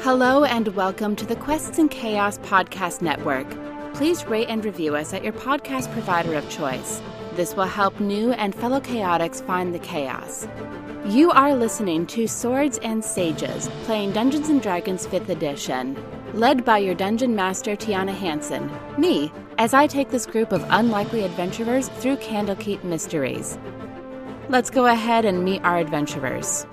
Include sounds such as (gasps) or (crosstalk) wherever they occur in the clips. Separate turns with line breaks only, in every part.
Hello and welcome to the Quests and Chaos Podcast Network. Please rate and review us at your podcast provider of choice. This will help new and fellow chaotics find the chaos. You are listening to Swords and Sages, playing Dungeons and Dragons 5th Edition, led by your dungeon master Tiana Hansen, me, as I take this group of unlikely adventurers through Candlekeep mysteries. Let's go ahead and meet our adventurers.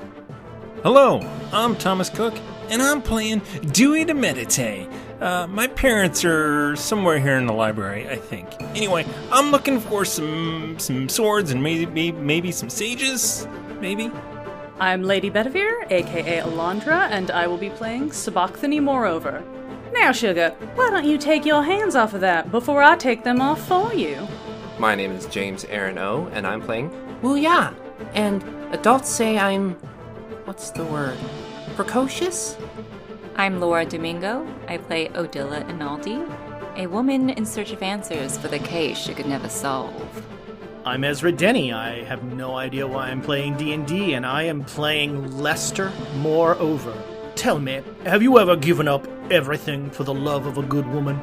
Hello, I'm Thomas Cook, and I'm playing Dewey to Meditate. Uh, my parents are somewhere here in the library, I think. Anyway, I'm looking for some some swords and maybe maybe some sages, maybe.
I'm Lady Bedivere, aka Alondra, and I will be playing Sabachthani Moreover. Now, Sugar, why don't you take your hands off of that before I take them off for you?
My name is James Aaron O, and I'm
(laughs)
playing Wu Ya. And adults say I'm. What's the word? Precocious?
I'm Laura Domingo. I play Odila Inaldi, a woman in search of answers for the case she could never solve.
I'm Ezra Denny. I have no idea why I'm playing D&D, and I am playing Lester moreover. Tell me, have you ever given up everything for the love of a good woman?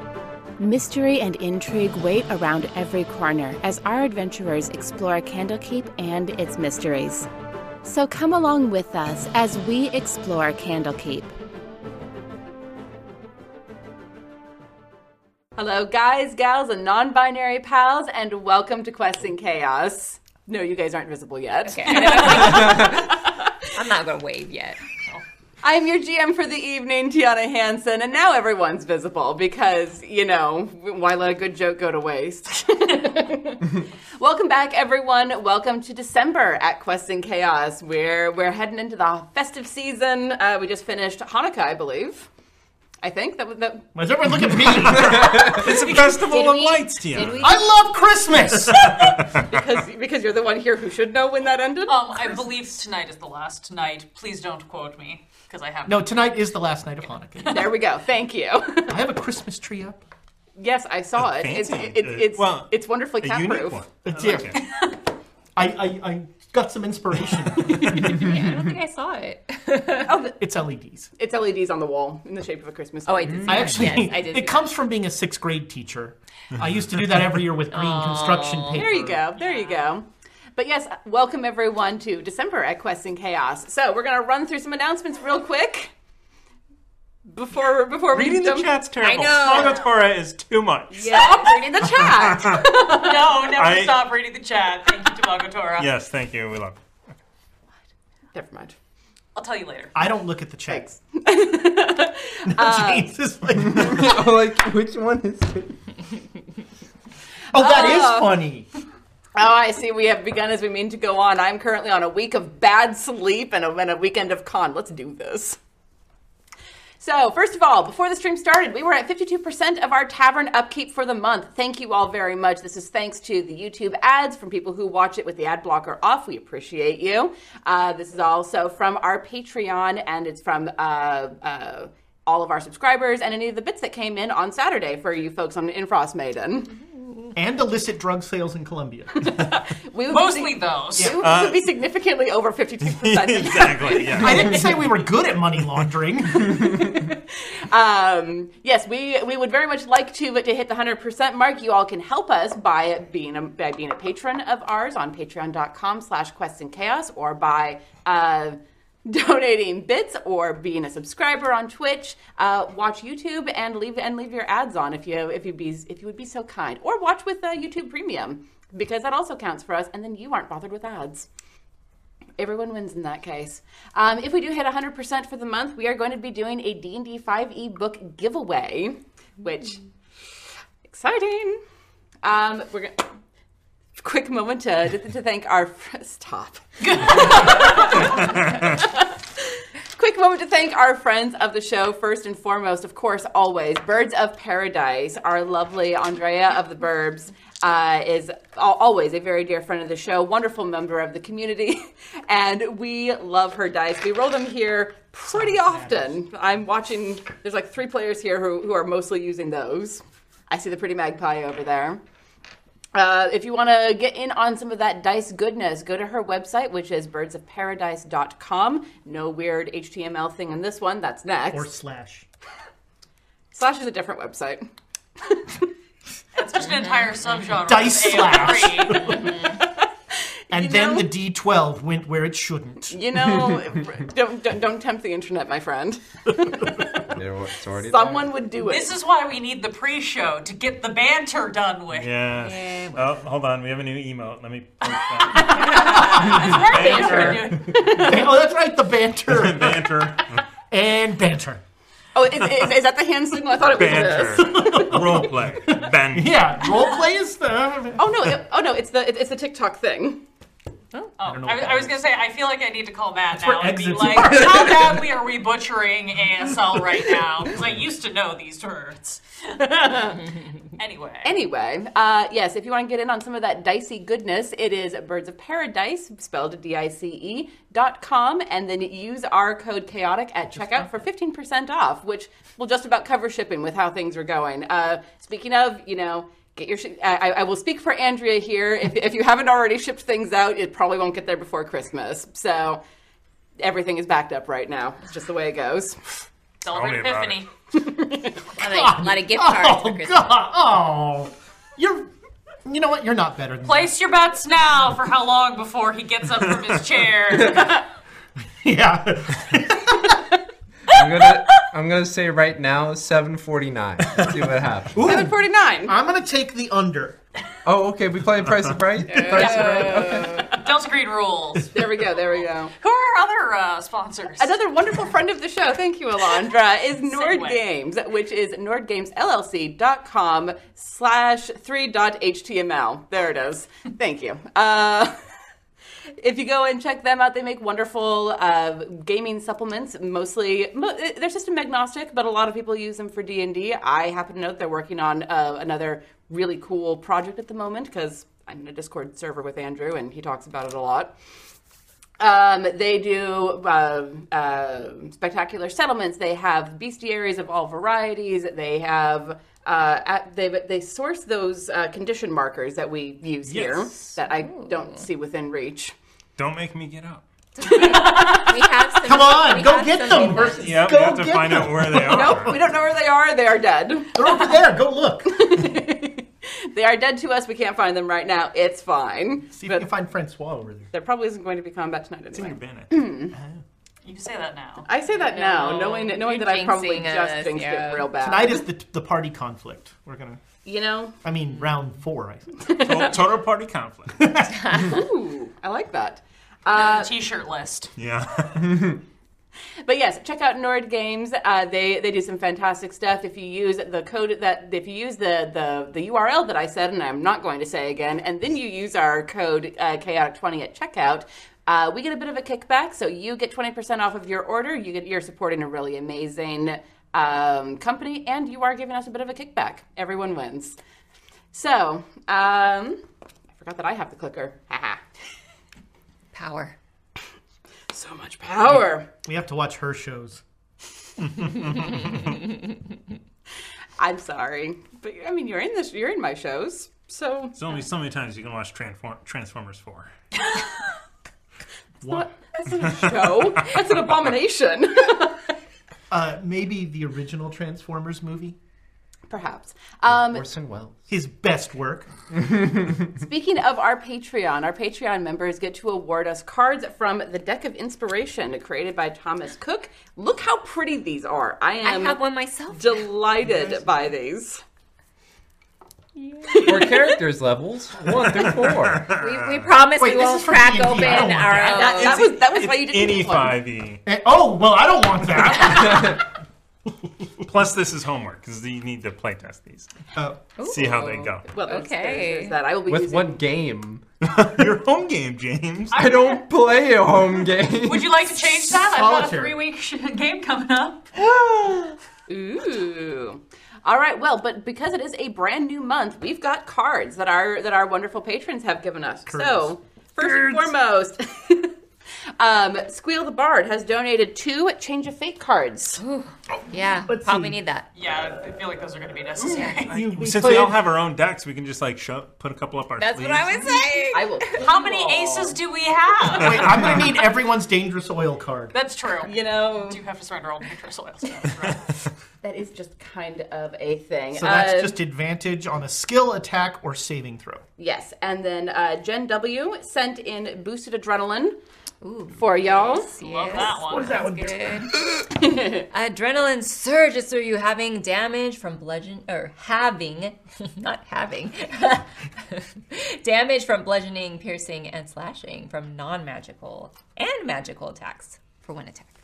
Mystery and intrigue wait around every corner as our adventurers explore Candlekeep and its mysteries. So come along with us as we explore Candlekeep.
Hello, guys, gals, and non binary pals, and welcome to Quests in Chaos. No, you guys aren't visible yet.
I'm not gonna wave yet.
(laughs) I'm your GM for the evening, Tiana Hansen, and now everyone's visible because, you know, why let a good joke go to waste? (laughs) welcome back, everyone. Welcome to December at Quests in Chaos. We're, we're heading into the festive season. Uh, we just finished Hanukkah, I believe. I think that was that.
Why does everyone look at me? (laughs)
It's a festival
Did
of
we-
lights,
Did
Tiana.
we?
I love Christmas!
(laughs) because because you're the one here who should know when that ended.
Um, I believe tonight is the last night. Please don't quote me because I have (laughs)
No, tonight is the last night of Hanukkah.
There we go. Thank (laughs) you.
I have a Christmas tree up.
yes, I saw it. It's
Fancy.
it, it,
Uh,
it's
well,
it's wonderfully
a
cat
unique
proof.
one.
Yeah. (laughs) I, I, I got
(laughs)
some inspiration.
I don't think I saw it.
it's LEDs.
It's LEDs on the wall in the shape of a Christmas.
Oh,
tree.
I did.
I actually,
Yes, I did.
it comes from being a sixth grade teacher. I used to do that every year with
(laughs)
green construction paper.
There you go. There you go. But yes, welcome everyone to December at Quest and Chaos. So we're gonna run through some announcements real quick before before we
Reading the
jump-
chat's terrible.
I know.
Salvatore is too much.
Stop reading the
(laughs)
chat.
(laughs) No, never
I-
stop reading the chat. Thank you, Tobago Tora.
Yes, thank you. We love. it.
Never mind.
I'll tell you
(laughs)
later.
I don't look at the checks.
Thanks.
Uh,
James is like,
Oh,
like, which one is it?
oh, that is
Oh.
funny.
Oh, I see. We have begun as we mean to go on. I'm currently on a week of bad sleep and a, and a weekend of con. Let's do this. So, first of all, before the stream started, we were at 52% of our tavern upkeep for the month. Thank you all very much. This is thanks to the YouTube ads from people who watch it with the ad blocker off. We appreciate you. Uh, this is also from our Patreon, and it's from uh, uh, all of our subscribers and any of the bits that came in on Saturday for you folks on Infrost Maiden.
And illicit drug sales in Colombia.
We would be-
Mostly those.
It would, would be significantly over (laughs) 52%.
exactly. Yeah.
I didn't say we were good at
(laughs)
money laundering.
um, yes, we, we would very much like to to hit the 100% mark. You all can help us by being a, by being a patron of ours on patreon.com slash quests and chaos or by uh, (laughs) donating bits or being a subscriber on Twitch. Uh, watch YouTube and leave and leave your ads on if you if you be if you would be so kind or watch with uh, YouTube Premium because that also counts for us and then you aren't bothered with ads. Everyone wins in that case. Um, if we do hit 100% for the month, we are going to be doing a D&D 5e E book giveaway, which exciting. Um, we're going quick moment to, to, to thank our fr- stop. (laughs) Quick moment to thank our friends of the show. First and foremost, of course, always Birds of Paradise. Our lovely Andrea of the Burbs uh, is al- always a very dear friend of the show, wonderful member of the community, (laughs) and we love her dice. We roll them here pretty often. I'm watching. There's like three players here who, who are mostly using those. I see the pretty magpie over there. Uh, if you want to get in on some of that dice goodness, go to her website, which is birdsofparadise.com. No weird HTML thing in this one. That's next.
Or slash.
Slash is a different website.
It's just an entire subgenre.
Dice
of
slash. (laughs)
AO3.
And then the D12 went where it shouldn't.
You
(laughs)
know, don't, don't don't tempt the internet, my friend.
There wa- It's already there.
Someone would do it. (laughs)
This is why we need the pre-show to get the banter done with.
Yeah. Oh, hold on. We have a new emote. Let me. post that.
Banter.
(laughs) oh, that's right, the banter.
banter.
and banter.
oh, is, is, is that the hand signal? I thought it was
Banter.
this.
Roleplay. (laughs) Banter.
Yeah, roleplay is the.
Oh no! It, oh no! It's the it's the TikTok thing.
Oh, I, was- I was gonna say, I feel like I need to call Matt
where
now and be
exits
like,
are.
how badly are we butchering ASL right now? Because I used to know these
(laughs)
words. anyway,
Anyway, uh, yes, if you want to get in on some of that dicey goodness, it is Birds of Paradise, spelled D I C E, dot com, and then use our code chaotic at checkout for 15% off, which will just about cover shipping with how things are going. Uh, speaking of, you know, get your. Sh- I, I- I will speak for Andrea here. If, if you haven't already shipped things out, it probably won't get there before Christmas. So everything is backed up right now. It's just the way it goes.
celebrate
Tell me about
Epiphany. (laughs)
A lot, a lot of gift cards for
Oh,
Christmas.
God. Oh. You're. You know what? You're not better than
Place your bets now for how long before he gets up from his chair.
(laughs)
me. Yeah.
I'm gonna I'm gonna say right now 749. Let's see
(laughs)
what happens.
749.
I'm going to take the under.
Oh, okay. We playing Price is Right. (laughs) Price is Right. Okay.
Delta Green rules.
There we go, there we go.
Who are our other uh, sponsors?
Another wonderful friend of the show, thank you, Alondra, is Nord
Segue.
Games, which is nordgamesllc.com slash 3.html. There it is. Thank you. Uh, (laughs) if you go and check them out, they make wonderful uh, gaming supplements. Mostly, mo- they're system agnostic, but a lot of people use them for D and I happen to know that they're working on uh, another really cool project at the moment because I'm in a Discord server with Andrew, and he talks about it a lot. Um, they do uh, uh, spectacular settlements. They have bestiaries of all varieties. They have uh, at, they they source those uh, condition markers that we use here
Yes.
that I don't see within reach.
Don't make me get up.
We have some,
Come on,
we
go
have some
get them.
papers.
We're-
Yep.
Go
you have to
get
find
them.
out where they are.
Nope, we don't know where they are. They are dead.
They're over there. Go look.
(laughs) They are dead to us. We can't find them right now. It's fine.
See if you
But
can find Francois over there.
there probably isn't going to be combat tonight
It's in your
anyway. (clears throat)
banner.
You can say that now.
I say that now, knowing that knowing
you're
that I probably
jinxing
just
us,
jinxed
yeah.
it real bad.
Tonight is the, the party conflict. We're going to.
you know,
I mean, round four, I think.
(laughs)
Total, total party conflict.
ooh, I like that. Uh,
the T-shirt list.
Yeah.
But yes, check out Nord Games. Uh, they they do some fantastic stuff. If you use the code that if you use the the the URL that I said and I'm not going to say again, and then you use our code uh, chaotic twenty at checkout. Uh, we get a bit of a kickback, so you get 20% off of your order. You get, you're supporting a really amazing um, company, and you are giving us a bit of a kickback. Everyone wins. So, um, I forgot that I have the clicker. Haha.
Power.
So much power.
(laughs) We have to watch her
(laughs)
shows.
I'm sorry, but I mean, you're in this. You're in my shows, so
There's only so many times you can watch Transform- Transformers 4.
What?
that's not a show. that's an abomination. (laughs)
Uh, maybe the original Transformers movie.
Perhaps. Um,
Orson Welles.
His best work.
speaking of our Patreon, our Patreon members get to award us cards from the deck of inspiration created by Thomas Cook. Look how pretty these are. I
I
am
have one myself.
delighted by these.
Or characters levels one through four.
we, we promise
Wait,
we
this
won't
is for
crack
D&D. I
open
Oh
don't want
our
that.
own.
That, that was that was why you didn't
Any
get one.
5e.
Eh, oh, well, I don't want that.
Plus, this is homework because you need to playtest these.
Oh.
See how they go.
Well, okay. There's that I will be
With
using.
what game?
Your home game, James.
I don't play a home
(laughs)
game.
Would you like to change that? I've got a
Solitaire.
three week (laughs) game coming up.
(gasps) Ooh. All right. Well, but because it is a brand new month, we've got cards that our that our wonderful patrons have given us. So first and foremost, (laughs) um, Squeal the Bard has donated two Change of Fate cards. Oh.
Yeah, probably need that.
Yeah, I feel like those are going to be necessary.
Since we all have our own decks, we can just like show, put a couple up our sleeves.
was
(laughs)
saying.
I
(laughs)
will.
How many aces do we have?
(laughs) Wait, I'm gonna (laughs) need everyone's dangerous oil card.
That's true.
You know,
Do you have to surrender all
(laughs)
dangerous oils?
that is just kind of a thing.
So that's
Uh,
just advantage on a skill attack or saving throw.
Yes, and then uh, Jen W sent in boosted adrenaline for y'all.
Love that one.
that one?
(laughs) Adrenaline surges through you, having damage from bludgeon or having, (laughs) not having, (laughs) damage from bludgeoning, piercing, and slashing from non-magical and magical attacks for one attack.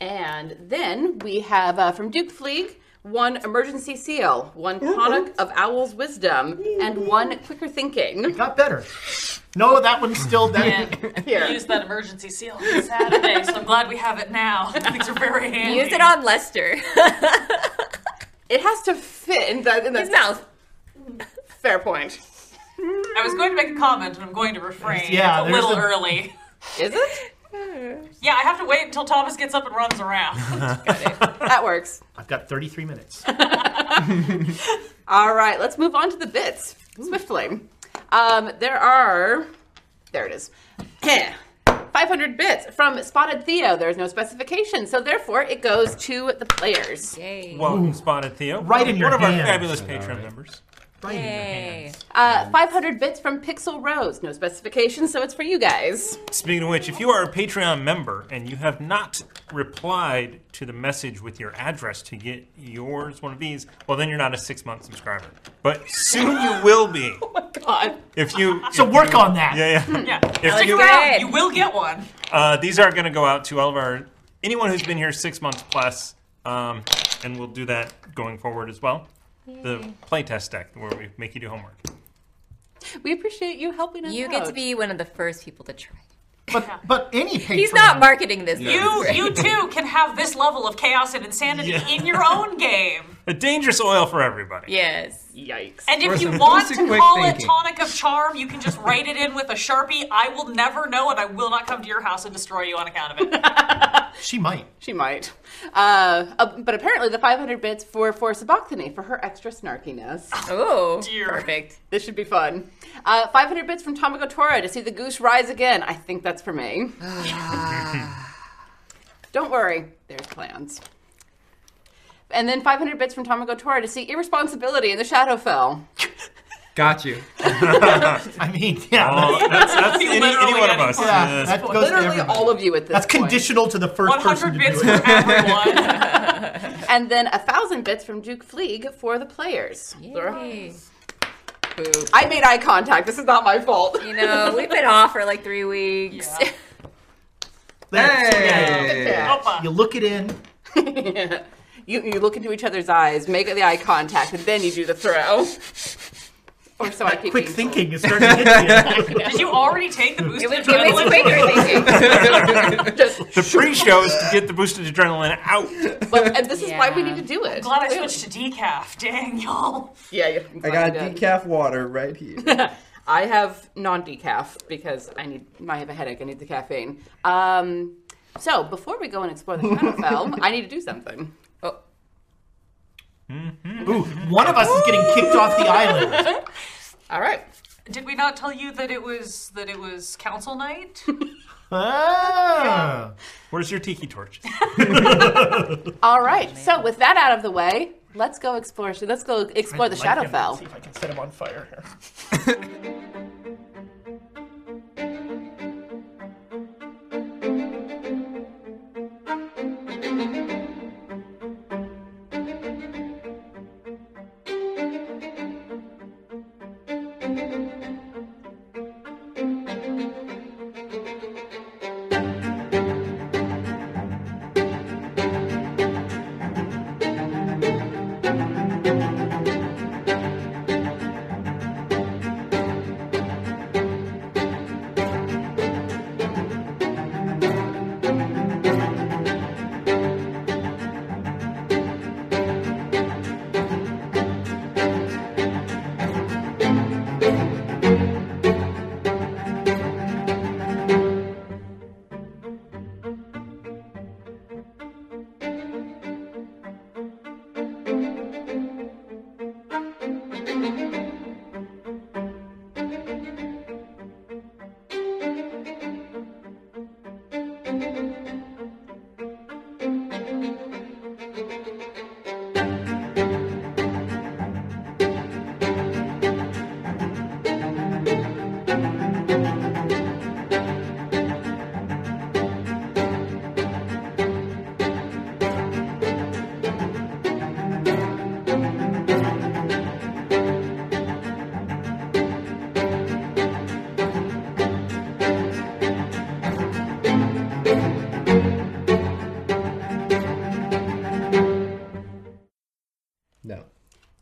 And then we have uh, from Duke Fleeg one emergency seal, one tonic of owl's wisdom, and one quicker thinking.
Got better. No, that one's still dead.
(laughs) I used that emergency seal on Saturday, so I'm glad we have it now. (laughs) Things are very handy.
Use it on Lester.
It has to fit in the, in the
His mouth.
Fair point.
I was going to make a comment, and I'm going to refrain.
Yeah,
it's a
there's
little
a-
early.
Is it?
(laughs) Yeah, I have to wait until Thomas gets up and runs around.
That works.
I've got
(laughs)
33 minutes.
All right, let's move on to the bits swiftly. Um, there are, there it is, (clears throat) 500 bits from Spotted Theo. There's no specification, so therefore it goes to the players.
Yay.
Welcome, Spotted Theo.
Right in your
One of our
hand.
fabulous Patreon members.
Right in your hands.
Uh, 500 bits from Pixel Rose. No specification, so it's for you guys.
Speaking of which, if you are a Patreon member and you have not replied to the message with your address to get yours, one of these, well, then you're not a six month subscriber. But soon you will be.
(laughs)
God.
If you
So
if
work
you-
on that.
Yeah, yeah.
yeah,
(laughs) If you,
Good.
you will get one.
uh, these are going to go out to all of our anyone who's been here six months plus, um, and we'll do that going forward as well. The playtest deck where we make you do homework.
We appreciate you helping us
You
out.
get to be one of the first people to try.
But but any patron.
He's not marketing this.
You, you too can have this level of chaos and insanity
Yeah.
in your own game.
A dangerous oil for everybody.
Yes.
Yikes.
And if
Or
you
some
want to
basic quick
call it
thinking.
Tonic of Charm, you can just write it in with a Sharpie. I will never know, and I will not come to your house and destroy you on account
(laughs)
of it.
She might.
She might. Uh, uh, but apparently the 500 bits for, for Suboxone for her extra snarkiness.
(laughs) Oh,
Dear.
perfect.
This should be fun. Uh, 500 bits from Tomigo Tora to see the goose rise again. I think that's for me. Don't worry, there's plans. And then 500 bits from Tomigo Tora to see irresponsibility in the Shadowfell.
Got you.
(laughs) I mean, yeah.
Oh, that's
(laughs)
that's any, any one of us.
yeah,
Uh,
that goes to
Literally
everybody.
all of you at this
That's
point.
conditional to the first person
100
to
bits
do
for
it. (laughs)
everyone.
(laughs) And then a thousand bits from Duke Fleeg for the players. Laura?
Yay.
I made eye contact. This is not my fault.
You know, we've been off for like three weeks.
Hey!
You look it in.
(laughs) You, you look into each other's eyes, make the eye contact, and then you do the throw. Or so I keep
Quick
being
thinking is starting to
(laughs)
hit you.
Did you already take the boosted
It was, it was
adrenaline?
quicker thinking.
told. Just-
the pre-show is to get the boosted adrenaline out.
but- and this is why we
Yeah.
need to do it.
Glad I switched to decaf. Dang, y'all.
Yeah, yeah, I'm
I
glad
got
you did.
decaf water right here.
(laughs) I have non-decaf because I need. I have a headache. I need the caffeine. Um, so before we go and explore the Shadowfell, I need to do something.
Oh, Hmm.
Ooh, one of us is getting kicked off the island.
(laughs) All right.
Did we not tell you that it was that it was council night?
(laughs)
Ah.
Where's your tiki torch?
All right. So with that out of the way, let's go explore. Let's go explore the
Light him.
Shadowfell.
See if I can set him on fire here.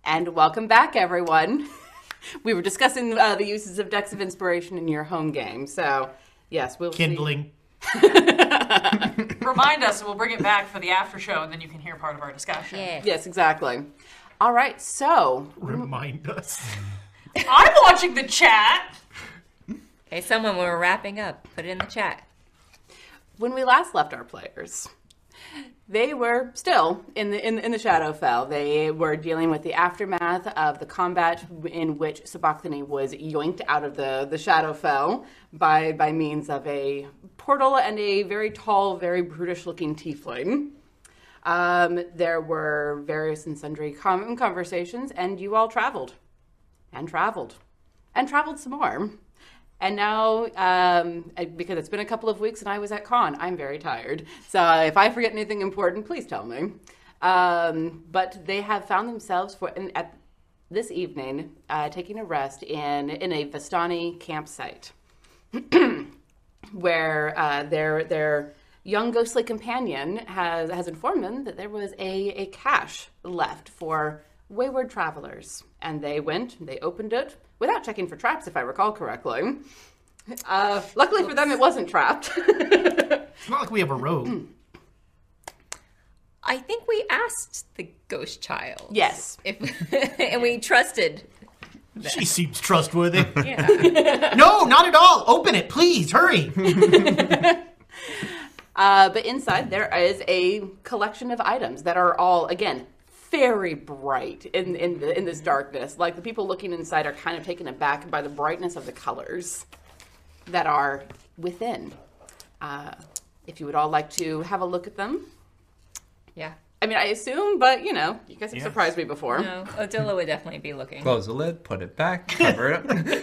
And welcome back, everyone. (laughs) we were discussing uh, the uses of decks of inspiration in your home game. So, yes, we'll see-
Kindling.
Remind us, and we'll bring it back for the after show, and then you can hear part of our discussion.
Yes, exactly. All right, so
remind us.
I'm watching the chat.
Hey, someone, when we're wrapping up, put it in the chat.
When we last left our players, they were still in the in, in the Shadowfell. They were dealing with the aftermath of the combat in which Sabachthani was yoinked out of the the Shadowfell by by means of a portal and a very tall, very brutish looking tiefling. Um, there were various and sundry com- conversations, and you all traveled, and traveled, and traveled some more. And now, um, I- because it's been a couple of weeks and I was at con, I'm very tired. So if I forget anything important, please tell me. Um, but they have found themselves for in, at this evening uh, taking a rest in in a Vistani campsite (clears throat) where uh, their their young ghostly companion has has informed them that there was a, a cache left for wayward travelers, and they went, they opened it without checking for traps, if I recall correctly. Uh, luckily for them, it wasn't trapped. (laughs)
It's not like we have a road.
I think we asked the ghost child.
Yes.
If, (laughs) and we trusted.
she seems (laughs) trustworthy.
Yeah.
(laughs) no, not at all. Open it, please. Hurry.
Uh, but inside there is a collection of items that are all again very bright in in the, in this darkness. Like the people looking inside are kind of taken aback by the brightness of the colors that are within. Uh, if you would all like to have a look at them,
Yeah.
I mean, I assume, but you know, you guys have
Yes.
surprised me before.
No, Odila would definitely be looking.
Close the lid, put it back, cover it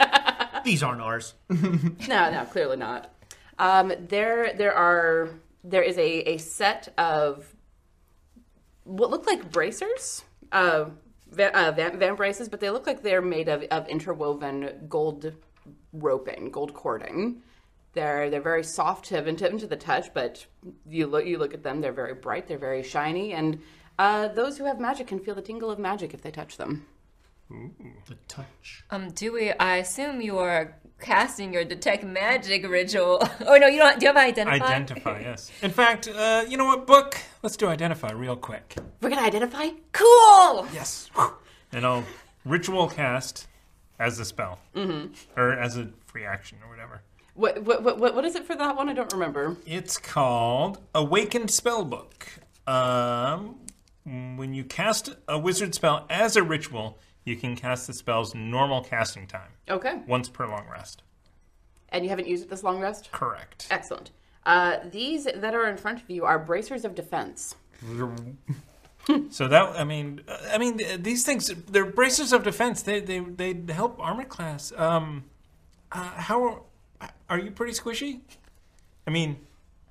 (laughs)
up. (laughs)
These aren't ours.
(laughs) no, no, clearly not. Um, there, there are there is a, a set of what look like bracers, uh, va- uh, van, van braces, but they look like they're made of, of interwoven gold roping, gold cording. They're they're very soft to, to, to the touch, but you look you look at them, they're very bright, they're very shiny, and uh, those who have magic can feel the tingle of magic if they touch them.
The touch.
Um, Dewey, I assume you are casting your detect magic ritual. (laughs) Oh no, you don't. Do you have identify?
Identify, yes. In fact, uh, you know what, book? Let's
(laughs)
do identify real quick.
We're gonna identify.
Cool.
Yes. And I'll ritual cast as a spell,
Mm-hmm.
or as a free action, or whatever.
What, what what what what is it for that one? I don't remember.
It's called Awakened Spellbook. Um, when you cast a wizard spell as a ritual, you can cast the spell's normal casting time,
Okay.
once per long rest.
And you haven't used it this long rest?
Correct.
Excellent. Uh, these that are in front of you are bracers of defense.
so that I mean, uh, I mean th- these things they're bracers of defense. They they they help armor class. Um, uh, how are you pretty squishy? I mean,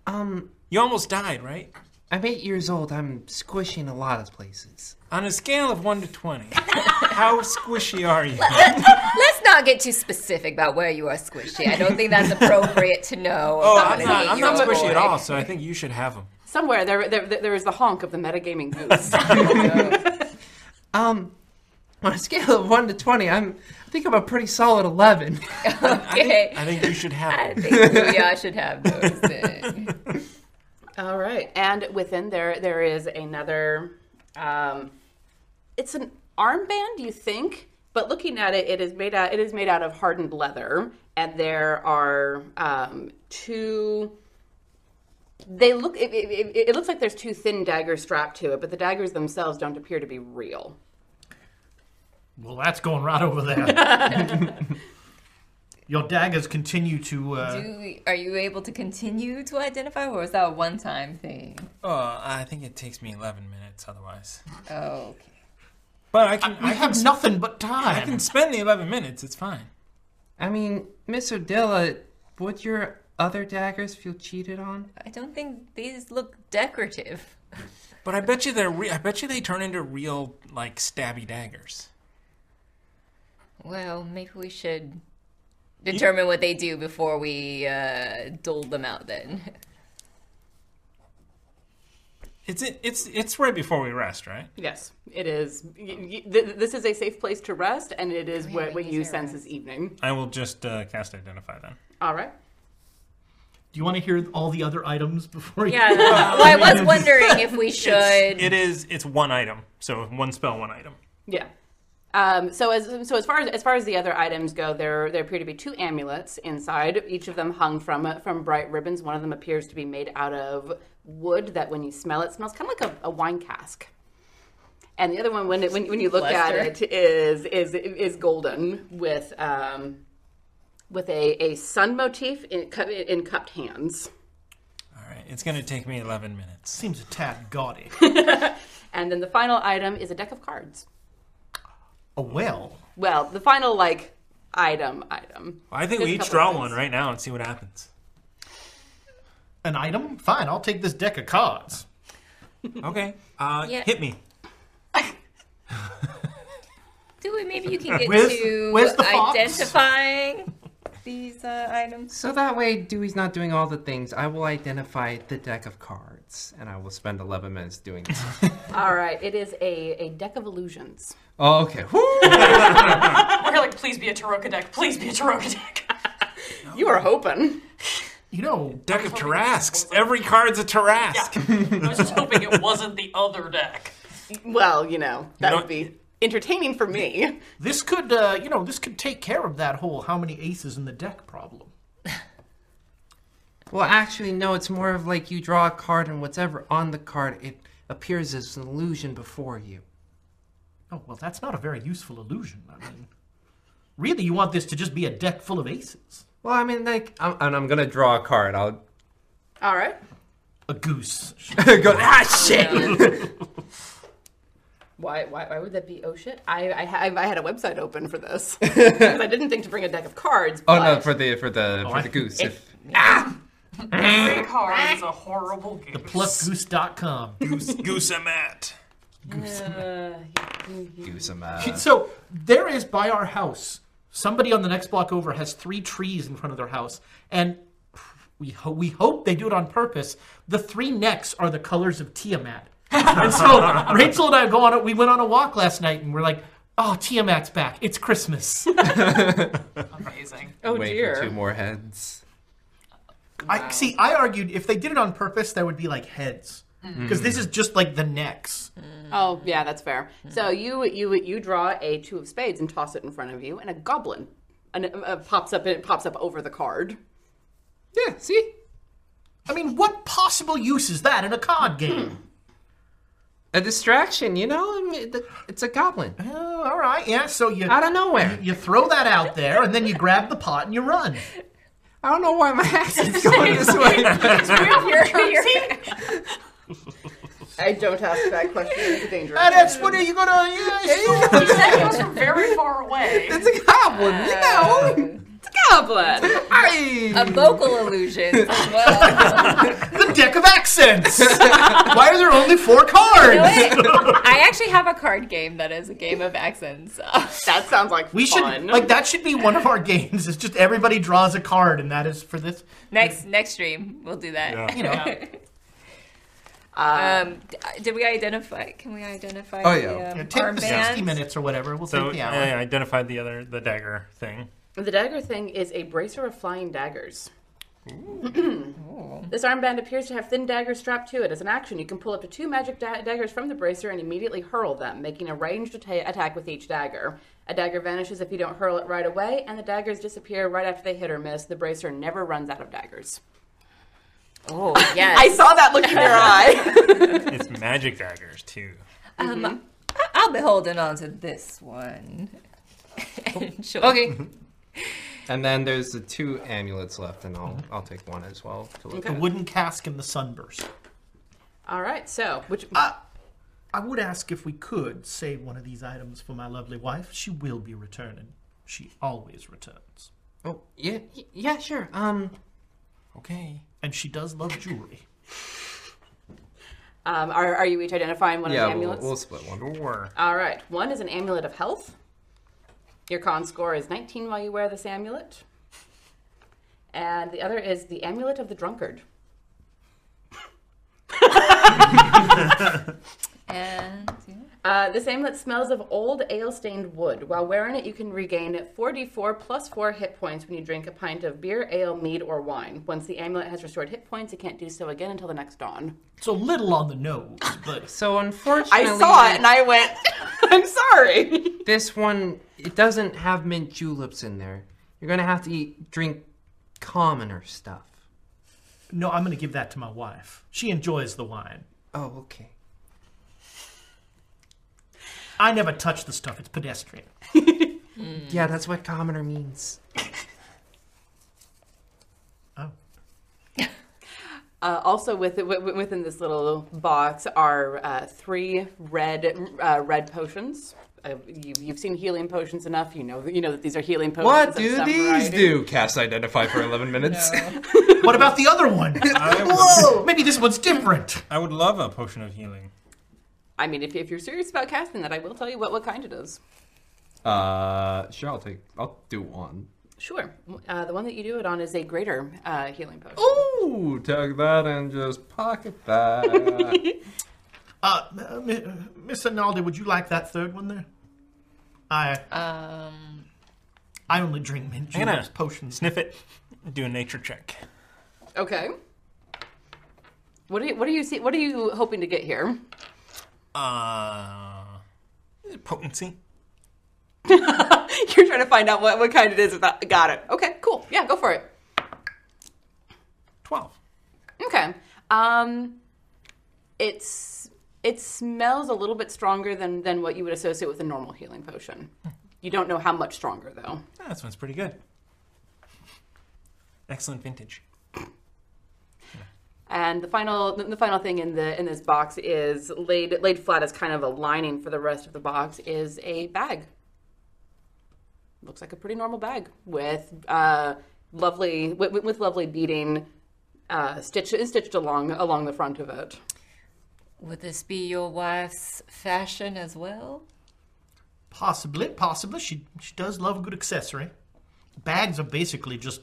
um,
you almost died, right?
I'm eight years old. I'm squishing a lot of places.
On a scale of one to twenty, (laughs) how squishy are you?
(laughs) Let's not get too specific about where you are squishy. I don't think that's appropriate to know.
Oh,
about
I'm
an
not, I'm not
eight-year-old
squishy at
boy.
all. So I think you should have them.
Somewhere there, there, there is the honk of the metagaming goose. (laughs)
Um, on a scale of one to twenty, I'm I think I'm a pretty solid eleven. (laughs)
(laughs) Okay.
I think you should
I
have them.
think Dewey, I should have those. Then.
(laughs)
All right, and within there there is another. Um, it's an armband, you think, but looking at it, it is made out. It is made out of hardened leather, and there are um, two. They look. It, it, it, it looks like there's two thin daggers strapped to it, but the daggers themselves don't appear to be real.
(laughs) Well, that's going right over (laughs) there. Your daggers continue to. Uh,
Dewey, are you able to continue to identify, or is that a one-time thing?
Oh, I think it takes me eleven minutes otherwise.
Oh, okay.
But I can. I,
we
can,
have nothing but
I
time.
can spend the eleven minutes. It's fine.
I mean, Miss Odilla, would your other daggers feel cheated on?
I don't think these look decorative.
But I bet you they're. Re- I bet you they turn into real like stabby daggers.
Well, maybe we should determine what they do before we uh, dole them out. Then
It's it, it's it's right before we rest, right?
Yes, it is. Y- y- th- This is a safe place to rest, and it is what, what you sense is evening.
I will just uh, cast identify then.
All right.
Do you want to hear all the other items before you?
(laughs)
Yeah, well, I was wondering if we should.
It's, it is it's one item, so one spell, one item.
Yeah. Um, so as so as far as as far as the other items go, there there appear to be two amulets inside. Each of them hung from uh, from bright ribbons. One of them appears to be made out of wood that, when you smell it, smells kind of like a, a wine cask. And the other one, when it, when, when you look at
Lester.
it, is is is golden with um, with a, a sun motif in, cu- in cupped hands.
All right, it's gonna take me eleven minutes.
Seems a tad
(laughs)
gaudy.
And then the final item is a deck of cards.
A Oh, well.
Well, the final like item item.
I think
There's
we
a
each
couple
draw
of
one right now and see what happens.
An item? Fine, I'll take this deck of cards.
Okay, uh,
Yeah.
hit me.
(laughs) Do it. Maybe you can get
Where's-
to
where's the fox?
identifying these uh, items.
So that way, Dewey's not doing all the things. I will identify the deck of cards, and I will spend 11 minutes doing this.
(laughs)
All right, it is a, a deck of illusions.
oh, okay. (laughs) Woo!
We're like, please be a Taroka deck. Please be a Taroka deck.
You were hoping.
You know,
deck of Tarasks. Every card's a Tarask.
I was just hoping it wasn't the other
(laughs)
deck.
Well, you know that would be entertaining for me.
This could, uh, you know, this could take care of that whole how many aces in the deck problem.
Well, actually, no, it's more of like you draw a card, and whatever on the card, it appears as an illusion before you.
Oh, well, that's not a very useful illusion. I mean, really, you want this to just be a deck full of aces.
Well, I mean, like, I'm, and I'm gonna draw a card. I'll
All right.
A goose.
(laughs) go, ah, shit!
Um, Why, why, why would that be? Oh shit! I, I, ha- I had a website open for this
(laughs)
because I didn't think to bring a deck of cards.
(laughs) oh,
But
no, for the, for the,
Oh,
for the goose. If,
Every card is a horrible game.
Plusgoose.com.
Goose, goose, I'm at.
goose, I'm out.
So there is by our house. Somebody on the next block over has three trees in front of their house, and we ho- we hope they do it on purpose. The three necks are the colors of
(laughs)
Tiamat, and so Rachel and I go on it. We went on a walk last night, and we're like, "Oh, Tiamat's back! It's
(laughs)
Christmas." (laughs)
Amazing.
oh
Wait for two
dear.
more heads.
I see. I argued if they did it on purpose, that would be like heads, because this is just like the necks.
Oh
Mm-hmm.
yeah, that's fair. So you you you draw a two of spades and toss it in front of you, and a goblin, and it, uh, pops up it pops up over the card.
Yeah, see?
I mean, what possible use is that in a card game?
A distraction, you know? I mean, the- it's a goblin.
Oh, all right, yeah. So you
Out of nowhere.
you throw that out there, and then you grab the pot and you run.
(laughs) I don't know why
(laughs)
my accent's going this way.
(laughs)
(laughs)
I don't ask that question. It's dangerous.
And that's what are you gonna? Yeah, sure.
He said he was from very far away. Uh,
it's a goblin, you know?
goblin.
Hey!
A vocal illusion.
(laughs)
as Well,
the deck of accents. Why are there only four cards?
You know what? I actually have a card game that is a game of accents. (laughs)
That sounds like
(laughs) We should
fun.
like that should be one of our games. It's just everybody draws a card, and that is for this.
next next stream, we'll do that.
You know,
(laughs) Um, d- did we identify? Can we identify?
Oh,
the,
yeah.
um,
you know, take the sixty
armbands?
minutes or whatever. We'll
So
take the
yeah,
hour.
I identified the other the dagger thing.
The dagger thing is a bracer of flying daggers. this armband appears to have thin daggers strapped to it. As an action, you can pull up to two magic da- daggers from the bracer and immediately hurl them, making a ranged atta- attack with each dagger. A dagger vanishes if you don't hurl it right away, and the daggers disappear right after they hit or miss. The bracer never runs out of daggers.
Oh
(laughs) I
yes.
saw that look in your
(laughs)
(laughs)
eye.
It's magic daggers too.
Mm-hmm.
um, I- I'll be holding on to this one. (laughs) Sure.
Oh. Okay.
Mm-hmm.
And then there's the two amulets left, and I'll, I'll take one as well. To look
the wooden cask and the sunburst.
All right, so which
Uh,
I would ask if we could save one of these items for my lovely wife. She will be returning. She always returns,
Oh, yeah, yeah, sure. Um,
Okay.
and she does love jewelry.
um, are, are you each identifying one
yeah,
of the
we'll,
amulets?
we'll split one.
Sure.
All right, one is an amulet of health. Your con score is 19 while you wear this amulet. And the other is the amulet of the drunkard. Uh, this amulet smells of old ale stained wood. While wearing it, you can regain 4d4 plus 4 hit points when you drink a pint of beer, ale, mead, or wine. Once the amulet has restored hit points, it can't do so again until the next dawn.
It's a little on the nose, but
so
I
unfortunately,
saw it and I went, (laughs) I'm sorry.
This one it doesn't have mint juleps in there. You're gonna have to eat drink commoner stuff.
No, I'm going to give that to my wife. She enjoys the wine.
Oh, okay.
I never touch the stuff. It's pedestrian.
Hmm. Yeah, that's what commoner means.
Uh, also, with, w- within this little box are uh, three red uh, red potions. Uh, you, you've seen healing potions enough. You know you know that these are healing potions.
What
of
do
some
these
variety.
do? Cast identify for
(laughs)
11 minutes.
what about the other one?
(laughs)
Whoa! Maybe this one's different.
I would love a potion of healing.
I mean, if, if you're serious about casting that, I will tell you what, what kind it is.
Uh, sure, I'll take. I'll do one.
Sure. Uh, the one that you do it on is a greater uh,
(laughs)
healing potion.
Ooh, take that and just pocket that.
Uh, uh, Mi- uh, Miss Analdi, would you like that third one there? I um, I only drink mint
I'm gonna
juleps potions.
Sniff it. Do a nature check.
(laughs) Okay. What are you, what are you see, what are you hoping to get here?
(laughs) Uh, potency.
(laughs) You're trying to find out what, what kind it is. Without, got it. Okay, cool. Yeah, go for it.
12.
Okay. Um, it's it smells a little bit stronger than than what you would associate with a normal healing potion. You don't know how much stronger though.
Ah, this one's pretty good. Excellent vintage.
And the final the final thing in the in this box is laid laid flat as kind of a lining for the rest of the box is a bag. Looks like a pretty normal bag with uh, lovely with, with- with lovely beading uh, stitched stitched along along the front of it.
Would this be your wife's fashion as well?
Possibly, possibly. She she does love a good accessory. Bags are basically just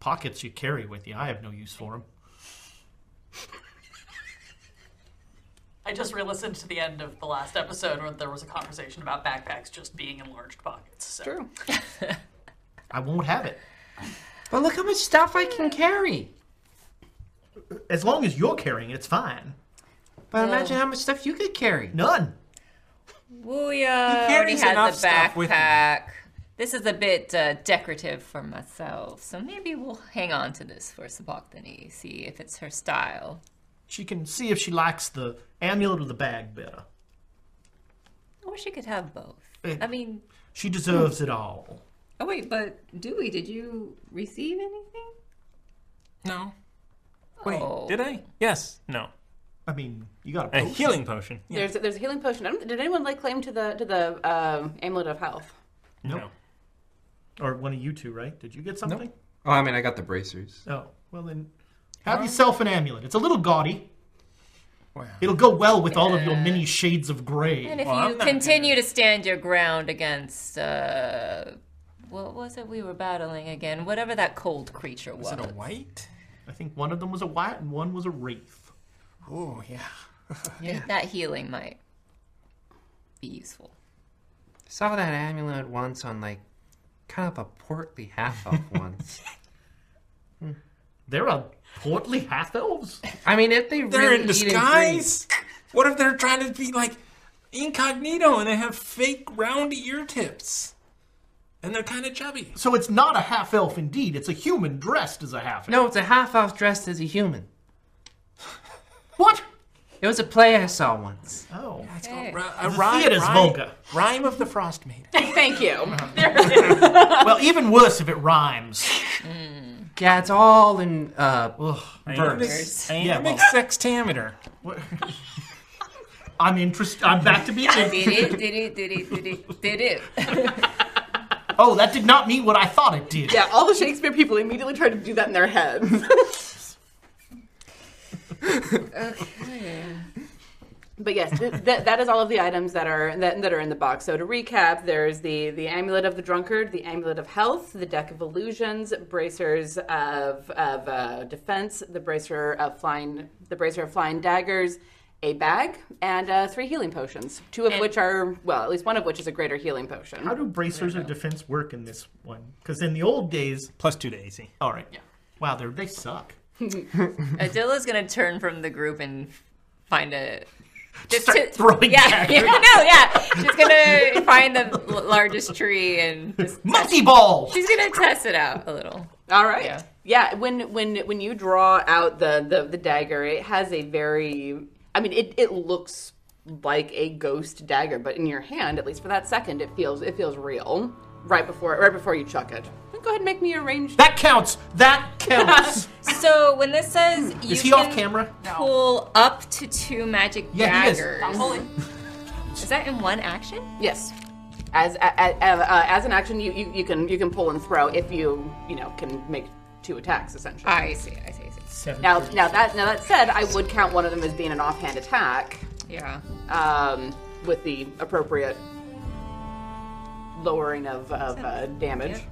pockets you carry with you. I have no use for them.
I just re listened to the end of the last episode where there was a conversation about backpacks just being enlarged pockets. So.
True.
I won't have it.
But look how much stuff I can carry.
As long as you're carrying it, it's fine.
But imagine how much stuff you could carry.
None.
Wuya
He
already
carries enough
has the
stuff with him.
backpack. This is a bit uh, decorative for myself, so maybe we'll hang on to this for Sabachthani, see if it's her style.
She can see if she likes the amulet or the bag better.
Or she could have both.
Eh.
I mean,
She deserves it all.
oh wait, but Dewey, did you receive anything?
No. Wait,
Oh.
did I? Yes. No.
I mean, you got
a, healing potion. Yeah.
There's there's a healing potion. I don't, did anyone lay claim to the to the um amulet of health?
Nope. Or one of you two, right? Did you get something?
oh, I mean, I got the bracers.
Oh, well then, have yourself an amulet. It's a little gaudy. It'll go well with all of your many shades of gray.
And if you continue to stand your ground against, uh, what was it we were battling again? Whatever that cold creature was.
it a
white?
I think one of them was a white and one was a wraith.
Oh yeah.
Yeah. That healing might be useful.
Saw that amulet once on like kind of a portly half
(laughs)
elf once. Hmm.
They're a portly half elves.
I mean, if they
They're
really
in
eat and
disguise. What if they're trying to be like incognito and they have fake round ear tips? And they're kind of chubby.
So it's not a half elf indeed. It's a human dressed as a half elf.
No, it's a half elf dressed as a human.
(laughs) What?
It was a play I saw once.
Oh.
That's
called
ri- a
The
rhyme,
theater's
rhyme-
vulgar.
Rhyme of the Frost Maiden.
(laughs) Thank you.
(laughs) well, even worse if it rhymes.
Yeah, it's all in uh
Iambic-
verse.
iambic
sextameter.
(laughs) I'm interested. I'm back to being
Did it,
interested.
did it, did it,
(laughs)
did it, did it.
oh, that did not mean what I thought it did.
Yeah, all the Shakespeare people immediately try to do that in their heads.
(laughs)
But yes, th- that, that is all of the items that are that, that are in the box. So to recap, there's the the amulet of the drunkard, the amulet of health, the deck of illusions, bracers of of uh, defense, the bracer of flying the bracer of flying daggers, a bag, and uh, three healing potions. Two of which are, well, at least one of which is a greater healing potion.
How do bracers of defense work in this one? Because in the old days,
plus two to AC.
All right. Yeah. Wow, they they suck.
Adila's gonna turn from the group and find a.
Just Start throwing
yeah, (laughs)
daggers.
yeah, no, yeah. She's gonna find the l- largest tree and just
multi ball.
She's gonna test it out a little.
All right. Yeah. When when when you draw out the the, the dagger, it has a very. I mean, it, it looks like a ghost dagger, but in your hand, at least for that second, it feels it feels real. Right before right before you chuck it. Go ahead and make me a range.
That counts. That counts.
(laughs) So when this says you
Is he
can
off camera?
pull up to two magic
Yeah, he is.
daggers,
I'm pulling.
is that in one action?
Yes. (laughs) As a, a, a, uh, as an action, you, you, you can you can pull and throw if you you know can make two attacks essentially.
I see. I see. I see.
Now now that now that said, I would count one of them as being an offhand attack.
Yeah.
Um, with the appropriate lowering of, of uh, damage.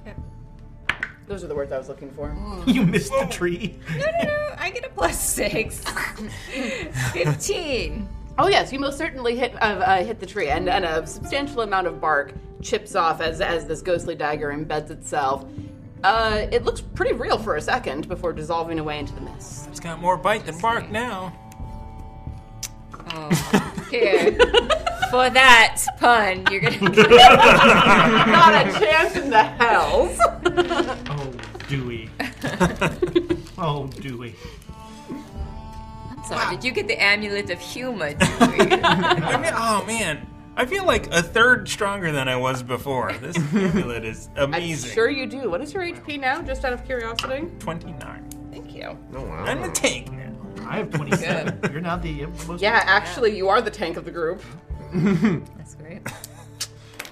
Those are the words I was looking for.
You missed the tree.
Mm. No, no, no. I get a plus
(laughs)
six. 15.
Oh yes, you most certainly hit uh, uh, hit the tree, and, and a substantial amount of bark chips off as as this ghostly dagger embeds itself. Uh, it looks pretty real for a second before dissolving away into the mist.
It's got more bite than bark now.
(laughs)
Oh.
Here. For that pun, you're
(laughs)
gonna get
Not a chance in the hells.
Oh,
(laughs)
Dewey. oh, Dewey.
I'm (laughs) sorry, did you get the amulet of humor?
(laughs)
I mean, oh man, I feel like a third stronger than I was before. This amulet is amazing.
Sure you do. What is your HP now? Just out of curiosity.
Twenty nine.
Thank you.
Oh,
I'm the tank now.
I have 27. You're now the most.
Yeah, actually, you are the tank of the
(laughs)
group.
That's great.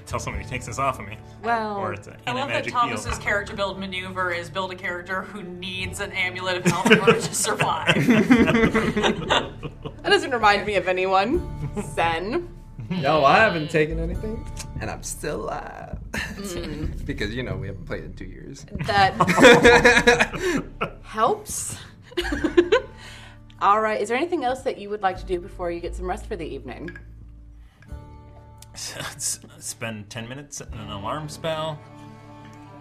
Until somebody takes this off of me.
Well,
or it's a,
I
and a
love that
magic
Thomas's
heal.
character build maneuver is build a character who needs an amulet of health in order
(laughs)
(laughs)
to survive.
That doesn't remind me of anyone. Sen.
No, I haven't taken anything, and I'm still alive. (laughs) because you know we haven't played in two years.
(laughs)
(laughs)
That helps. (laughs) All right. Is there anything else that you would like to do before you get some rest for the evening?
S- Spend ten minutes setting an alarm spell.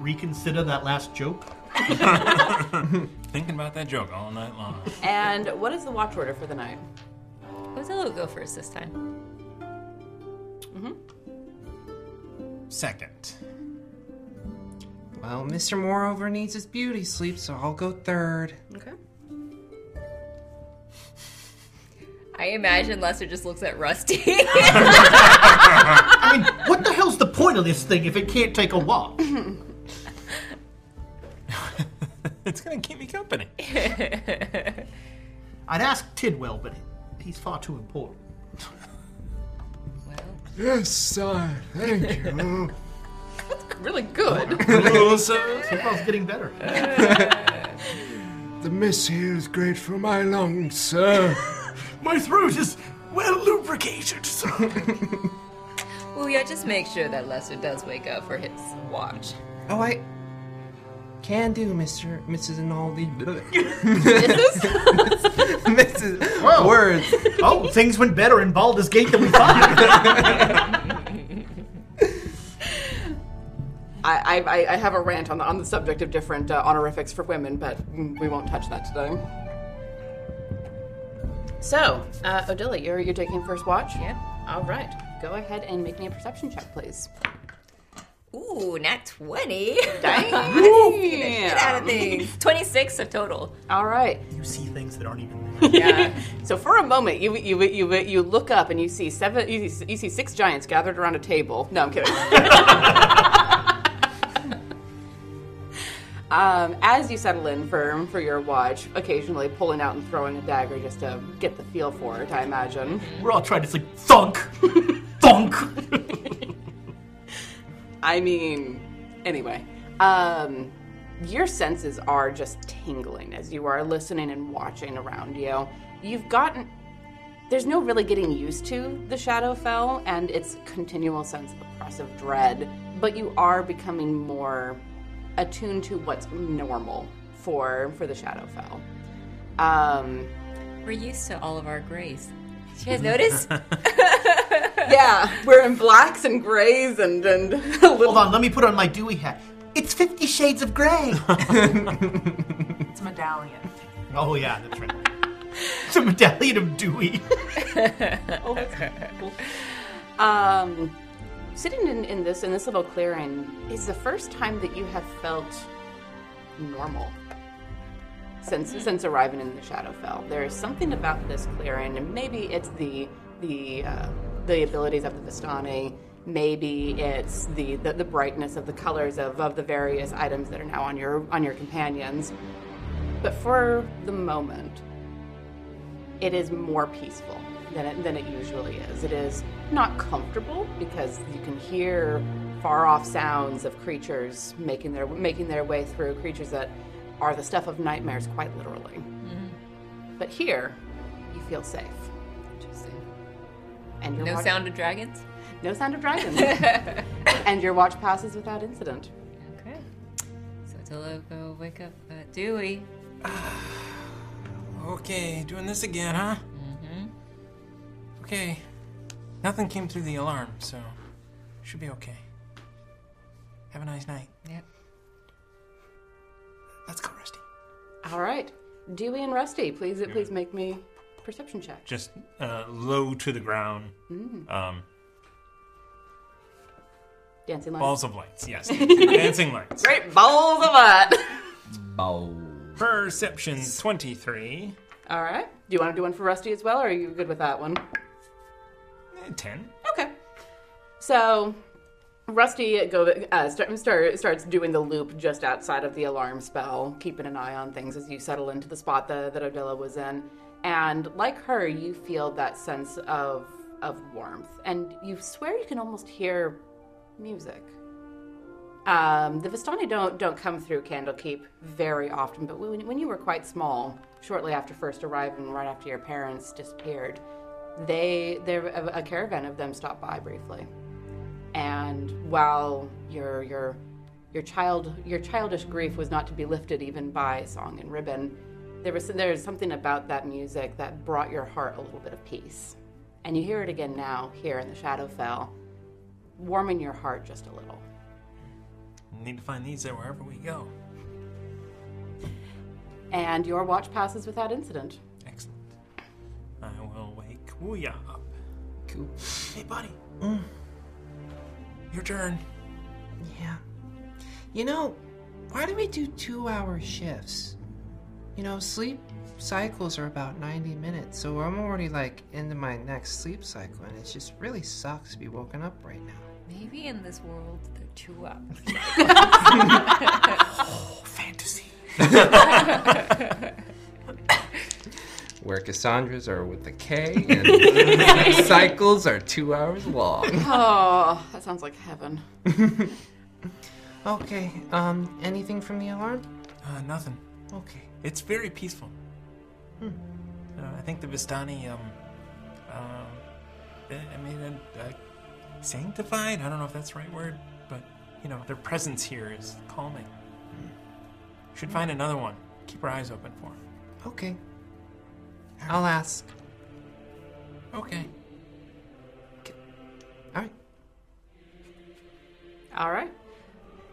Reconsider that last
(laughs)
joke.
Thinking about that joke all night long.
And what is the watch order for the night?
Odilo go first this time.
Mm-hmm.
Second.
Well, Mr. Moreover needs his beauty sleep, so I'll go third.
Okay.
I imagine Lester just looks at Rusty.
(laughs)
(laughs)
(laughs)
I mean, what the hell's the point of this thing if it can't take a walk?
it's gonna keep me company.
I'd ask Tidwell, but he's far too important.
Yes, sir. Thank you.
Really good.
Tidwell's getting better.
the mist here is great for my lungs, sir.
My throat is well lubricated, sir.
(laughs) well, yeah, just make sure that Lester does wake up for his watch.
(laughs) Oh, I can do, Mr. Mrs. (laughs) Analdi. Mrs.
Whoa.
Words.
oh, things went better in Baldur's Gate than we thought.
I, I- I, I have a rant on the, on the subject of different uh, honorifics for women, but mm, we won't touch that today. So, uh, Odila, you're, you're taking first watch?
Yep.
All right. Go ahead and make me a perception check, please.
Ooh, not 20. (laughs)
Dang.
Get out of things. 26 of total.
All right.
you see things that aren't even
So for a moment, you you you you look up and you see seven you see, you see six giants gathered around a table. No, I'm kidding. (laughs) um, as you settle in for for your watch, occasionally pulling out and throwing a dagger just to get the feel for it, I imagine.
We're all trying to sleep. Thunk! Thunk!
I mean, anyway, um, your senses are just tingling as you are listening and watching around you. You've gotten. There's no really getting used to the Shadowfell and its continual sense of oppressive dread, but you are becoming more attuned to what's normal for for the Shadowfell. Um,
We're used to all of our grace.
You guys notice?
(laughs) yeah, we're in blacks and grays and and. (laughs) Hold
on, let me put on my Dewey hat. It's Fifty Shades of Grey.
It's
(laughs)
a medallion.
oh yeah, that's right. It's a medallion of Dewey.
oh, that's cool. Um, sitting in, in this in this little clearing is the first time that you have felt normal since since arriving in the Shadowfell. There is something about this clearing, and maybe it's the the uh, the abilities of the Vistani. Maybe it's the, the the brightness of the colors of of the various items that are now on your on your companions. But for the moment, it is more peaceful than it, than it usually is. It is not comfortable because you can hear far off sounds of creatures making their making their way through creatures that are the stuff of nightmares quite literally. But here, you feel safe. Interesting. And your
No
watch-
sound of dragons?
No sound
(laughs)
of dragons. and your watch passes without incident.
Okay. So Dilla, go wake up uh, Dewey.
(laughs) Okay, doing this again, huh?
Mm-hmm.
Mm-hmm.
Okay. Nothing came through the alarm, so should be okay. Have a nice night.
Yep.
Let's go, Rusty.
All right, Dewey and Rusty, please please make me perception check.
Just uh, low to the ground.
Mm.
Um,
Dancing lights.
balls of
(laughs)
lights, yes. Dancing lights.
Great balls of light.
Perception 23.
All right. Do you want to do one for Rusty as well, or are you good with that one?
10.
Okay. So, Rusty go uh, start, start, starts doing the loop just outside of the alarm spell, keeping an eye on things as you settle into the spot that, that Odella was in. And like her, you feel that sense of of warmth, and you swear you can almost hear music. Um, the Vistani don't don't come through Candlekeep very often, but when, when you were quite small, shortly after first arriving, right after your parents disappeared, they there a, a caravan of them stopped by briefly, and while your your your child your childish grief was not to be lifted even by song and ribbon, there was there was something about that music that brought your heart a little bit of peace, and you hear it again now here in the Shadowfell, warming your heart just a little.
Need to find these there wherever we go.
And your watch passes without incident.
Excellent. I will wake Wuya up.
Cool. Mm.
Hey, buddy. Your turn.
Yeah. You know, why do we do two hour shifts? You know, sleep cycles are about 90 minutes, so I'm already like into my next sleep cycle, and it just really sucks to be woken up right now.
Maybe in this world they're two
(laughs)
up.
Oh,
(laughs)
fantasy. Where Cassandra's are with the (laughs) K, and (laughs) cycles are two hours long.
(laughs) oh, that sounds like heaven.
Okay, um, anything from the alarm?
Uh, nothing.
Okay. Hmm.
It's very peaceful. Uh, I think the Vistani, um, um, eh, I mean, uh, uh, sanctified? I don't know if that's the right word, but, you know, their presence here is calming.
Hmm.
Should find another one. Keep our eyes open for 'em.
Okay. I'll ask.
Okay.
All right.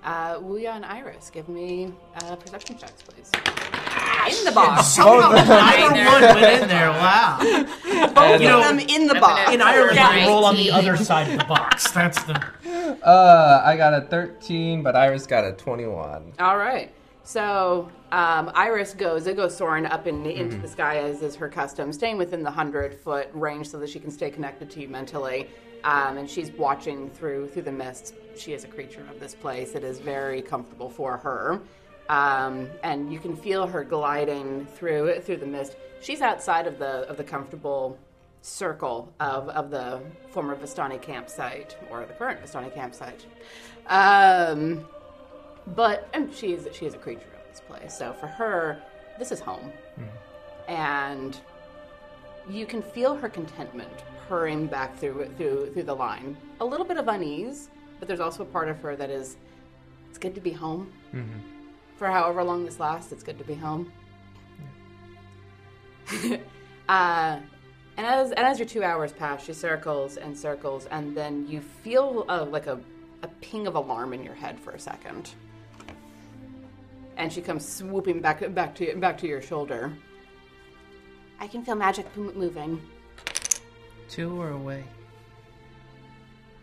Uh, Wuya and Iris, give me uh, perception checks, please. in Oh, the box. (laughs)
Somehow neither one went in there. Wow. uh,
Both of them in the box.
In Ireland, they roll on the other side of the box. That's the.
Uh, I got a 13, but Iris got a 21.
All right. So um, Iris goes, it goes soaring up in, into
Mhm.
the sky as is her custom, staying within the hundred foot range so that she can stay connected to you mentally. Um, and she's watching through through the mist. She is a creature of this place. It is very comfortable for her, um, and you can feel her gliding through through the mist. She's outside of the of the comfortable circle of, of the former Vistani campsite or the current Vistani campsite. Um, but um, she is she is a creature of this place, so for her, this is home, and you can feel her contentment hurrying back through through through the line. A little bit of unease, but there's also a part of her that is, it's good to be home.
Mm-hmm.
For however long this lasts, it's good to be home. (laughs) uh, And as and as your two hours pass, she circles and circles, and then you feel uh like a, a ping of alarm in your head for a second. And she comes swooping back back to back to your shoulder. I can feel magic m- moving.
Two are away.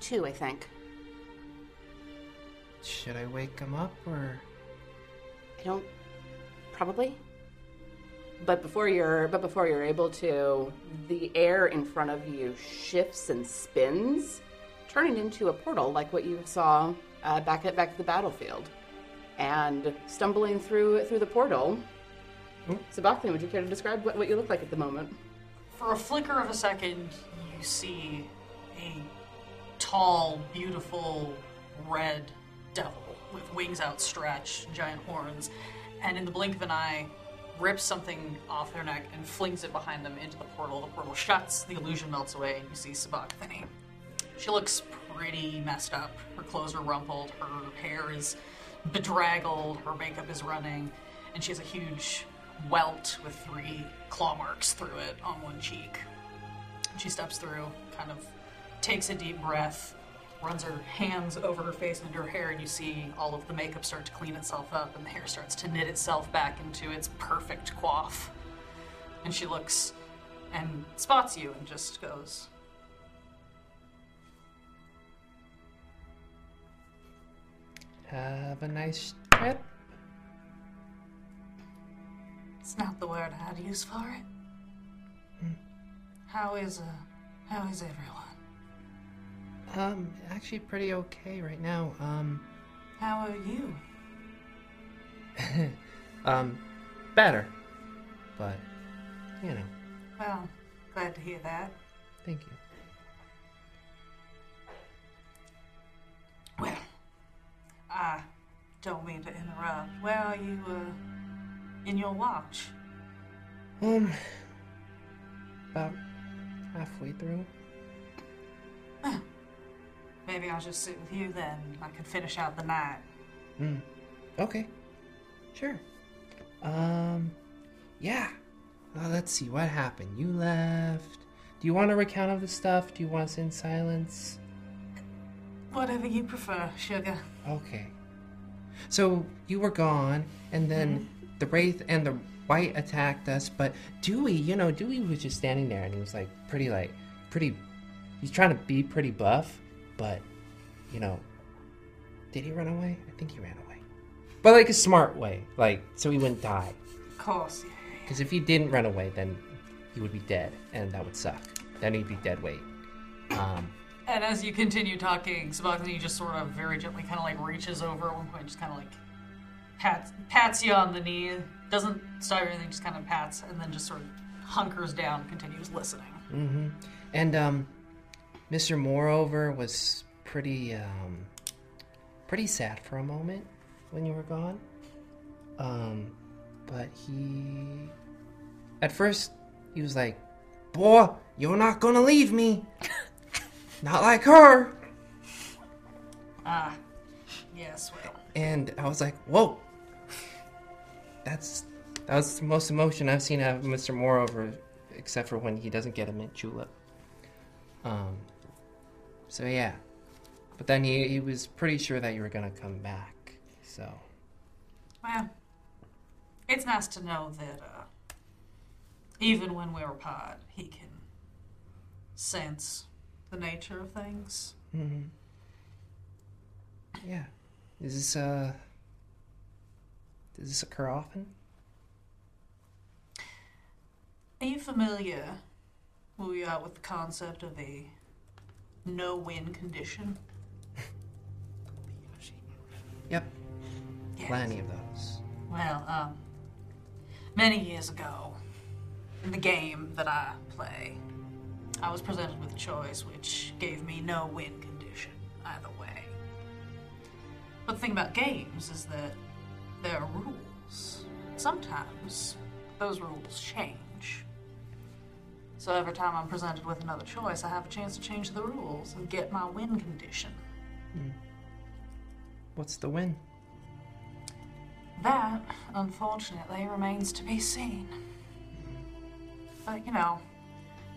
Two, I think.
Should I wake him up or?
I don't. Probably. But before you're but before you're able to, the air in front of you shifts and spins, turning into a portal like what you saw uh, back at back at the battlefield. And stumbling through through the portal, Sabathia, would you care to describe what, what you look like at the moment?
For a flicker of a second, you see a tall, beautiful red devil with wings outstretched, giant horns, and in the blink of an eye, rips something off their neck and flings it behind them into the portal. The portal shuts, the illusion melts away, and you see Sabachthani. She looks pretty messed up. Her clothes are rumpled, her hair is bedraggled, her makeup is running, and she has a huge welt with three claw marks through it on one cheek. She steps through, kind of takes a deep breath, runs her hands over her face and into her hair, and you see all of the makeup start to clean itself up, and the hair starts to knit itself back into its perfect coif. And she looks and spots you and just goes,
Have a nice trip.
It's not the word I'd use for it. How is, uh, how is everyone?
Um, actually, pretty okay right now. Um,
How are you?
um, better, but you know,
Well, glad to hear that.
thank you.
I don't mean to interrupt. Where are you, uh, in your watch?
Um, about halfway through.
Maybe I'll just sit with you then. I can finish out the night.
Mm. Okay. Sure. Um, yeah. Well, let's see what happened. You left. Do you want a recount of the stuff? Do you want us in silence?
Whatever you prefer, sugar.
Okay. So you were gone, and then the wraith and the white attacked us. But Dewey, you know, Dewey was just standing there, and he was like pretty, like pretty. He's trying to be pretty buff, but you know, did he run away? I think he ran away, but like a smart way, like so he wouldn't die.
Of course.
Because if he didn't run away, then he would be dead, and that would suck. Then he'd be dead weight. Um,
And as you continue talking, Sabathini just sort of very gently kind of like reaches over at one point, just kind of like pats, pats you on the knee. Doesn't stop or anything, just kind of pats, and then just sort of hunkers down, continues listening.
hmm And um, Mr. Moreover was pretty um, pretty sad for a moment when you were gone. Um, but he, at first, he was like, "Boy, you're not gonna leave me, not like her."
Ah, yes, well,
and I was like, "Whoa, that's that was the most emotion I've seen out of Mr. Moreover, except for when he doesn't get a mint julep." Um. So yeah, but then he he was pretty sure that you were gonna come back. So
well. It's nice to know that uh, even when we're apart, he can sense the nature of things.
mhm. yeah, is this uh does this occur often?
Are you familiar where we are with the concept of a no win condition?
Yep, plenty of those.
Well, um, many years ago, in the game that I play, I was presented with a choice which gave me no win condition either way. But the thing about games is that there are rules. Sometimes those rules change. So every time I'm presented with another choice, I have a chance to change the rules and get my win condition.
What's the win?
That, unfortunately, remains to be seen. But, you know,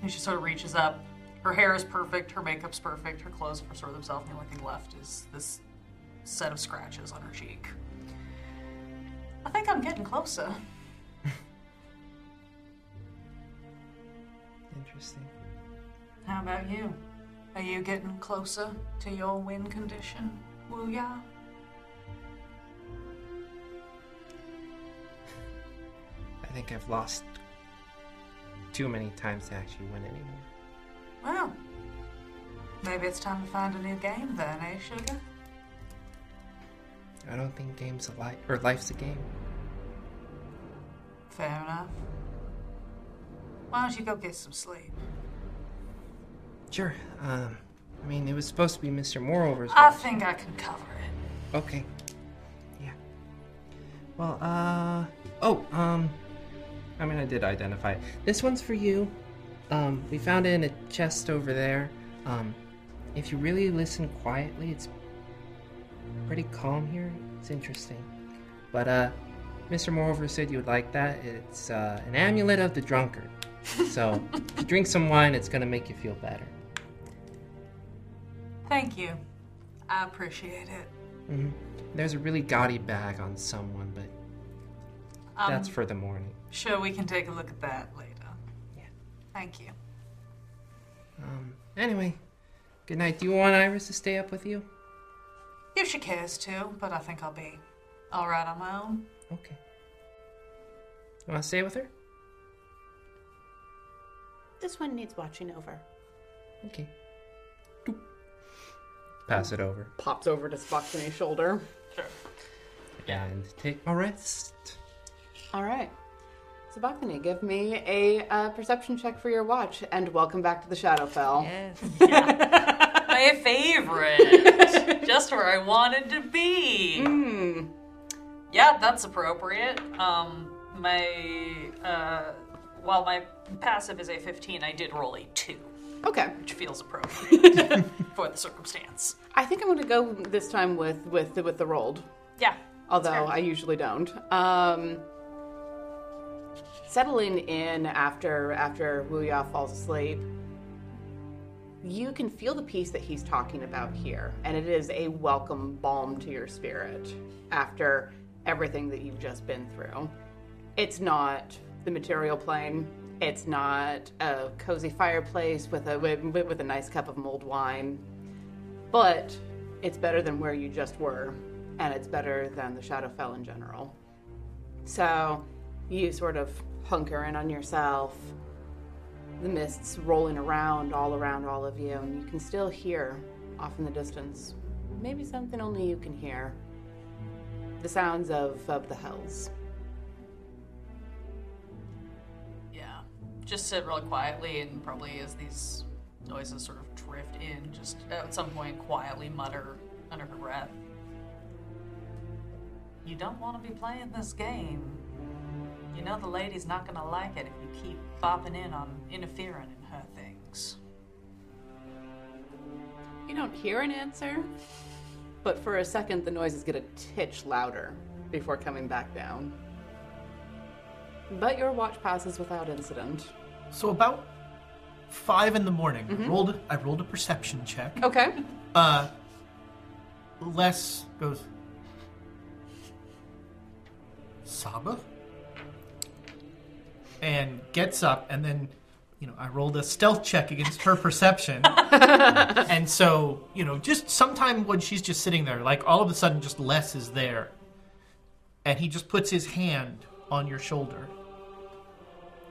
And she sort of reaches up. Her hair is perfect, her makeup's perfect, her clothes have restored themselves, and the only thing left is this set of scratches on her cheek. I think I'm getting closer.
Interesting.
How about you? Are you getting closer to your win condition, Wu Ya?
I think I've lost too many times to actually win anymore.
Well, maybe it's time to find a new game then, eh, Sugar?
I don't think games a life or life's a game.
Fair enough. Why don't you go get some sleep?
Sure. Um, I mean, it was supposed to be Mr. Moreover's.
I think I can cover it.
Okay. Yeah. Well, uh. Oh, um. I mean, I did identify. it. This one's for you. Um, we found it in a chest over there. Um, if you really listen quietly, it's pretty calm here. It's interesting. But, uh, Mr. Moreover said you would like that. It's, uh, an amulet of the drunkard. So, if you drink some wine, it's gonna make you feel better.
Thank you. I appreciate it.
hmm There's a really gaudy bag on someone, but
Um,
that's for the morning.
Sure, we can take a look at that later. Yeah. Thank you.
Um, anyway, good night. Do you want Iris to stay up with you?
If she cares to, but I think I'll be all right on my own.
Okay. You want to stay with her?
This one needs watching over.
Okay. Pass it over.
Pops over to Spock's shoulder. Sure.
And take a rest.
All right. So, Bakhtani, give me a uh, perception check for your watch, and welcome back to the Shadowfell. Yes.
(laughs) My favorite. (laughs) Just where I wanted to be. Yeah, that's appropriate. Um, my uh, while my passive is a 15, I did roll a two.
Okay.
which feels appropriate (laughs) for the circumstance.
I think I'm going to go this time with with the, with the rolled.
Yeah.
Although I usually don't. Um, settling in after after Wu Ya falls asleep, you can feel the peace that he's talking about here, and it is a welcome balm to your spirit after everything that you've just been through. It's not the material plane. It's not a cozy fireplace with a with, with a nice cup of mulled wine but it's better than where you just were, and it's better than the Shadowfell in general. So you sort of hunker in on yourself, the mists rolling around all around all of you, and you can still hear off in the distance, maybe something only you can hear, the sounds of, of the hells.
Yeah. Just sit really quietly and probably as these noises sort of drift in, just at some point quietly mutter under her breath. You don't want to be playing this game. You know the lady's not going to like it if you keep bopping in on interfering in her things.
You don't hear an answer, but for a second the noises get a titch louder before coming back down. But your watch passes without incident.
So about five in the morning,
Mhm.
I rolled. I rolled a perception check.
Okay.
Uh, Les goes. Saba. And gets up, and then, you know, I rolled a stealth check against her perception, and so you know, just sometime when she's just sitting there, like all of a sudden, just Les is there, and he just puts his hand on your shoulder.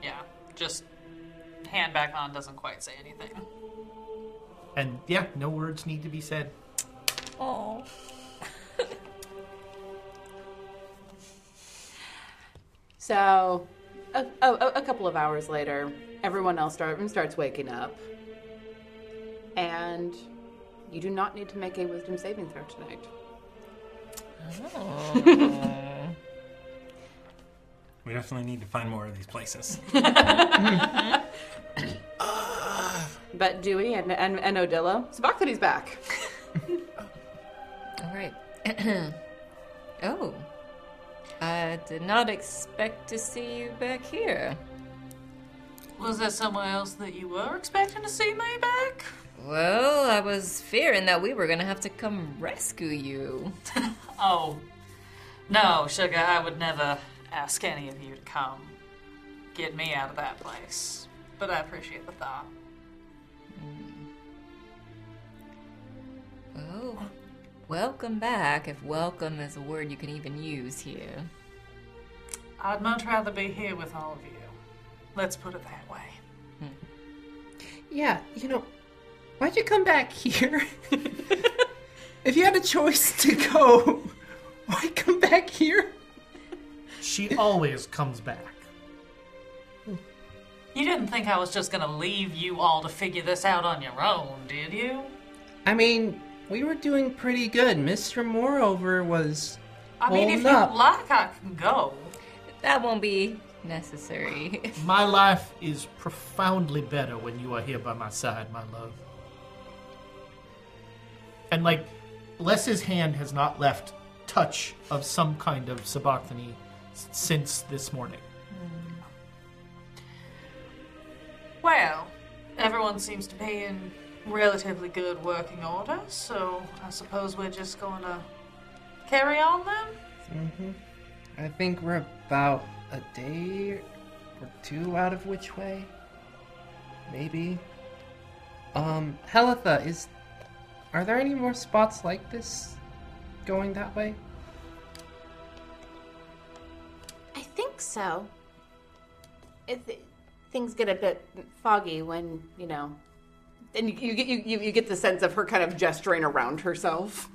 Yeah. Just hand back on doesn't quite say anything.
And yeah, no words need to be said.
Oh.
So, a, a, a couple of hours later, everyone else start, starts waking up. And you do not need to make a wisdom saving throw tonight.
We definitely need to find more of these places.
but Dewey and, and, and Odillo, Sabachthani's (laughs) back.
All
(clears throat)
right. oh. I did not expect to see you back here.
Was there someone else that you were expecting to see me back?
Well, I was fearing that we were gonna have to come rescue you.
Oh, no, Sugar, I would never ask any of you to come get me out of that place. But I appreciate the thought.
Oh, welcome back, if welcome is a word you can even use here.
I'd much rather be here with all of you. Let's put it that way.
Yeah, you know, why'd you come back (laughs) here? if you had a choice to go, why (laughs) come back here?
She always comes back.
You didn't think I was just gonna leave you all to figure this out on your own, did you?
I mean, we were doing pretty good. Mr. Moreover was.
I mean,
holding
if
up.
you like, I can go.
That won't be necessary.
My life is profoundly better when you are here by my side, my love. And like, Bless's hand has not left touch of some kind of suboxone s- since this morning.
Hmm. Well, everyone seems to be in relatively good working order, so I suppose we're just gonna carry on then?
hmm I think we're about a day or two out of which way? Maybe. Um, Helitha, is. Are there any more spots like this going that way?
I think so. It, things get a bit foggy when, you know.
And you, you get you, you, you get the sense of her kind of gesturing around herself.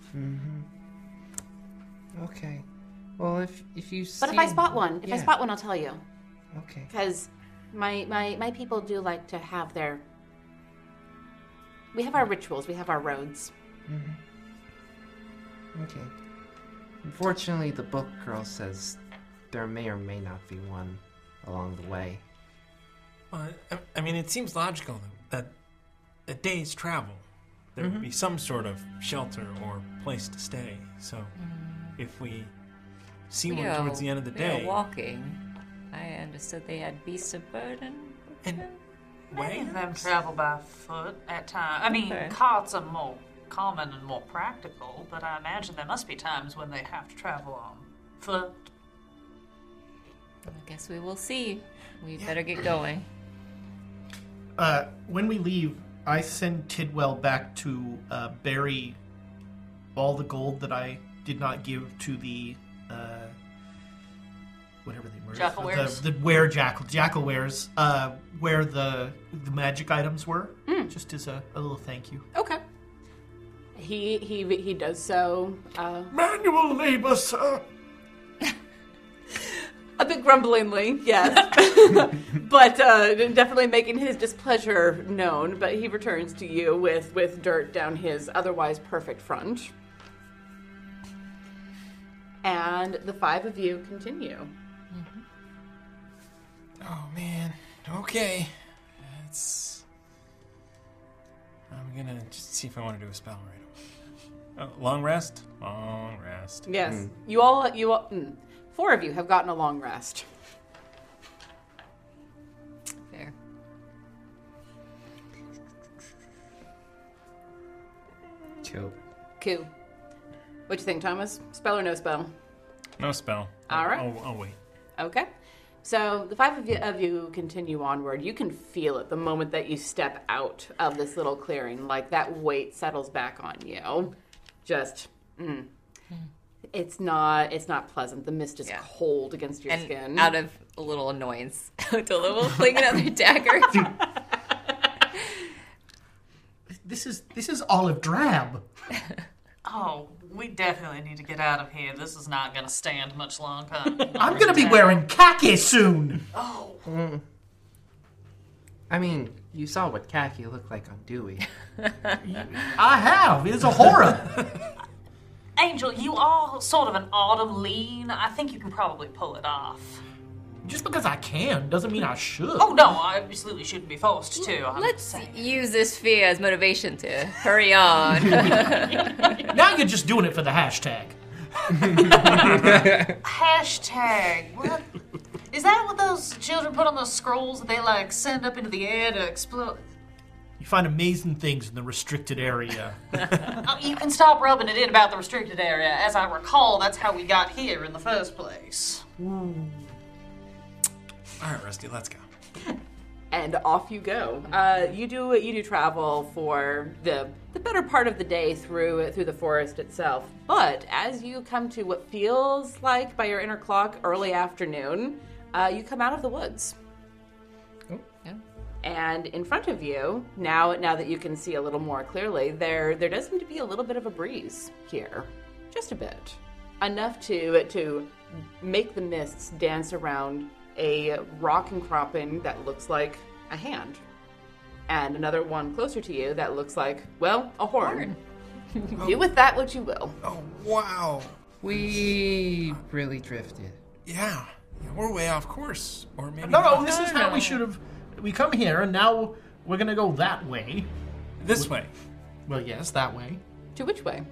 Okay. Well, if if you see.
But if I spot one, if I
Yeah.
spot one, I'll tell you.
Okay.
Because my, my, my people do like to have their. We have our rituals, we have our roads.
Okay. Unfortunately, the book girl says there may or may not be one along the way.
Well, I, I mean, it seems logical that a day's travel, there would be
Mm-hmm.
some sort of shelter or place to stay. So,
Mm.
if we see
We
one
are-
towards the end of the
we
day,
Are walking. I understood they had beasts of burden.
Many of them travel by foot at times. I mean,
Okay.
carts are more common and more practical, but I imagine there must be times when they have to travel on foot.
I guess we will see. We better get going.
Uh, when we leave, I send Tidwell back to uh, bury all the gold that I did not give to the uh, whatever they were
Jackalwares?
the, the where jackal jackalwares uh, where the the magic items were
Hmm.
just as a, a little thank you.
Okay. He he he does so. Uh,
Manual labor, sir.
(laughs) a bit grumblingly, (laughs) yes, but uh, definitely making his displeasure known. But he returns to you with with dirt down his otherwise perfect front, and the five of you continue.
Oh man. Okay. That's. I'm gonna just see if I want to do a spell right away. (laughs) Uh, long rest. Long rest.
Yes,
Mm.
you all you all, mm, four of you have gotten a long rest.
Fair.
Cool.
Cool. What you think, Thomas? Spell or no spell?
No spell.
All right.
Oh, oh wait.
Okay. So the five of you, of you continue onward. You can feel it the moment that you step out of this little clearing. Like that weight settles back on you. Just, mm.
Hmm.
it's not it's not pleasant. The mist is cold against your
and
skin.
out of a little annoyance, (laughs) Odila will fling another dagger.
This is this is olive
(laughs)
drab.
Oh, we definitely need to get out of here. This is not going to stand much longer.
(laughs) I'm gonna be wearing khaki soon.
Oh,
Mm. I mean, you saw what khaki looked like on Dewey.
(laughs)
(laughs)
I have. It's a horror.
Angel, you are sort of an autumn lean. I think you can probably pull it off.
Just because I can doesn't mean I should.
Oh no, I absolutely shouldn't be forced to. I'm
Let's use this fear as motivation to hurry
(laughs)
on.
(laughs)
(laughs)
now you're just doing it for the hashtag.
Hashtag. What? Is that what those children put on those scrolls that they like send up into the air to explode?
You find amazing things in the restricted area.
Oh, you can stop rubbing it in about the restricted area. As I recall, that's how we got here in the first place.
All right, Rusty, let's go.
and off you go. Uh, you do you do travel for the the better part of the day through through the forest itself. But as you come to what feels like by your inner clock early afternoon, uh, you come out of the woods. And in front of you, now now that you can see a little more clearly, there there does seem to be a little bit of a breeze here, just a bit, enough to to make the mists dance around a rock cropping that looks like a hand, and another one closer to you that looks like well a horn. Do with that what you will.
Oh wow!
We really drifted.
(laughs) Yeah, yeah, we're way off course. Or maybe
No,
not.
no, this is how we should have. We come here, and now we're gonna go that way.
This way.
Well, yes, that way.
To which way?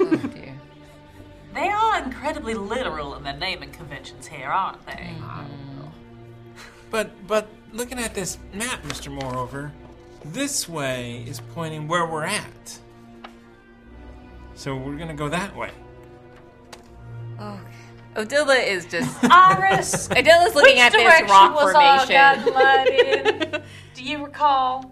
They are incredibly literal in their naming conventions here, aren't they?
Mm-hmm.
But but looking at this map, Mr. Moreover, this way is pointing where we're at. So we're gonna go that way.
Oh, Odila is just. (laughs)
Iris!
Odila's looking
Which
at
direction
this rock
was
formation.
Our guideline
(laughs)
in? Do you recall?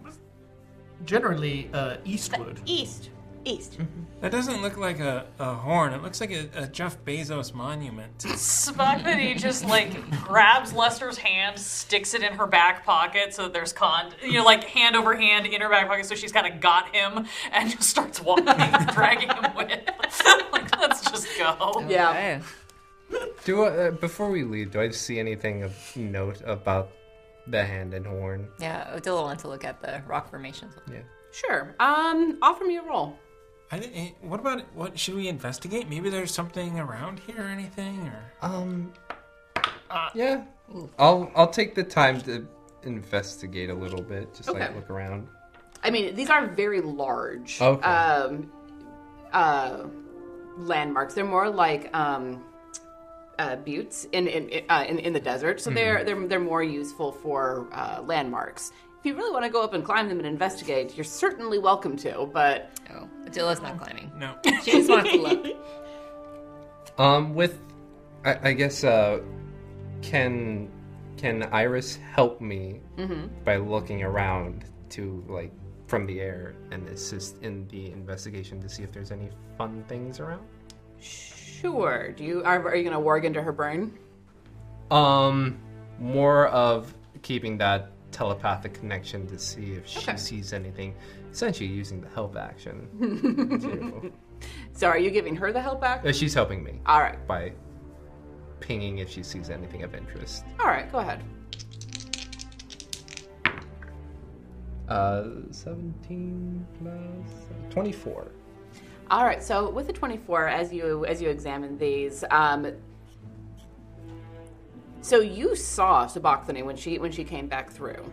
Generally, uh, eastward.
East. East.
Mm-hmm.
That doesn't look like a, a horn. It looks like a, a Jeff Bezos monument.
Spockney just like grabs Lester's hand, sticks it in her back pocket so that there's con, you know, like hand over hand in her back pocket, so she's kind of got him and just starts walking, (laughs) dragging him with. (laughs) like, let's just
(laughs)
go.
Oh,
Yeah.
Do uh, before we leave, do I see anything of note about the hand and horn?
Yeah, Odila wants to look at the rock formations.
Yeah.
Sure. Um, offer me a roll.
I didn't, eh, what about what should we investigate? Maybe there's something around here or anything or Uh,
Um. yeah. I'll I'll take the time to investigate a little bit, just
Okay.
like look around.
I mean, these are very large
Okay.
um, uh, landmarks. They're more like um, uh, buttes in in, uh, in in the desert, so they're
Mm-hmm.
Mhm.
they're they're more useful for uh, landmarks. If you really want to go up and climb them and investigate, you're certainly welcome to. But
no, Adila's not climbing.
No,
She just wants to look.
Um. With, I, I guess. Uh, can can Iris help me
Mhm.
by looking around to like from the air and assist in the investigation to see if there's any fun things around?
(laughs) sure, do you are, are you going to warg into her brain?
Um, more of keeping that telepathic connection to see if she sees anything. Essentially, using the
(laughs)
help action.
so are you giving her the help back?
Uh, she's helping me.
All right.
By pinging if she sees anything of interest.
All right, go ahead.
Uh, seventeen plus twenty-four.
All right. So with the twenty-four, as you as you examine these, um, so you saw Suboxone when she when she came back through.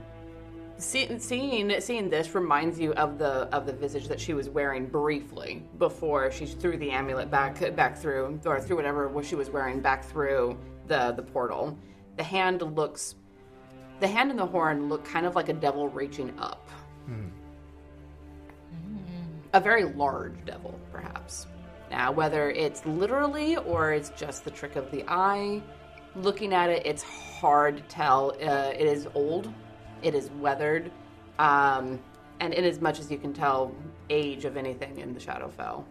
See, seeing seeing this reminds you of the of the visage that she was wearing briefly before she threw the amulet back back through or through whatever what she was wearing back through the the portal. The hand looks, the hand and the horn look kind of like a devil reaching up, a very large devil perhaps. Now, whether it's literally or it's just the trick of the eye, looking at it, it's hard to tell. Uh, it is old, it is weathered, um, and in as much as you can tell, age of anything in the Shadowfell.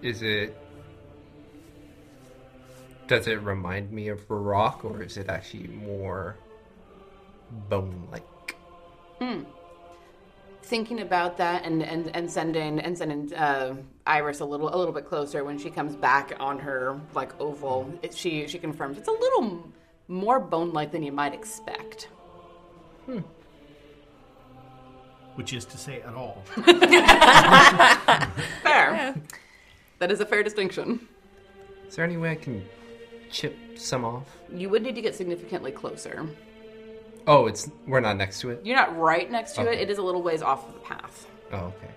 Is it? Does it remind me of a rock, or is it actually more bone-like?
Hmm. Thinking about that and and and sending and sending uh, Iris a little a little bit closer when she comes back on her like oval, it, she she confirms it's a little m- more bone-like than you might expect.
Which is to say, at
(laughs)
all.
(laughs) Fair. That is a fair distinction.
Is there any way I can chip some off?
You would need to get significantly closer.
Oh, it's we're not next to it.
You're not right next to
Okay.
it. It is a little ways off of the path.
Oh, okay.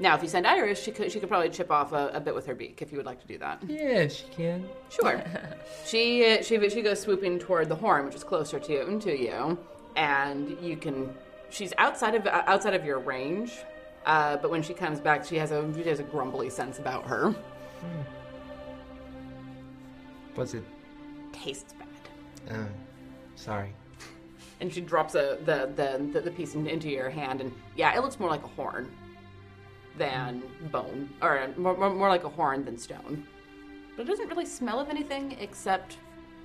Now, if you send Iris, she could, she could probably chip off a, a bit with her beak if you would like to do that.
Yeah, she can.
Sure. (laughs) she uh, she she goes swooping toward the horn, which is closer to to you, and you can. She's outside of uh, outside of your range, uh, but when she comes back, she has a she has a grumbly sense about her.
Was it?
Tastes bad,
Uh, sorry.
and she drops a, the, the the the piece in- into your hand, and yeah, it looks more like a horn than bone, or more, more, more like a horn than stone. But it doesn't really smell of anything except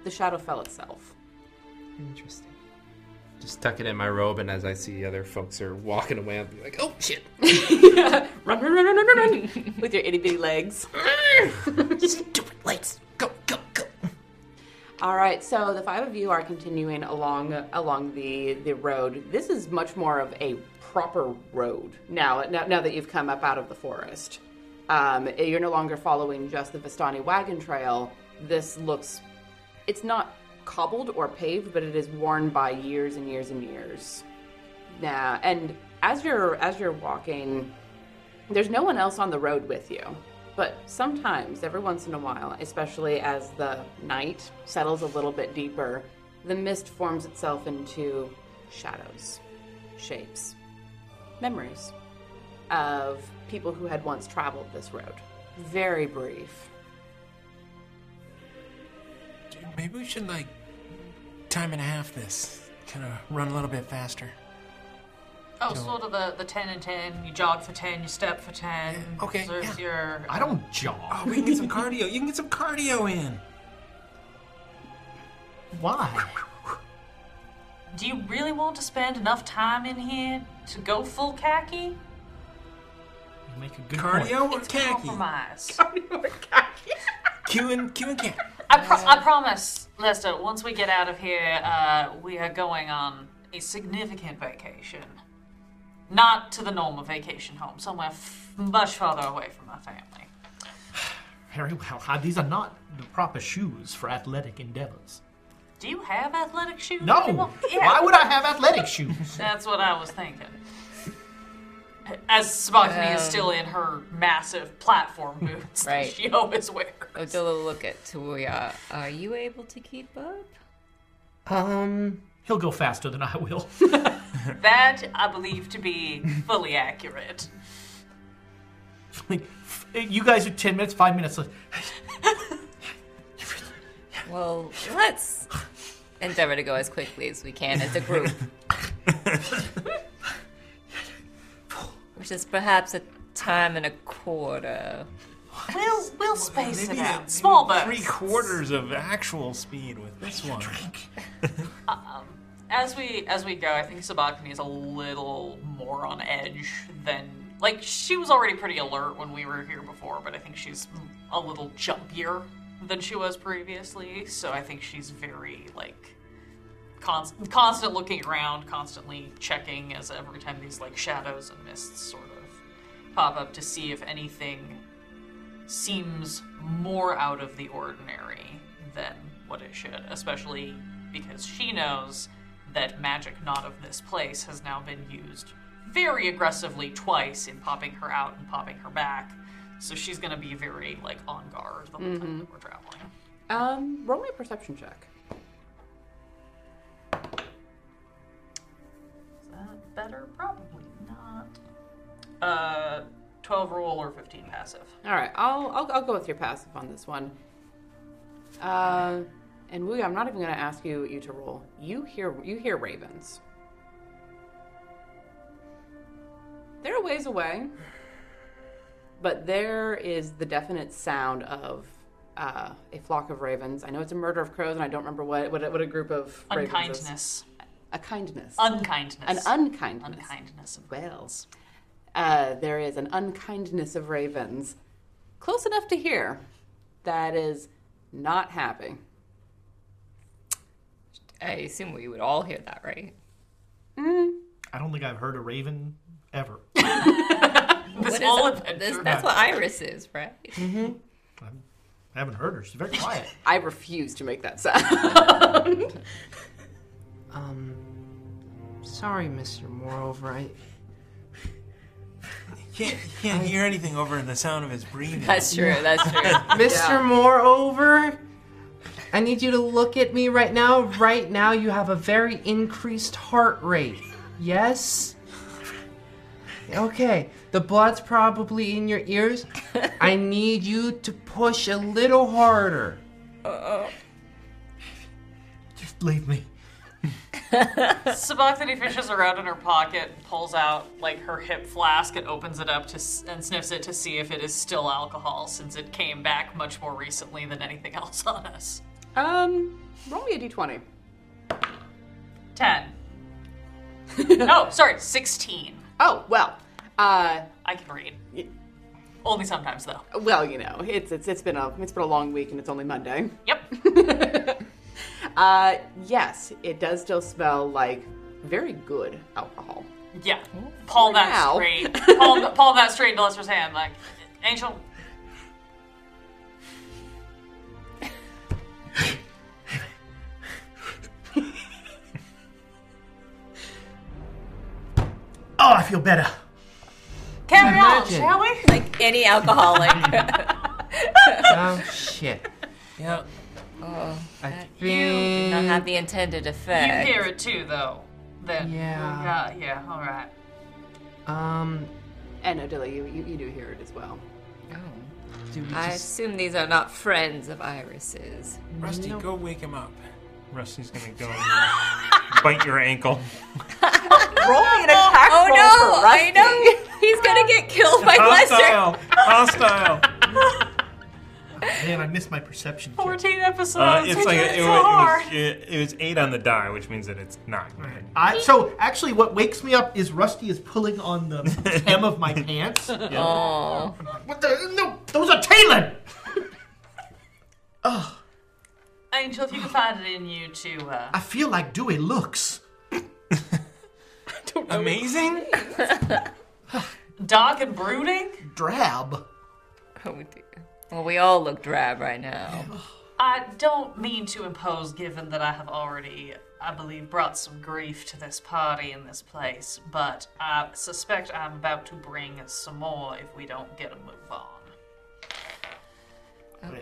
the Shadowfell itself.
Interesting. Just tuck it in my robe, and as I see other folks are walking away, I'll be like, oh shit.
(laughs) Run, run, run, run, run, run, run with your itty bitty legs. Stupid legs. Go, go, go. All right, so the five of you are continuing along along the the road. This is much more of a proper road now. Now, now that you've come up out of the forest, um, you're no longer following just the Vistani wagon trail. This looks, it's not cobbled or paved, but it is worn by years and years and years. Now, and as you're as you're walking, there's no one else on the road with you. But sometimes, every once in a while, especially as the night settles a little bit deeper, the mist forms itself into shadows, shapes, memories of people who had once traveled this road. Very brief.
Maybe we should like time and a half this. Kind of run a little bit faster.
Oh,
Don't-
sort of the, the 10 and 10. You jog for 10, you step for 10. Okay. Preserves your.
I don't jog. Oh, we can get some cardio. You can get some cardio in.
Why?
Do you really want to spend enough time in here to go full khaki?
Make a good
cardio
point.
or khaki?
Compromise.
Q and Q and K.
I, pro- I promise, Lester, once we get out of here, uh, we are going on a significant vacation. Not to the normal vacation home, somewhere f- much farther away from my family.
Very well. Ah, These are not the proper shoes for athletic endeavors.
Do you have athletic shoes?
No.
anymore?
Why would I have athletic shoes?
That's what I was thinking. As Spockney is
Um,
still in her massive
(laughs)
platform boots
Right.
that she always wears.
Odila, look at Tuya. Are you able to keep up?
Um, he'll go faster than I will. (laughs)
That I believe to be fully accurate.
you guys are ten minutes, five minutes. left.
Well, let's endeavor to go as quickly as we can as
(laughs)
a group. Which is perhaps a time and a quarter.
We'll we'll space
Maybe
it out.
a-
Small
maybe
bursts.
Three quarters of actual speed with this one.
Um, as we as we go, I think Sabakini is a little more on edge than like she was already pretty alert when we were here before, but I think she's a little jumpier than she was previously. So I think she's very like constant, constant looking around, constantly checking as every time these like shadows and mists sort of pop up to see if anything seems more out of the ordinary than what it should, especially because she knows that magic not of this place has now been used very aggressively twice in popping her out and popping her back. So she's gonna be very like on guard the whole time that we're traveling.
Um, roll me a perception check.
Is that better? Probably not. Uh, twelve roll or fifteen passive.
All right, I'll, I'll I'll go with your passive on this one. Uh, and Wuya, I'm not even going to ask you you to roll. You hear you hear ravens. They're a ways away, but there is the definite sound of uh, a flock of ravens. I know it's a murder of crows, and I don't remember what what, a- what a group of ravens is.
Unkindness.
A kindness.
Unkindness.
An unkindness.
Unkindness of
Wells. Uh, there is an unkindness of ravens. Close enough to hear. That is not happy.
I assume we would all hear that, right?
I don't think I've heard a raven ever.
What is
whole
up- (laughs) this- that's what Iris is, right?
Mm-hmm. I haven't heard her. She's
(laughs)
very quiet.
I refuse to make that sound. (laughs)
Um, sorry, Mr. Moreover, I.
can't, you can't hear anything over the sound of his breathing.
That's true, that's
(laughs)
true. (laughs)
Mr. Moreover, I need you to look at me right now. Right now, you have a very increased heart rate. Yes? Okay, the blood's probably in your ears. I need you to push a little harder.
Just leave me.
(laughs) Suboxone fishes around in her pocket, pulls out like her hip flask, and opens it up to s- and sniffs it to see if it is still alcohol, since it came back much more recently than anything else on us.
Um, roll me a d20. (laughs)
Ten. no, Oh, sorry, sixteen.
Oh well. Uh,
I can read. Only sometimes though.
Well, you know, it's it's it's been a it's been a long week and it's only Monday.
Yep.
(laughs) uh, yes, it does still smell like very good alcohol.
Yeah.
Oh,
Paul that
Wow.
(laughs)
straight. Paul, Paul that straight into Lester's hand. Like, Angel,
Oh, I feel better.
carry on,
Imagine.
shall we?
Like any alcoholic.
Oh, shit.
Yep.
I
Oh, You did not
think-
have the intended
You
effect.
hear it too, though. Then.
Yeah.
Yeah. Yeah. All right.
Um,
and Odila, you, you you do hear it as well.
Oh.
Do we
I
just-
assume these are not friends of Iris's.
Rusty, go wake him up.
Rusty's gonna go bite your ankle.
Roll me an attack
Oh
roll
no!
for
I know (laughs) he's gonna get killed by Lester.
Hostile! Hostile!
(laughs)
Man, I missed my perception. check.
Fourteen episodes.
Uh, it's
we
like
did
it,
it so
wa-
hard.
it, was, it, it was eight on the die, which means that it's not good.
I, so actually, what wakes me up is Rusty is pulling on the
(laughs)
hem of my pants.
Oh.
What the? No, those are Talon.
Angel, if you can find it in you to. Uh,
I feel like Dewey looks.
(laughs)
Amazing?
dark and brooding.
Drab.
Oh, dear. Well, we all look drab right now.
I don't mean to impose, given that I have already, I believe, brought some grief to this party and this place, but I suspect I'm about to bring some more if we don't get a move on.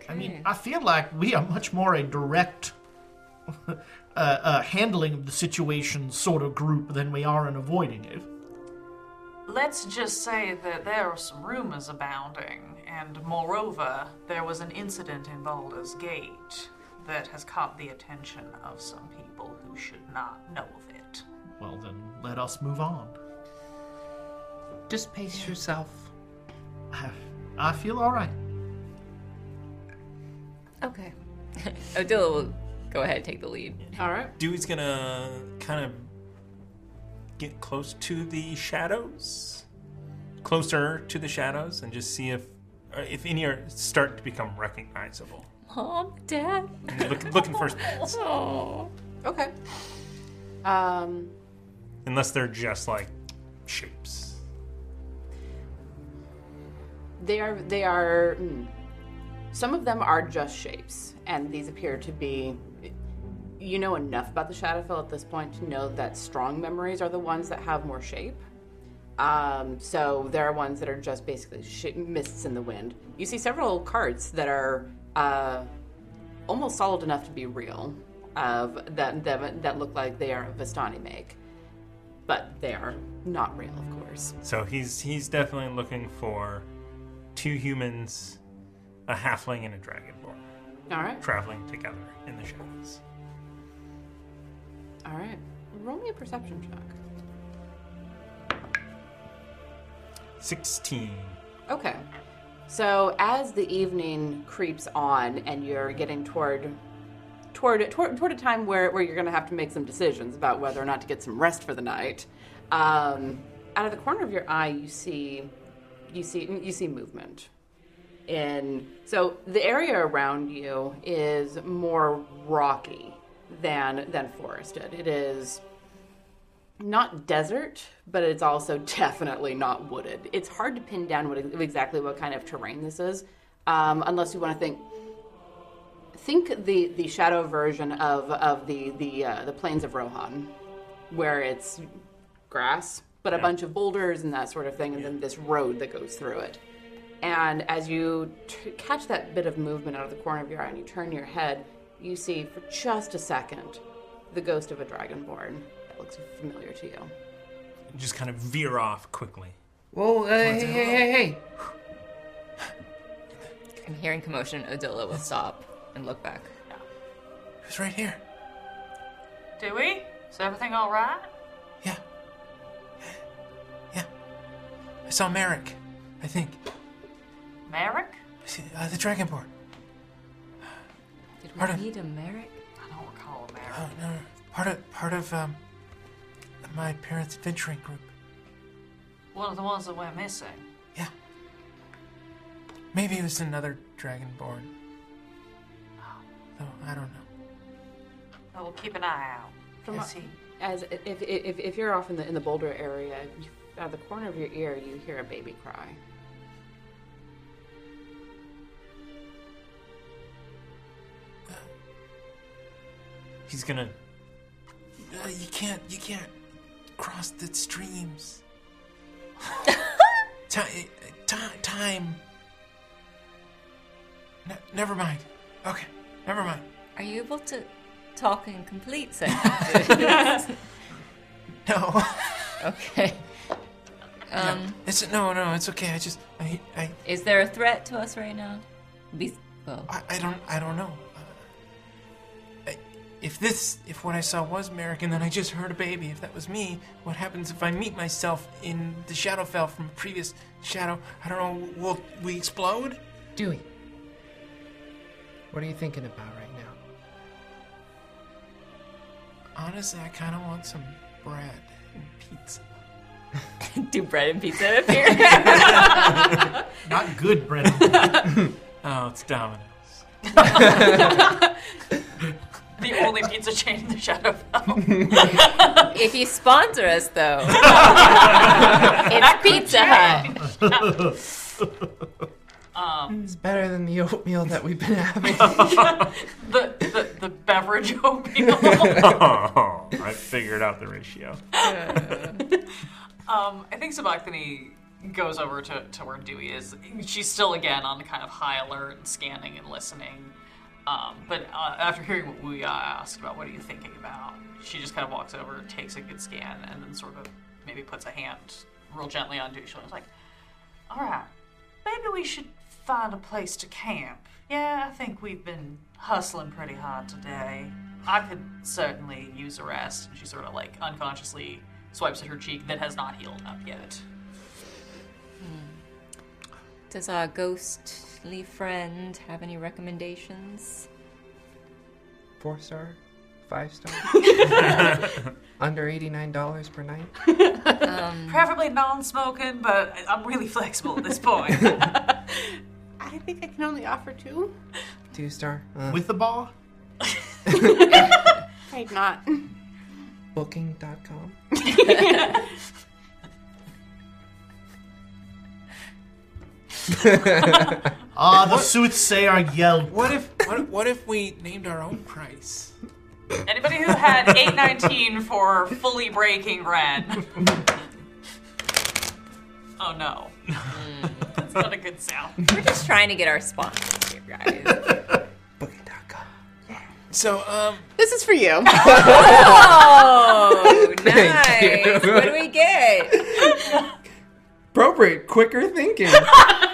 I mean, I feel like we are much more a direct (laughs) uh, uh, handling of the situation sort of group than we are in avoiding it.
Let's just say that there are some rumors abounding, and moreover, there was an incident in Baldur's Gate that has caught the attention of some people who should not know of it.
Well, then let us move on.
Just
(sighs)
pace yourself.
I, I feel all
(laughs)
right.
Okay. (laughs) Odila will go ahead and take the lead.
All right.
Dewey's gonna kind of get close to the shadows, closer to the shadows, and just see if or
uh,
if any are start to become recognizable.
Mom, Dad.
Look, looking
(laughs)
for
Oh.
Okay. Um,
Unless they're just like shapes.
they are they are. mm. some of them are just shapes, and these appear to be. You know enough about the Shadowfell at this point to know that strong memories are the ones that have more shape. Um, so there are ones that are just basically sh- mists in the wind. You see several cards that are uh, almost solid enough to be real, of that, that that look like they are of Vistani make, but they are not real, of course.
So he's he's definitely looking for two humans, a halfling and a dragonborn,
All right,
traveling together in the shadows.
all right. Roll me a perception check.
Sixteen.
Okay. So as the evening creeps on and you're getting toward toward toward, toward a time where, where you're going to have to make some decisions about whether or not to get some rest for the night, um, out of the corner of your eye you see you see you see movement. In so the area around you is more rocky than than forested. It is not desert, but it's also (laughs) definitely not wooded. It's hard to pin down what exactly what kind of terrain this is, um, unless you want to think think the the shadow version of of the the uh, the plains of Rohan, where it's grass, but a bunch of boulders and that sort of thing, and then this road that goes through it. And as you t- catch that bit of movement out of the corner of your eye and you turn your head, you see for just a second the ghost of a dragonborn that looks familiar to you.
Just kind of veer off quickly.
Whoa, uh, hey, hey, hey, hey.
I'm hearing commotion. Odila will stop and look back.
It's right here.
Do we? Is everything all right?
I saw Merrick, I think.
Merrick?
Uh, the Dragonborn.
Did
we
need a Merrick?
I don't recall a Merrick.
Oh, no, no. Part of, part of um, my parents' adventuring group.
One of the ones that went missing.
Maybe it was another Dragonborn. Though, I don't know.
Oh, we'll keep an eye out.
From
Is
a-
he-
As if, if, if you're off in the in the boulder area, you, out of the corner of your ear, you hear a baby cry.
He's gonna. Uh, you can't, you can't cross the
(laughs)
streams. time, time, time. Ne- never mind. Okay, never mind.
Are you able to talk in
(laughs)
complete sentences?
no.
(laughs) Okay. Um,
no, it's no, no, it's okay. I just, I, I,
Is there a threat to us right now? Be- well,
I, I don't, I don't know. Uh, I- if this, if what I saw was Merrick, and then I just heard a baby, if that was me, what happens if I meet myself in the Shadowfell from a previous shadow? I don't know. Will we explode?
Dewey. What are you thinking about right now?
Honestly, I kind of want some bread and pizza.
(laughs) Do bread and pizza appear?
(laughs) Not good bread. (laughs) oh, it's Domino's. (laughs)
the only pizza chain in the Shadowfell.
(laughs) if you sponsor
(laughs)
us, though, (laughs) it's Pizza Hut.
um,
(laughs) It's better than the oatmeal that we've been
(laughs)
having.
the, the the beverage
(laughs)
oatmeal.
oh, (laughs) I figured out the ratio.
(laughs) um, I think Sabachthani goes over to, to where Dewey is. She's still again on kind of high alert and scanning and listening. Um, but uh, after hearing what we asked about, what are you thinking about? She just kind of walks over, takes a good scan, and then sort of maybe puts a hand real gently on Dewey's shoulder. It's like, all right, maybe we should find a place to camp. Yeah, I think we've been hustling pretty hard today. I could certainly use a rest. And she sort of like unconsciously swipes at her cheek that has not healed up yet.
Does our ghostly friend have any recommendations?
Four star?
(laughs)
Five star? (laughs) Under $89 per night?
(laughs) Preferably non-smoking, but I- I'm really flexible at this point.
I think I can only offer two.
Two star?
With the
(laughs)
ball? (laughs)
Right, not.
Booking.com?
Ah, the soothsayer yelled.
What if, what, what if we named our own price?
Anybody who had 819 for fully breaking red. Oh no. That's not a good sound.
(laughs) We're just trying to get our sponsorship, guys.
So, um,
(laughs)
This is for you.
oh,
Thank
nice.
you.
What do we get?
Appropriate, quicker thinking.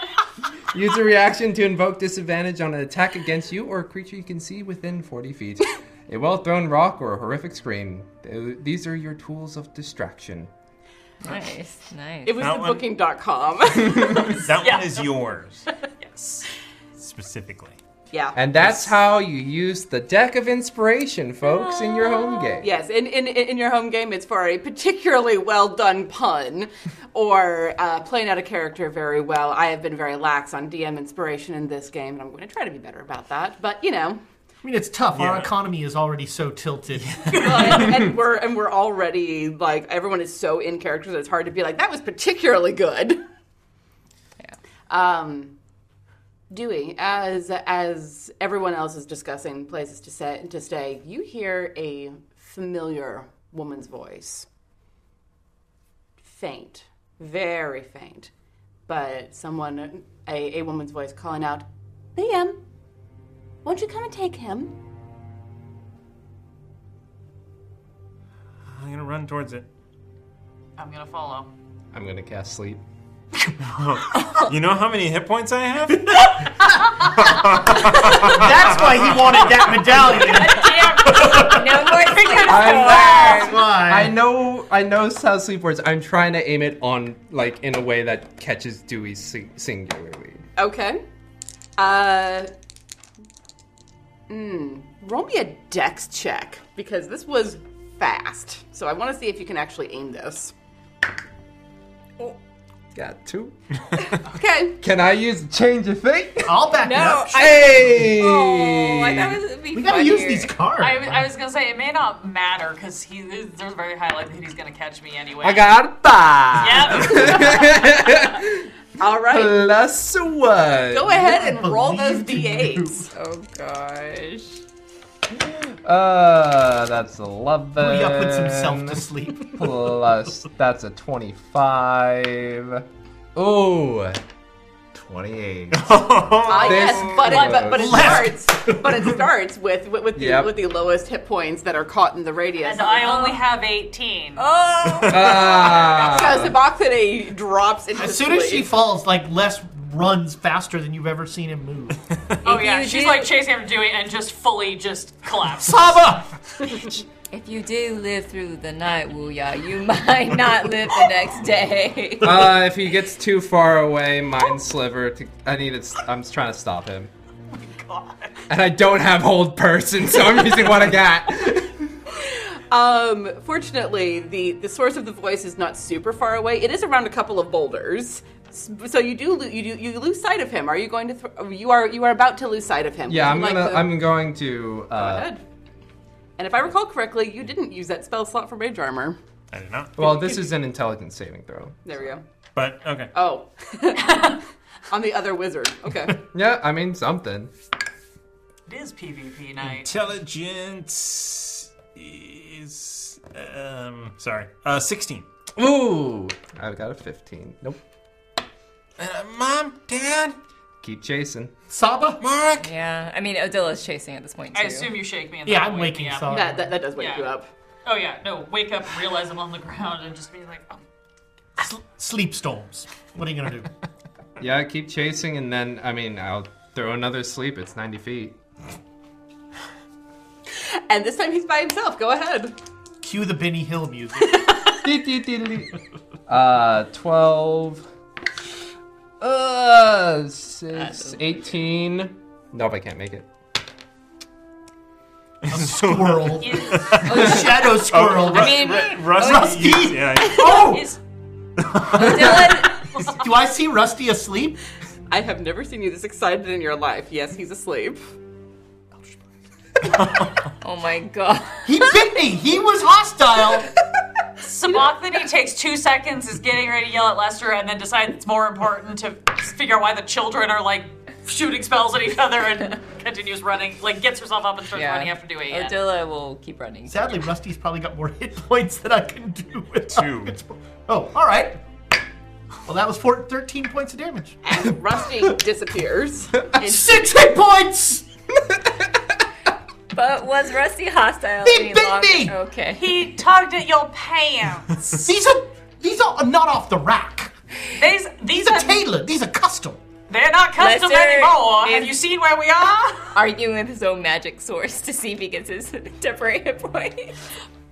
(laughs)
Use a reaction to invoke disadvantage on an attack against you or a creature you can see within 40 feet. A well thrown rock or a horrific scream. Th- These are your tools of distraction.
Nice, nice.
It was
That
the
one-
(laughs)
booking.com.
that
Yeah.
one is yours
yes.
specifically.
Yeah.
And that's how you use the deck of inspiration, folks, in your
Ah.
home game.
Yes, in, in, in your home game, it's for a particularly well done pun or uh, playing out a character very well. I have been very lax on DM inspiration in this game, and I'm going to try to be better about that. But, you know,
I mean, it's tough. Our
Yeah.
economy is already so tilted.
(laughs)
and, and we're and we're already like everyone is so in character that it's hard to be like that was particularly good. Yeah. Um, Dewey, as as everyone else is discussing places to say to stay, you hear a familiar woman's voice. faint, very faint, but someone, a, a woman's voice calling out, Liam, won't you come and take him?
I'm gonna run towards it.
I'm gonna follow.
I'm gonna cast sleep.
(laughs) you know how many hit points I have?
That's why he wanted that
(laughs)
medallion.
no more
I'm- I know, I know how sleep works. I'm trying to aim it on, like, in a way that catches Dewey sing- singularly.
Okay. Uh. Mm, roll me a dex check because this was fast. So I want to see if you can actually aim this.
Got two.
Okay.
Can I use change of fate?
I'll back
no,
it up. I-
Hey!
Oh, I thought it would be funnier. I,
I,
w- I was gonna say it may not matter because he there's a very high likelihood he's gonna catch me anyway.
got five.
All right.
Plus one.
Go ahead and roll those d8s.
Oh gosh.
Uh, that's eleven.
Hurry up, puts himself to sleep.
(laughs) plus, that's a twenty-five. Ooh, twenty-eight.
(laughs) Ah, yes, but it, but, but it
Left.
starts. But
(laughs)
it starts with with, with, the,
Yep.
with the lowest hit points that are caught in the radius.
And I only have 18.
Oh.
Ah.
so Suboxone drops into
As soon as she
sleep.
falls, like Les runs faster than you've ever seen him move.
Oh yeah, she's like chasing after Dewey and just fully just collapses.
If you do live through the night, Wuya, you (laughs) might not live the next day.
uh, if he gets too far away, mind sliver. To, I need it. I'm just trying to stop him. And I don't have hold person, so I'm using what I got.
(laughs) Um, fortunately, the, the source of the voice is not super far away. It is around a couple of boulders, S- so you do lo- you do you lose sight of him. Are you going to? Th- you are you are about to lose sight of him.
Yeah,
Would
I'm
you like
gonna.
to-
I'm going to. Uh,
Go ahead. And if I recall correctly, you didn't use that spell slot for mage armor.
I did not.
Well, this is an intelligence saving throw.
There we go.
But okay.
Oh, on the other wizard. Okay.
Yeah, I mean something.
It is PvP night.
Intelligence is um sorry. Uh 16.
Ooh, I've got a 15. Nope.
Uh, Mom, Dad.
Keep chasing.
Saba?
Mark?
Yeah, I mean, Odilla's chasing at this point, too.
I assume you shake me. And
Yeah,
that'll
I'm
wake
waking
me up.
Saba. That- that- that does
wake
Yeah.
you up.
Oh yeah, no, wake up, realize I'm on the ground, and just be like, oh,
Sleep storms. What are you gonna do?
Yeah, keep chasing, and then I mean I'll throw another sleep. It's 90 feet.
And this time he's by himself. Go ahead.
Cue the Benny Hill music.
(laughs)
Uh, 12. Uh, six, 18. Nope, I can't make it.
squirrel. A shadow squirrel.
I mean-
Rusty.
Rusty.
(laughs)
Yeah.
Oh!
Is-
Do I see Rusty asleep?
I have never seen you this excited in your life. Yes, he's asleep.
oh my god.
He bit me. He was hostile.
(laughs) Sabachthani takes two seconds, is getting ready to yell at Lester, and then decides it's more important to figure out why the children are like shooting spells at each other, and (laughs) continues running, like gets herself up and starts
Yeah.
running after Dewey. again.
Odilla will keep running.
Sadly, Rusty's probably got more (laughs) hit points than I can do. With
Two.
Oh, all right. Well, that was four, 13 points of damage. (laughs)
Rusty disappears.
Six hit points!
But was Rusty hostile?
He
any
bit
longer?
me!
Okay.
He tugged at your pants.
(laughs) these are these are not off the rack.
These these
are tailored. These are custom.
They're not custom
Lester
anymore. Have
is-
you seen where we are?
Arguing with his own magic source to see if he gets his (laughs) temporary hit point.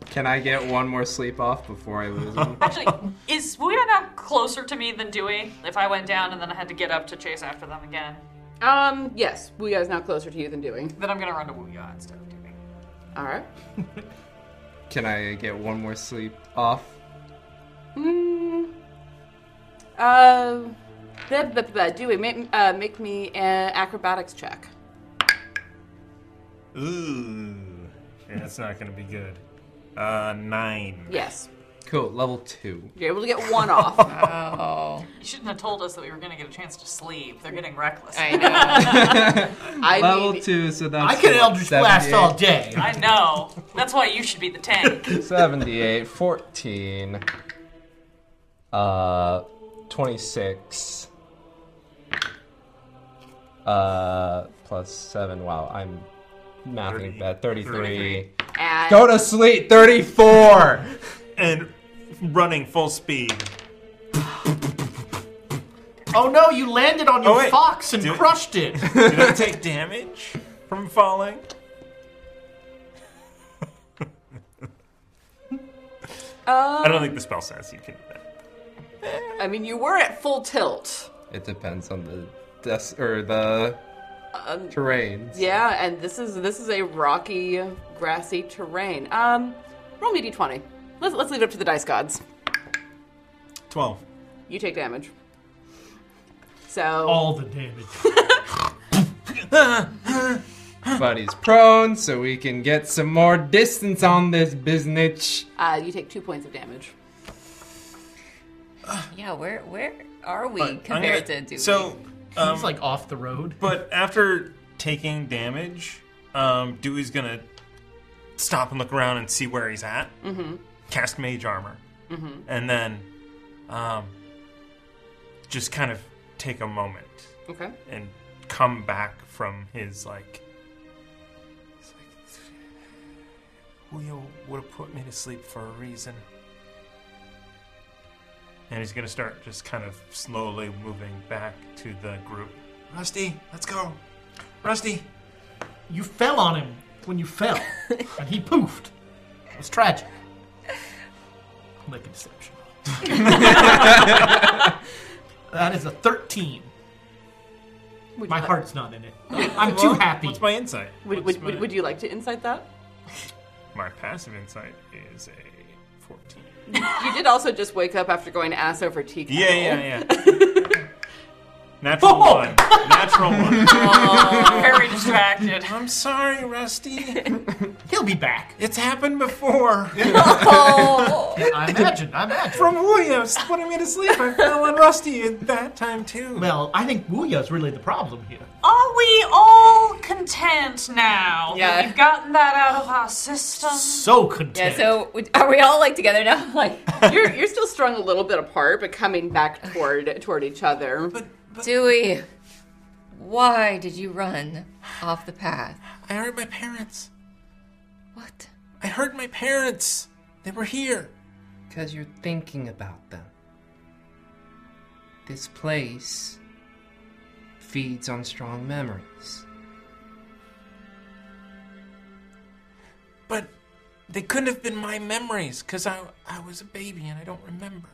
Can I get one more sleep off before I lose (laughs) one?
Actually, is Wuya not closer to me than Dewey? If I went down and then I had to get up to chase after them again,
Um, yes, Wuya is now closer to you than doing.
then I'm gonna run to Wuya instead of Dewey.
All right.
Can I get one more sleep off?
Mm. Uh, blah, blah, blah. Dewey, make, uh, make me an acrobatics check.
Ooh. Yeah, that's not gonna be good. Uh nine.
Yes.
Cool, (laughs) level two.
You're able to get one off.
(laughs) Oh.
You shouldn't have told us that we were gonna get a chance to sleep. They're getting reckless. (laughs)
I know.
I
level two, so that's
I could Eldritch Blast all
78.
I know. That's why you should be the tank.
78, 14. Uh, 26. Uh, plus 7. Wow, I'm mathing bad. 33.
Add-
Go to sleep. 34.
and running full speed.
Oh no, you landed on your
Oh, wait.
fox and crushed it.
(laughs) Did I take damage from falling? I don't think the spell says you can.
I mean, you were at full tilt.
It depends on the des- or the
Um,
terrain.
Yeah, and this is this is a rocky, grassy terrain. Um, roll me d20. Let's let's leave it up to the dice gods.
12.
You take damage. So
All the
(laughs)
damage.
But he's prone, so we can get some more distance on this biznitch.
uh, you take two points of damage.
(sighs) Yeah, where where are we
But I'm
compared
gonna-
to Dewey?
So um,
He's like off the road.
But after taking damage, um, Dewey's gonna stop and look around and see where he's at.
Mhm.
Cast mage armor,
Mhm.
and then um, just kind of take a moment.
Okay.
And come back from his like. he's like, Julio would have put me to sleep for a reason. And he's gonna start just kind of slowly moving back to the group. Rusty, let's go. Rusty.
You fell on him when
(laughs)
you fell, and he poofed. It was tragic. Make a deception.
(laughs)
that is a 13.
Would
My
you like-
heart's
(laughs)
not in it. I'm too happy.
What's my insight?
Would,
What's
would,
my-
would, would you like to incite that?
My passive insight is a 14.
you did also just wake up after going to Asso for tea.
Yeah,
kettle.
yeah, (laughs) Oh! Natural (laughs) one. Natural one. (laughs)
very distracted.
I'm sorry, Rusty.
(laughs)
He'll
(laughs)
be back.
It's happened before.
I imagine. I imagine.
(laughs) From Williams putting me to sleep, I fell on Rusty at that time too.
Well, I think Wuya's really the problem here.
Are we all content now? that
Yeah.
We've gotten that out of our system.
So content.
yeah, so would- are we all like together now? (laughs) Like
you're you're still strung a little bit apart, but coming back toward toward each other. But
Dewey, why did you run off the path?
I heard my parents.
What?
I heard my parents. They were here.
Because you're thinking about them. This place feeds on strong memories.
But they couldn't have been my memories because I, I was a baby and I don't remember.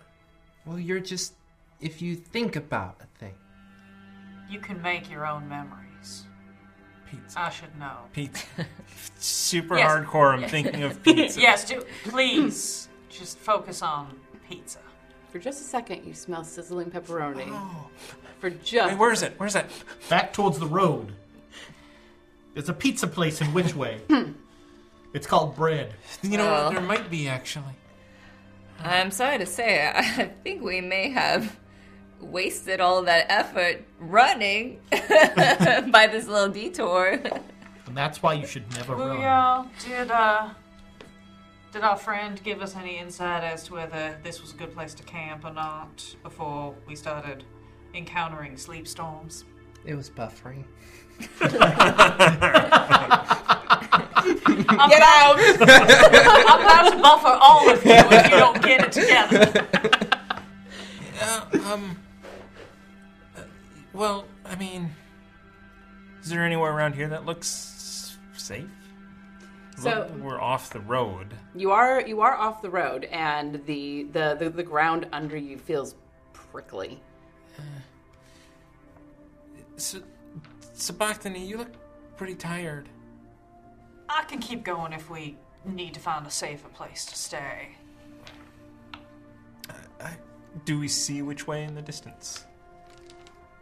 Well, you're just. If you think about a thing,
You can make your own memories.
Pizza.
I should know.
Pizza. (laughs) Super
Yes.
hardcore. I'm
(laughs)
thinking of pizza.
yes, do please just focus on pizza.
For just a second, you smell sizzling pepperoni.
Oh.
For just
Wait, where is it? Where's that?
Back towards the road. There's a pizza place in which way? it's called Bread.
You know
Oh.
what? There might be actually.
I'm sorry to say, (laughs) I think we may have wasted all that effort running (laughs) by this little detour.
And that's why you should never run.
Booyah, did uh did our friend give us any insight as to whether this was a good place to camp or not before we started encountering sleep
(laughs)
storms?
(laughs) it was buffering.
I'm get out! I'm about to buffer all of you if you don't get it together.
Uh, um. uh, well, I mean, is there anywhere around here that looks safe?
So-
Look, we're off the road.
You are you are off the road, and the the the, the ground under you feels prickly.
So, Sabachthani, you look pretty tired.
I can keep going if we need to find a safer place to stay.
Do we see which way in the distance,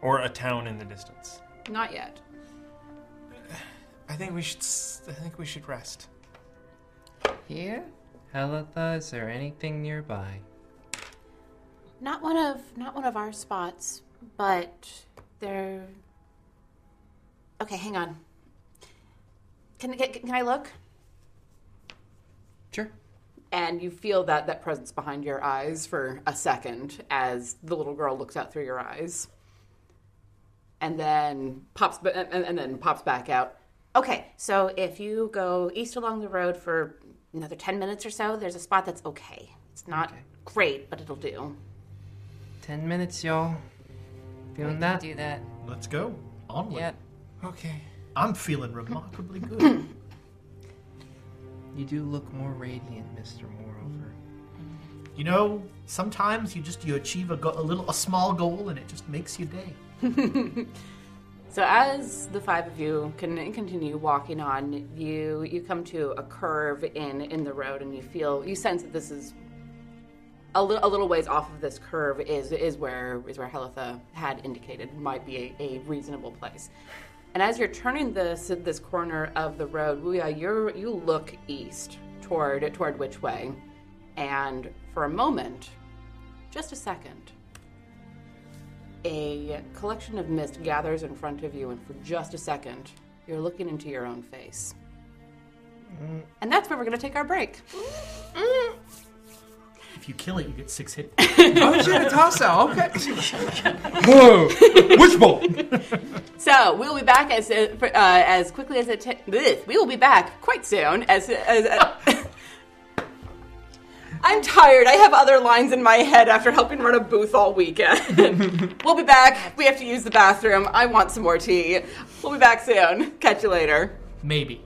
or a town in the distance?
Not yet.
I think we should. s- I think we should rest.
Here?
Helitha, is there anything nearby?
Not one of not one of our spots, but they're Okay, hang on. Can I get can I look?
Sure.
and you feel that that presence behind your eyes for a second as the little girl looks out through your eyes and then pops ba- and, and then pops back out okay so if you go east along the road for another 10 minutes or so there's a spot that's okay it's not great but it'll do
Ten minutes, y'all. Feeling that?
Do that.
Let's go. Onward.
Yep.
Okay. I'm feeling remarkably good.
You do look more radiant, Mister Moreover.
You know, sometimes you just you achieve a, go- a little a small goal and it just makes your day.
So as the five of you can continue walking on, you you come to a curve in in the road, and you feel you sense that this is a, li- a little ways off of this curve is is where is where Helitha had indicated might be a, a reasonable place. And as you're turning this this corner of the road, Wuya, you you look east toward toward which way, and for a moment, just a second, a collection of mist gathers in front of you, and for just a second, you're looking into your own face. And that's where we're going to take our break.
If you kill it, you get six hit.
oh shit, a toss out. Okay.
Whoa! Which ball?
(laughs) So we'll be back as uh, for- uh, as quickly as it. ta- bleh. we will be back quite soon. As, as uh, (laughs) I'm tired. I have other lines in my head after helping run a booth all weekend. we'll be back. We have to use the bathroom. I want some more tea. We'll be back soon. Catch you later.
Maybe.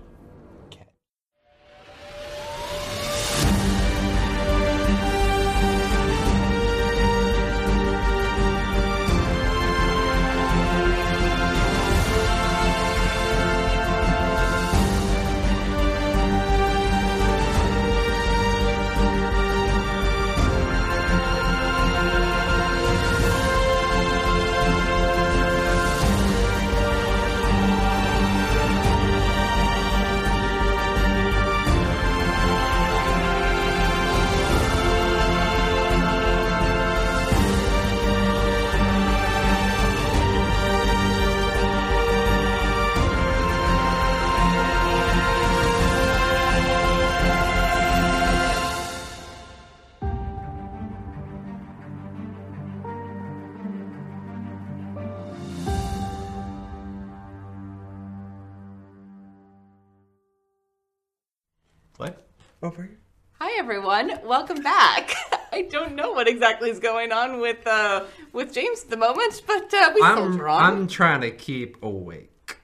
Over.
Hi everyone. Welcome back. (laughs) I don't know what exactly is going on with uh, with James at the moment, but uh, we
I'm,
soldier on.
I'm trying to keep awake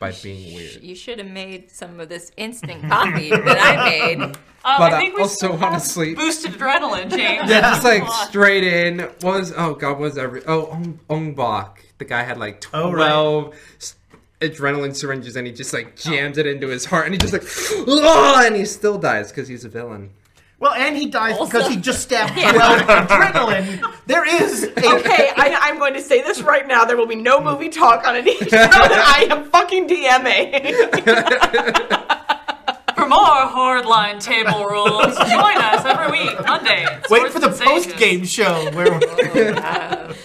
by being weird.
You should have made some of this instant coffee that Oh, I made.
but I, also want to sleep.
Boosted adrenaline,
(laughs)
James.
Yeah, just like
Oh,
straight in. What was oh god, what was every oh Ong, Ong Bak. The guy had like
Oh,
twelve
right.
s- adrenaline syringes, and he just like jams it into his heart, and he just like "Ugh," and he still dies because he's a villain.
Well, and he dies because he just stabbed twelve adrenaline. There is a
okay, I, I'm going to say this right now. There will be no movie talk on
(laughs)
any show. I am fucking DMA.
For more Hordline table rules, join us every week, Monday.
(laughs) Wait for the post game show where (laughs)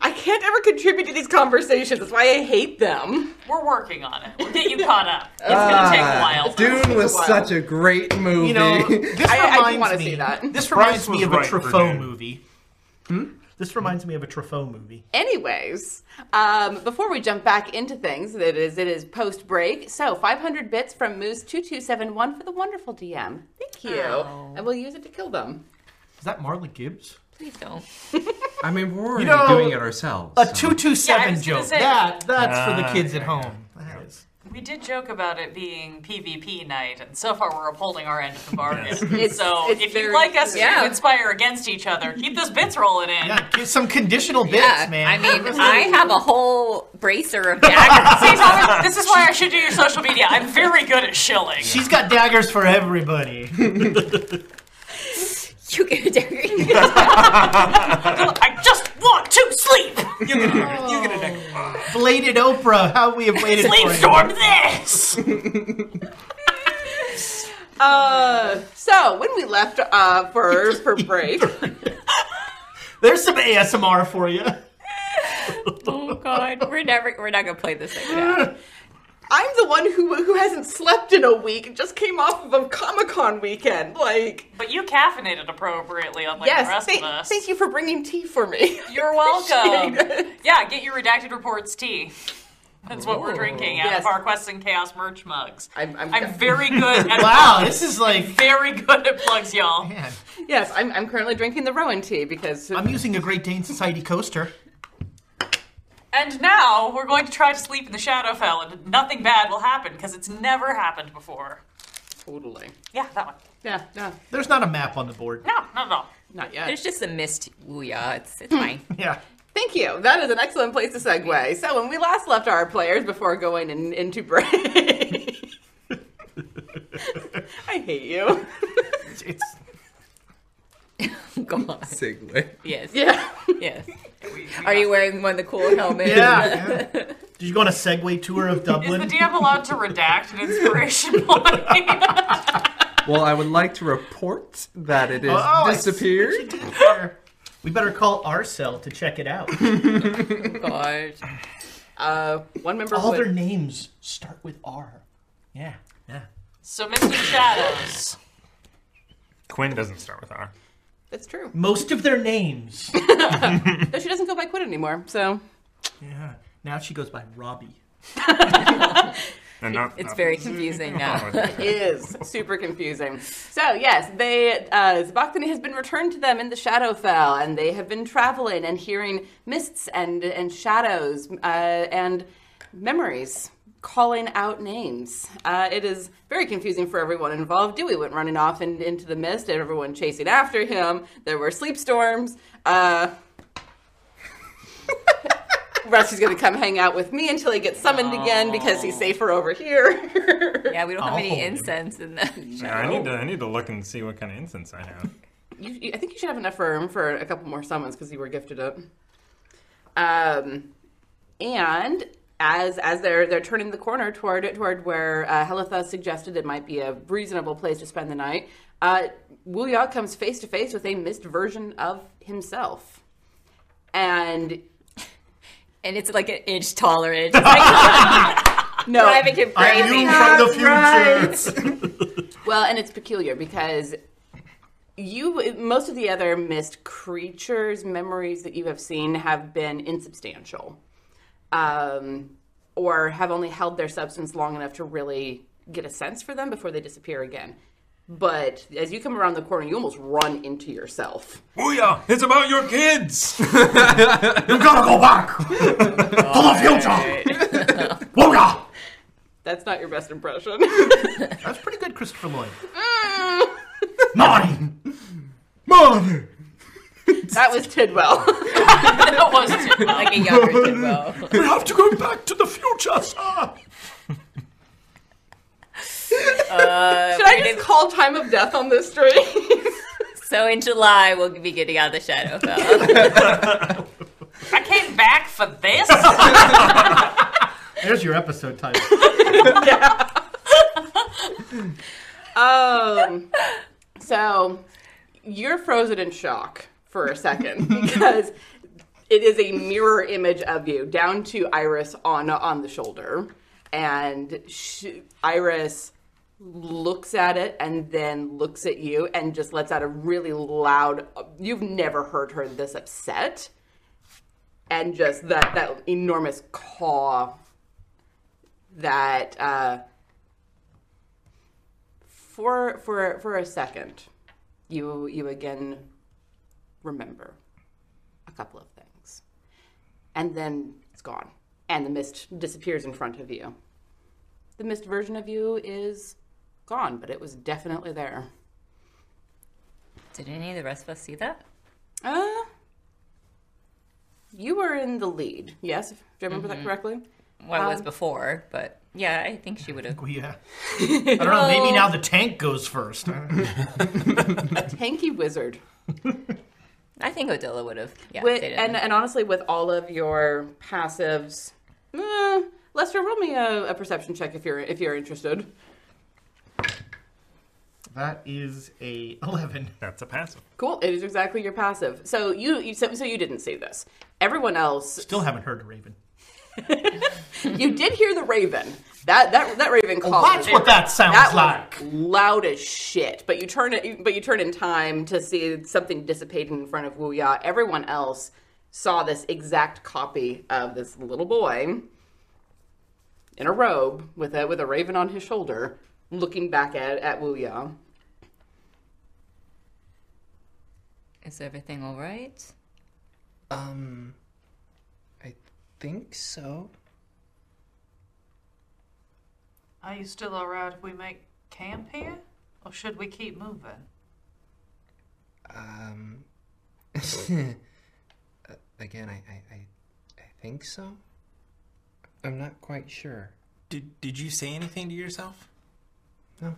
I can't ever contribute to these conversations. That's why I hate them.
We're working on it. We'll get you caught up. It's
Ah,
gonna take a while.
Dune was such a great movie.
you
(laughs)
know this
I- I do
reminds
wanna
me.
see that.
This
Bryce
reminds
was
me of
right
a
for
Truffaut
Dune.
movie. This reminds me of a Truffaut movie.
Anyways, um, before we jump back into things, it is it is post break. So 500 bits from Moose 2271 for the wonderful DM. Thank you, and we'll use it to kill them.
Is that Marla Gibbs?
Please don't.
I mean, we're already
You know,
doing it ourselves.
A two two seven
was gonna
joke.
say-
That that's for the
Ah,
kids at
yeah,
home. That is.
We did joke about it being PvP night, and so far we're upholding our end of the bargain.
It's-
so
it's
if
very
you'd like us
Yeah.
to conspire against each other, keep those bits rolling in.
Yeah, get some conditional bits,
Yeah,
man.
I mean, I have a whole
(laughs)
bracer of daggers.
See, Thomas, this is why I should do your social media. I'm very good at shilling.
She's got daggers for everybody.
You get a dagger.
I just want to sleep.
Oh.
You get a deck.
Bladed Oprah, how we have waited
Sleep
for you.
storm this.
Uh, so when we left uh, for for break,
There's some ASMR
(laughs)
for you.
(laughs)
oh God, we're never, we're not gonna play this thing. Now.
I'm the one who who hasn't slept in a week and just came off of a Comic Con weekend. Like,
But you caffeinated appropriately, unlike
yes,
Oh the rest
thank,
of us.
thank you for bringing tea for me. (laughs)
You're welcome. yeah, get your redacted reports tea. That's what we're drinking out
Yes.
of our Quest and Chaos merch mugs.
I'm, I'm, (laughs)
very good at
Wow,
plugs.
this is like-
very good at plugs, y'all.
Yes, I'm, I'm currently drinking the Rowan tea because
I'm using a Great Dane Society coaster.
And now we're going to try to sleep in the Shadowfell, and nothing bad will happen because it's never happened before.
Totally.
Yeah, that one.
Yeah, no,
There's not a map on the board.
no, not at all.
Not yet.
There's just a (laughs) mist Ouya. It's, it's fine.
(laughs) yeah.
Thank you. That is an excellent place to segue. So when we last left our players before going in, into break, (laughs) I hate you.
It's
Come on.
Segue.
Yes.
Yeah. (laughs)
yes. Are you wearing one of the cool helmets? (laughs)
Yeah. Did you go on a Segway tour
(laughs)
of
Is the
Dublin?
DM allowed to redact an inspiration point?
Well, I would like to report that it has
Oh, I see (laughs)
disappeared.
we better call Arcel to check
(laughs)
it out.
God.
Uh, one member.
All
would-
their names start with R. Yeah. Yeah.
So, Mr. Shadows.
Quinn doesn't start with R.
That's true. (laughs)
Most of their names.
Though she doesn't go by Quinn anymore, so
yeah. Now she goes by Robbie.
And not,
It's
not-
very confusing now. (laughs)
Oh, okay.
it is super confusing. So yes, they uh, Zbakhtin has been returned to them in the Shadowfell, and they have been traveling and hearing mists and and shadows uh, and memories calling out names. Uh, it is very confusing for everyone involved. Dewey went running off in, into the mist, and everyone chasing after him. There were sleep storms. Uh, (laughs) Rusty's gonna come hang out with me until he gets summoned again because he's safer over here.
(laughs) yeah, we don't have any incense in the
Oh. Yeah, I need to I need to look and see what kind of incense I have.
You, you, I think you should have enough room for a couple more summons because you were gifted it. Um, and as as they're they're turning the corner toward toward where uh, Helitha suggested it might be a reasonable place to spend the night, uh, Wu Yao comes face to face with a missed version of himself,
(laughs)
and
and it's like an inch taller. And
(laughs)
it's like,
no,
driving him
I am
crazy.
you from the That's (laughs) Well, and it's peculiar because you most of the other missed creatures' memories that you have seen have been insubstantial, um, or have only held their substance long enough to really get a sense for them before they disappear again. But as you come around the corner, you almost run into yourself.
Booyah! It's about your kids! (laughs) you
gotta go back!
To
the
future!
That's not your best impression.
That's pretty good, Christopher Lloyd.
Mother!
(laughs) that was Tidwell.
that was Tidwell.
(laughs)
Like a younger Tidwell.
We have to go back to the future, sir!
Uh,
Should I just call time of death on this string?
(laughs) so in July, we'll be getting out of the
(laughs)
Shadowfell.
I came back for (laughs) this?
There's your episode title.
Um, so you're frozen in shock for a second because it is a mirror image of you, down to Iris on on the shoulder, and sh Iris looks at it and then looks at you and just lets out a really loud. You've never heard her this upset, and just that that enormous caw that. Uh, for for for a second you you again remember a couple of things and then it's gone and the mist disappears in front of you the mist version of you is gone but it was definitely there
Did any of the rest of us see that?
uh you were in the lead yes if do i remember
Mhm.
that correctly
Well, I was
Um,
before, but yeah, I think she would have.
(laughs)
(laughs)
Yeah. I don't know, maybe now the tank goes first.
a (laughs) tanky wizard
I think Odella would have. Yeah,
With-
stayed in.
and, and honestly, with all of your passives, eh, Lester, roll me a, a perception check if you're if you're interested.
That is a (laughs) 11.
That's a passive.
Cool, it is exactly your passive. So you, you so, so you didn't see this. Everyone else
(laughs)
Still haven't heard of Raven.
you did hear the raven. That that that raven
Well,
called.
Oh, that's what that sounds
Oh, That was
like.
Loud as shit. But you turn it. But you turn in time to see something dissipating in front of Wu Ya. Everyone else saw this exact copy of this little boy in a robe with a with a raven on his shoulder, looking back at at Wu Ya.
Is everything all right?
Um, I think so.
Are you still alright if we make camp here? Or should we keep moving?
Um, (laughs) uh, again, I, I, I, I think so. I'm not quite sure.
Did Did you say anything to yourself?
No.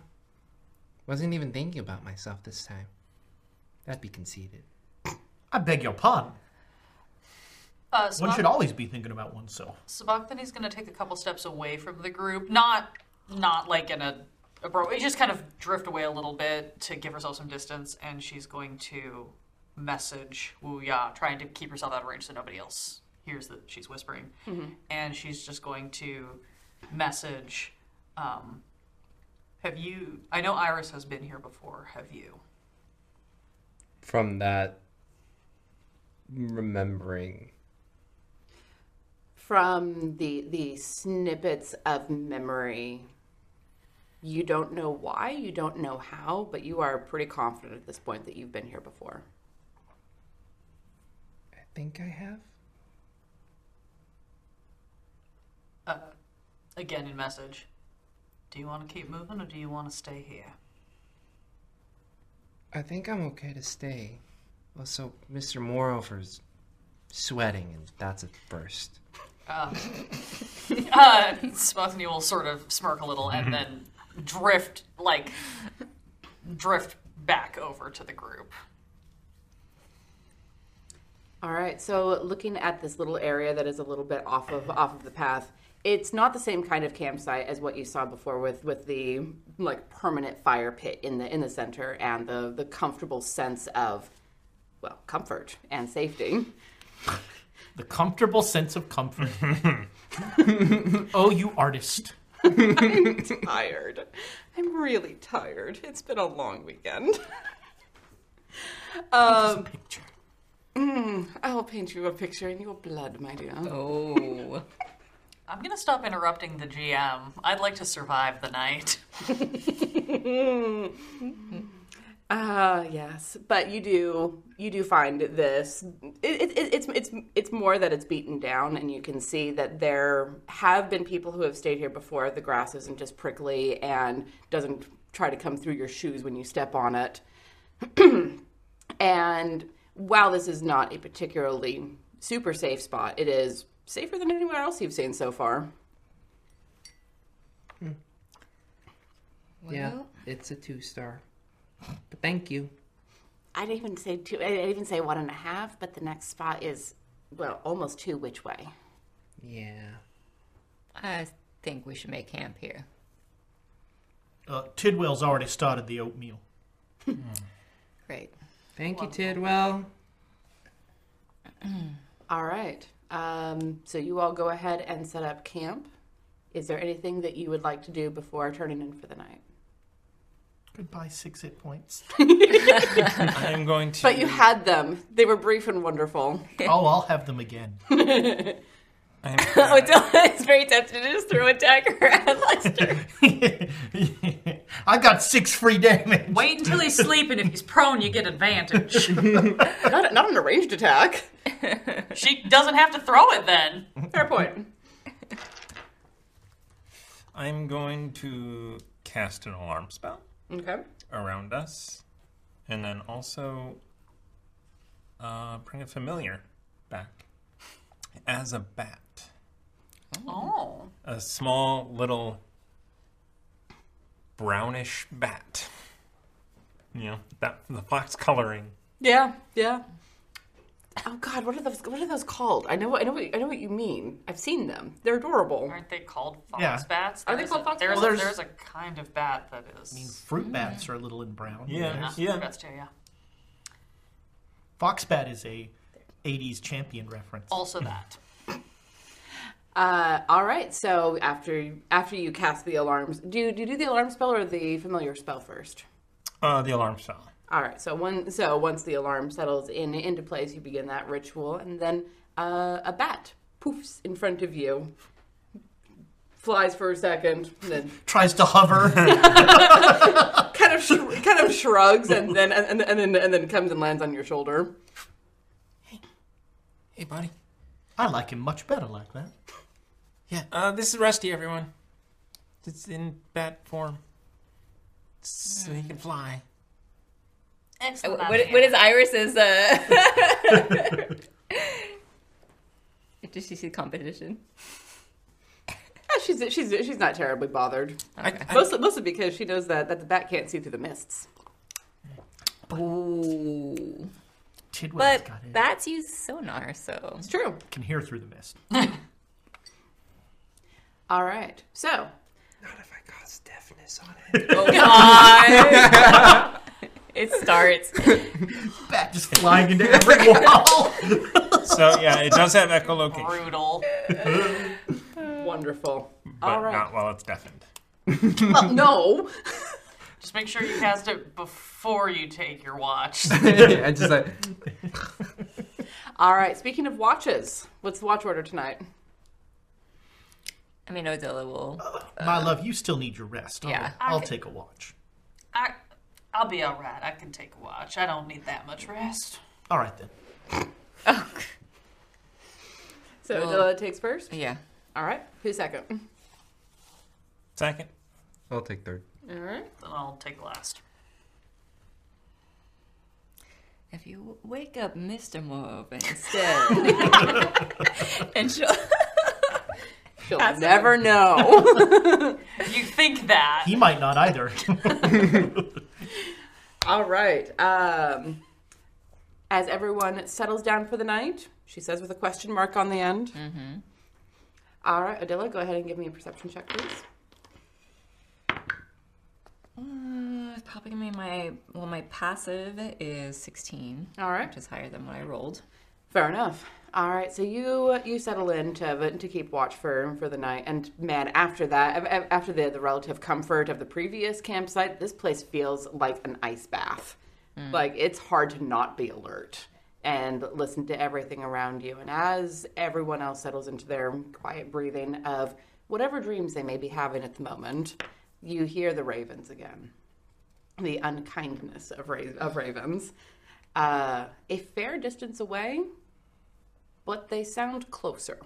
Wasn't even thinking about myself this time. That'd be conceited.
I beg your pardon.
Uh,
One
Sabak-
should always be thinking about oneself.
Sabachthani's going to take a couple steps away from the group, not not like in a abrupt. We just kind of drift away a little bit to give herself some distance, and she's going to message Wu Ya, trying to keep herself out of range so nobody else hears that she's whispering.
Mhm.
And she's just going to message. Um, have you? I know Iris has been here before. Have you?
From that remembering.
from the the snippets of memory you don't know why you don't know how but you are pretty confident at this point that you've been here before
I think I have.
Uh, again in message. Do you want to keep moving, or do you want to stay here?
I think I'm okay to stay. Also, Mr. Moreover's sweating, and that's a first.
Uh, (laughs) uh, Smugney will sort of smirk a little
(laughs)
and then drift, like, drift back over to the group.
all right so looking at this little area that is a little bit off of off of the path it's not the same kind of campsite as what you saw before with with the like permanent fire pit in the in the center and the the comfortable sense of well comfort and safety
The comfortable sense of
(laughs)
comfort. oh, you artist.
I'm tired. I'm really tired. It's been a long weekend. (laughs) um, picture. I'll paint you a picture in your blood, my dear.
Oh.
I'm gonna stop interrupting the GM. I'd like to survive the
(laughs)
night.
(laughs) Ah, yes. But you do you do find this. It, it, it, it's it's it's more that it's beaten down, and you can see that there have been people who have stayed here before. The grass isn't just prickly and doesn't try to come through your shoes when you step on it. (clears throat) and while this is not a particularly super safe spot, it is safer than anywhere else you've seen so far.
yeah,
Well-
it's a two star. But thank you.
I didn't even say two. I didn't even say one and a half. But the next spot is well, almost two. Which way?
Yeah.
I think we should make camp here.
Uh, Tidwell's already started the oatmeal.
Great.
Thank you, Tidwell.
(clears throat) All right. Um, so you all go ahead and set up camp. Is there anything that you would like to do before turning in for the night?
Goodbye, six
(laughs)
hit points.
I'm going to.
But you had them. They were brief and wonderful. (laughs) Oh,
Oh, I'll have them again.
(laughs)
Odella is very tempted to just throw a dagger at Lester.
(laughs) I got six free damage.
Wait until he's sleeping. If he's prone, you get advantage.
(laughs) not, not an arranged attack.
(laughs) she doesn't have to throw it then.
Fair point.
I'm going to cast an alarm spell
Okay.
around us, and then also uh, bring a familiar back as a bat.
Oh.
a small little brownish bat. You know that the fox coloring.
Yeah. Yeah. Oh God, what are those? What are those called? I know. I know. What, I know what you mean. I've seen them. They're adorable.
Aren't they called fox
Yeah.
bats?
Are they
There's
called
a-
fox bats?
there's,
Hmm.
a-
Well, there's-
there's a kind of bat that is.
Mm.
Fruit bats are a little in brown.
yeah.
There's-
yeah. That's true, yeah.
Fox bat is a 80s champion reference.
Also that.
(clears throat) Uh, all right. So after after you cast the alarms, do you, do you do the alarm spell or the familiar spell first?
Uh, the alarm spell.
All right. So one so once the alarm settles in into place, you begin that ritual, and then uh, a bat poofs in front of you, flies for a second, and then
Tries to hover.
kind of sh- kind of shrugs, and then and, and then and then comes and lands on your shoulder.
Hey, buddy.
I like him much better like that.
Yeah. Uh, this is Rusty, everyone. It's in bat form, so he can fly.
Uh, wh- What, what is
(laughs)
Iris's? Uh... (laughs) Does she
(laughs)
see competition?
Yeah, Ah, she's she's she's not terribly bothered. mostly, mostly because she knows that that the bat can't see through the mists.
Ooh.
Tidwell's
But
got it.
bats use sonar, so it's
true.
Can hear through the
(laughs)
mist.
All right. So. Not
if I cause deafness on
it. (laughs) Oh, God. it starts.
(laughs) Bat just flying into every (laughs) wall.
So yeah, it does have echolocation.
(laughs)
Brutal.
Wonderful.
But
All right.
not while it's deafened.
well, no.
(laughs) Just make sure you cast it before you take your watch.
I just like
All right. Speaking of watches, what's the watch order tonight?
I mean, Odila will.
My love, you still need your rest. I'll,
Yeah.
I'll
Okay.
take a watch.
(laughs) I, I'll be all right. I can take a watch. I don't need that much rest.
All right then.
So
Well,
Dilla takes first.
Yeah.
All right. Who's second?
Second.
I'll take third.
All right.
Then I'll take last.
If you wake up Mr. Morove
(laughs)
instead, and she'll.
She'll
That's
never (laughs)
it. (laughs)
know.
you think that.
He might not
(laughs)
either. (laughs)
All right. Um, as everyone settles down for the night, she says with a question mark on the end.
Mhm.
All right, Adela, go ahead and give me a perception check, please.
Uh, it's probably gonna be my well, my passive is sixteen.
All right,
which is higher than what I rolled.
Fair enough. All right, so you you settle in to to keep watch for for the night, and man, after that, a- a- after the the relative comfort of the previous campsite, this place feels like an ice bath.
Mm.
Like it's hard to not be alert and listen to everything around you. And as everyone else settles into their quiet breathing of whatever dreams they may be having at the moment, you hear the ravens again, the unkindness of ra- of ravens. Uh, a fair distance away, but they sound closer.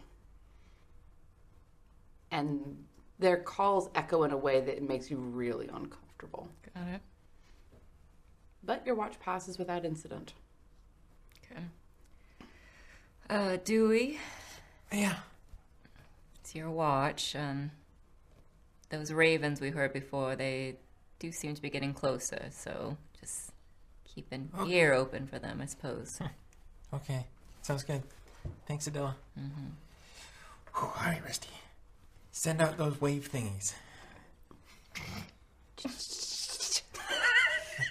And their calls echo in a way that makes you really uncomfortable.
Got it.
But your watch passes without incident.
Okay. Uh, Dewey.
Yeah.
It's your watch. Um, those ravens we heard before, they do seem to be getting closer, so just keep an
Okay.
ear open for them, I suppose.
Okay, sounds good. Thanks, Adela.
Mhm.
Whew, all right, Rusty. Send out those wave thingies.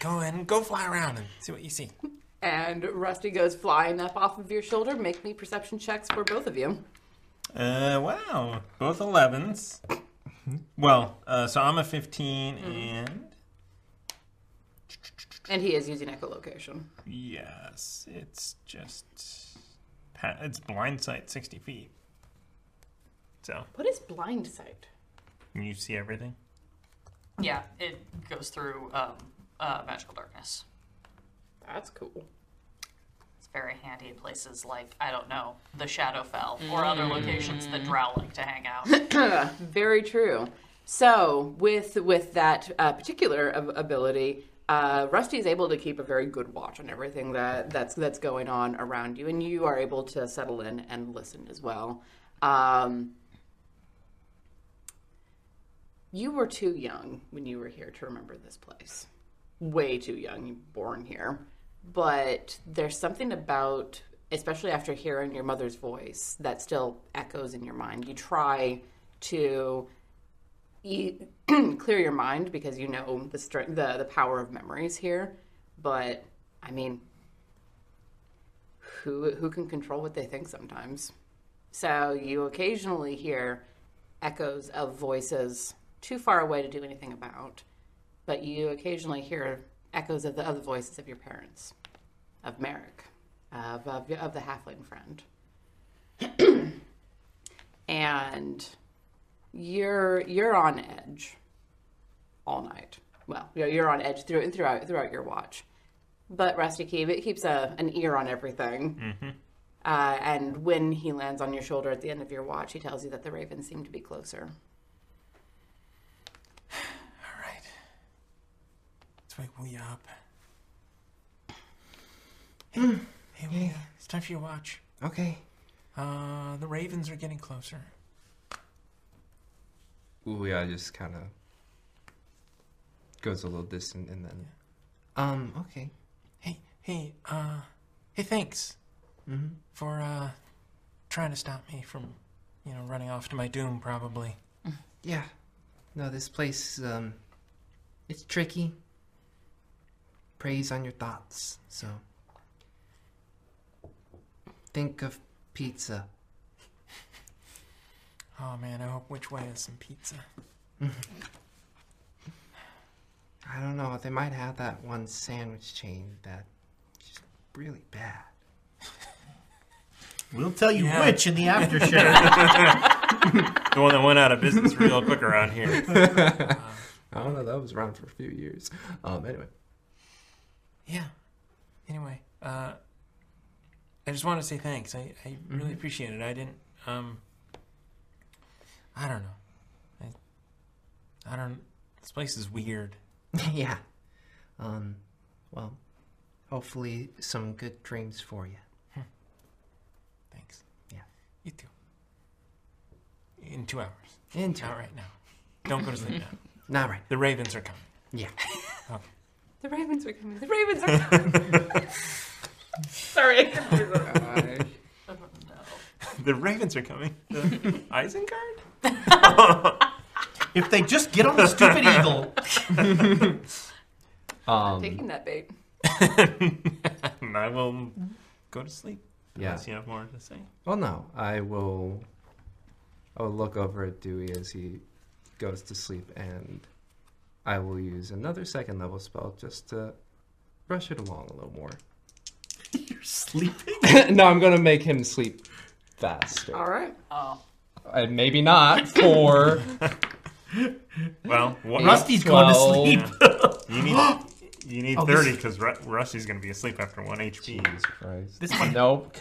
go and go fly around and see what you see.
And Rusty goes flying up off of your shoulder. Make me perception checks for both of you.
Uh, wow. Both 11s. Well, uh, so I'm a 15
Mm-hmm.
and
And he is using echolocation.
yes, it's just pa- it's blind sight 60 feet. So,
What is blind sight?
you see everything?
Yeah, it goes through um, uh, magical darkness.
That's cool.
It's very handy in places like I don't know the Shadowfell or other
Mm.
locations that Drow like to hang out.
(coughs) Very true. So with with that uh, particular ab- ability, uh, Rusty is able to keep a very good watch on everything that that's that's going on around you, and you are able to settle in and listen as well. Um, you were too young when you were here to remember this place. Way too young. You were born here, but there's something about, especially after hearing your mother's voice, that still echoes in your mind. You try to e- (clears throat) clear your mind because you know the strength, the the power of memories here. But I mean, who who can control what they think sometimes? So you occasionally hear echoes of voices too far away to do anything about, but you occasionally hear echoes of the other voices of your parents, of Merrick, of, of, of the halfling friend. and you're you're on edge all night. Well, you're, you're on edge through and throughout throughout your watch. But Rusty Keeve, it keeps a, an ear on everything.
Mhm.
Uh, and when he lands on your shoulder at the end of your watch, he tells you that the ravens seem to be closer.
Let's wake we up. Hey, hey, Wee, uh, it's time for your watch.
Hmm. Okay.
Uh, the ravens are getting closer.
Ooh, yeah, just kind of goes a little distant and then.
Um, okay.
Hey, hey, uh, hey, thanks
Mm-hmm.
for uh, trying to stop me from, you know, running off to my doom. Probably.
Mm. Yeah. No, this place, um, it's tricky. Preys on your thoughts, so. Think of pizza.
Oh man, I hope which way is some pizza.
I don't know, they might have that one sandwich chain that's really bad.
(laughs) We'll tell you
Yeah.
which in the after show.
the one that went out of business real quick
(laughs)
around here.
I don't know. That was around for a few years. Um, anyway,
Yeah. Anyway, uh, I just want to say thanks. I, I really
Mm-hmm.
Mhm.
appreciate it. I didn't. Um, I don't know. I, I don't. This place is weird.
(laughs) yeah. Um, well, hopefully some good dreams for you.
Thanks.
Yeah.
You too. In two hours.
In two
Not right now. Don't go to sleep now.
Not right.
The ravens are coming. (laughs) Oh.
Yeah.
Okay.
The ravens are coming. The ravens are (laughs) coming. (laughs) Sorry.
Oh, The ravens are coming. (laughs) The
Isengard? if they just get on the stupid eagle.
um,
Taking that bait.
and (laughs) I will go to sleep.
Yeah.
Unless you have more to say.
well, no, I will. I will look over at Dewey as he goes to sleep, and I will use another second level spell just to rush it along a little (laughs) more.
You're sleeping.
(laughs) no, I'm gonna make him sleep
(laughs)
faster.
All right. Oh.
And maybe not for.
(laughs) Well, what,
Eight, Rusty's going to 12. sleep. (laughs)
you need you need
(gasps) Oh, this-
thirty because Rusty's going to be asleep after one HP.
This one.
Nope.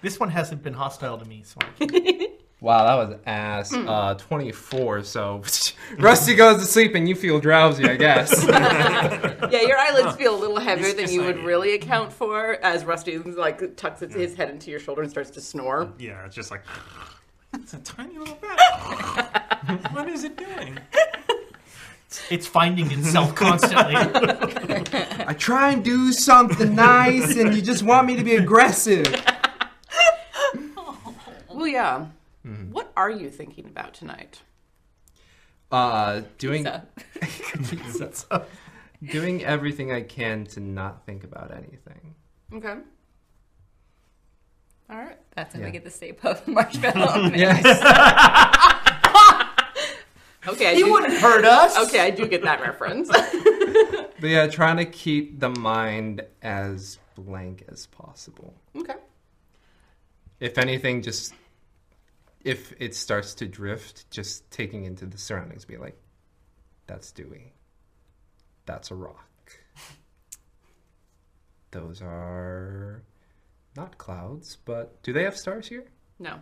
This one hasn't been hostile to me, so I
(laughs)
Wow, that was ass. Uh, 24. So (laughs) Rusty goes to sleep and you feel drowsy, I guess.
(laughs) Yeah, your eyelids feel a little heavier
It's
than
just
you
like-
would really account for as Rusty like tucks his- his head into your shoulder and starts to snore.
Yeah, it's just like (sighs)
It's a tiny little bat. (laughs) what is it doing?
It's
(laughs)
finding itself constantly.
(laughs)
I try and do something nice, and you just want me to be aggressive.
Well, yeah.
Mm-hmm.
What are you thinking about tonight?
Uh, doing (laughs) doing everything I can to not think about anything.
Okay. All right.
That's
how we Yeah.
get the Stay
(laughs)
Puft (laughs) Marshmallow.
okay. I
You
do-
wouldn't hurt us.
Okay, I do get that reference. (laughs)
But yeah, trying to keep the mind as blank as possible.
okay.
If anything, just if it starts to drift, just taking into the surroundings, be like, that's Dewey. That's a rock. Those are not clouds, but do they have stars here?
No.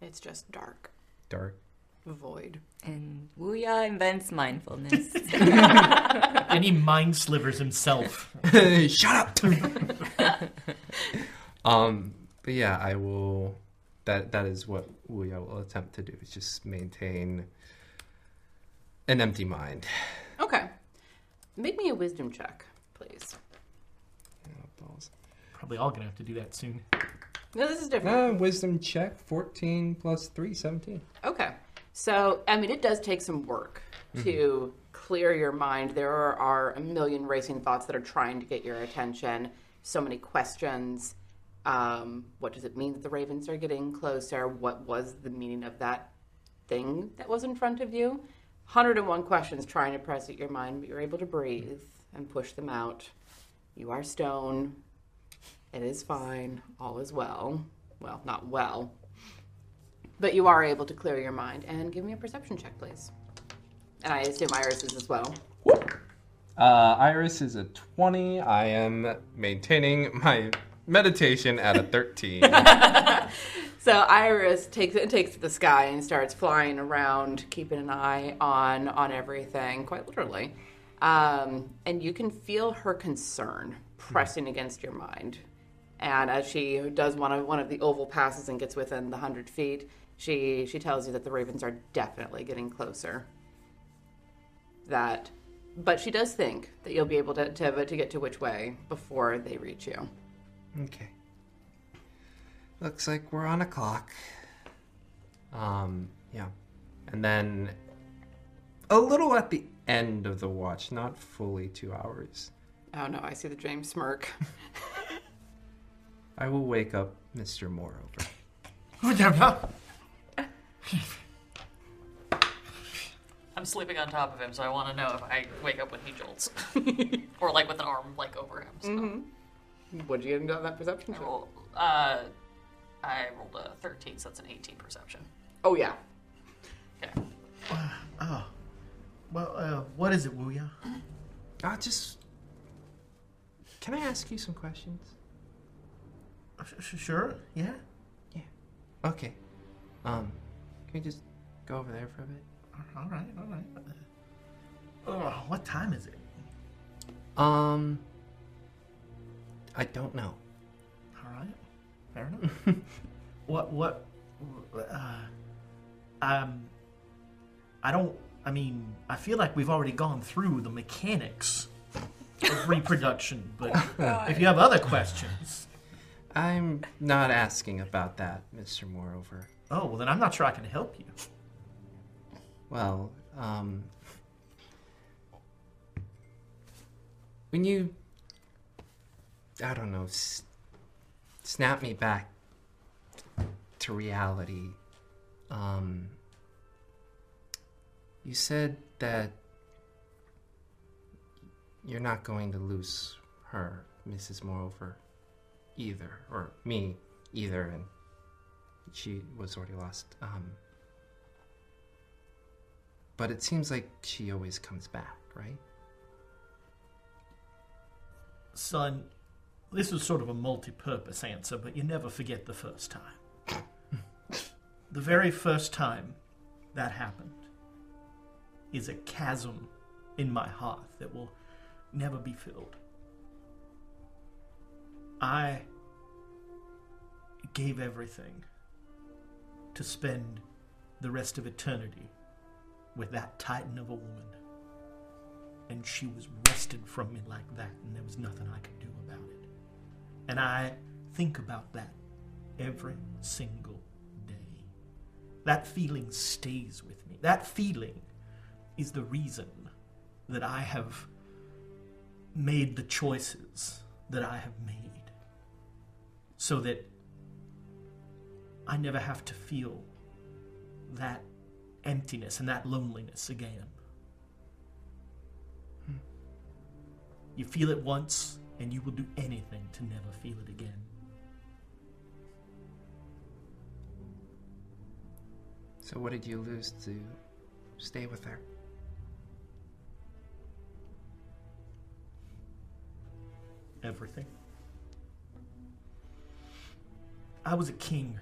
It's just dark.
Dark.
Void.
And Wuya invents mindfulness.
and
(laughs)
he mind slivers himself.
(laughs)
Shut up! (laughs) um, but yeah, I will. That that is what we I will attempt to do is just maintain an empty mind.
Okay. Make me a wisdom check, please.
(laughs) Probably all gonna have to do that soon.
No, this is different.
Uh, wisdom check 14 plus 3, 17.
Okay. So, I mean, it does take some work to clear your mind. There are, are a million racing thoughts that are trying to get your attention, so many questions. Um, what does it mean that the ravens are getting closer? What was the meaning of that thing that was in front of you? 101 questions trying to press at your mind, but you're able to breathe and push them out. You are stone. It is fine. All is well. Well, not well. But you are able to clear your mind and give me a perception check, please. And I assume Iris is as well.
Uh, Iris is a 20. I am maintaining my meditation at a 13. (laughs)
So Iris takes it takes to the sky and starts flying around, keeping an eye on on everything, quite literally. Um, and you can feel her concern pressing against your mind. And as she does one of one of the oval passes and gets within the hundred feet, she she tells you that the ravens are definitely getting closer. That, but she does think that you'll be able to to, to get to which way before they reach you.
Okay. Looks like we're on a clock.
Um, yeah. And then a little at the end of the watch, not fully two hours,
Oh no, I see the James smirk.
I will wake up Mr. Moreover.
I'm sleeping on top of him, so I want to know if I wake up when he jolts, (laughs) or like with an arm like over him.
Mm.
So.
What'd you get on that perception
check? Uh, I rolled a 13, so that's an 18 perception.
Oh yeah.
Oh. Well, uh, what is it, Wuya?
I just. Can I ask you some questions?
Uh, Sure. Yeah.
Okay. Um, can we just go over there for a bit?
(laughs) All right. All right. Oh, what time is it?
Um, I don't know.
All right. Fair enough. (laughs) what? What? Uh, um, I don't. I mean, I feel like we've already gone through the mechanics of reproduction, but if you have other questions,
I'm not asking about that, Mr. Moreover.
Oh, well, then I'm not sure I can help you.
Well, um. When you. I don't know. S- snap me back to reality. Um. You said that you're not going to lose her, Mrs. Moreover, either, or me either, and she was already lost. Um, but it seems like she always comes back, right?
son, this was sort of a multi purpose answer, but you never forget the first time. the very first time that happened is a chasm in my heart that will never be filled. I gave everything to spend the rest of eternity with that titan of a woman and she was wrested from me like that, and there was nothing I could do about it. And I think about that every single day. That feeling stays with me. That feeling is the reason that I have made the choices that I have made. So that I never have to feel that emptiness and that loneliness again. You feel it once, and you will do anything to never feel it again.
So, what did you lose to stay with her?
Everything. I was a king.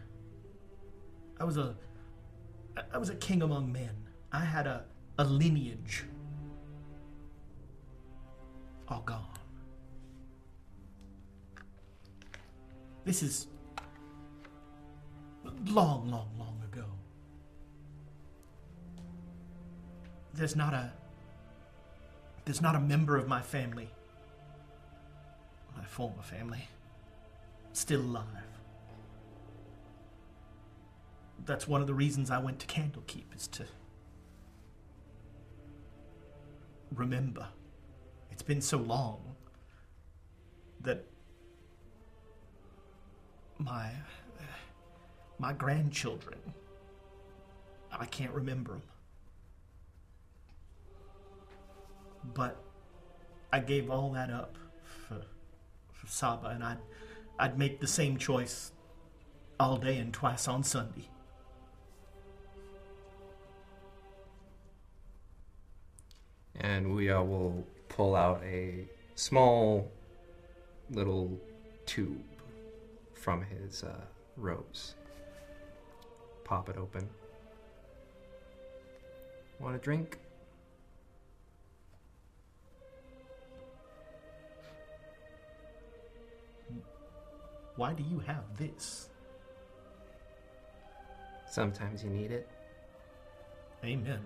I was a. I- I was a king among men. I had a, a lineage. All gone. This is long, long, long ago. There's not a there's not a member of my family, my former family, still alive. That's one of the reasons I went to Candlekeep is to remember. It's been so long that my my grandchildren. I can't remember them. But I gave all that up for, for Saba, and I'd, I'd make the same choice all day and twice on Sunday.
and we uh, will pull out a small little tube from his uh, robes. Pop it open. Want a drink?
Why do you have this?
Sometimes you need it.
Amen.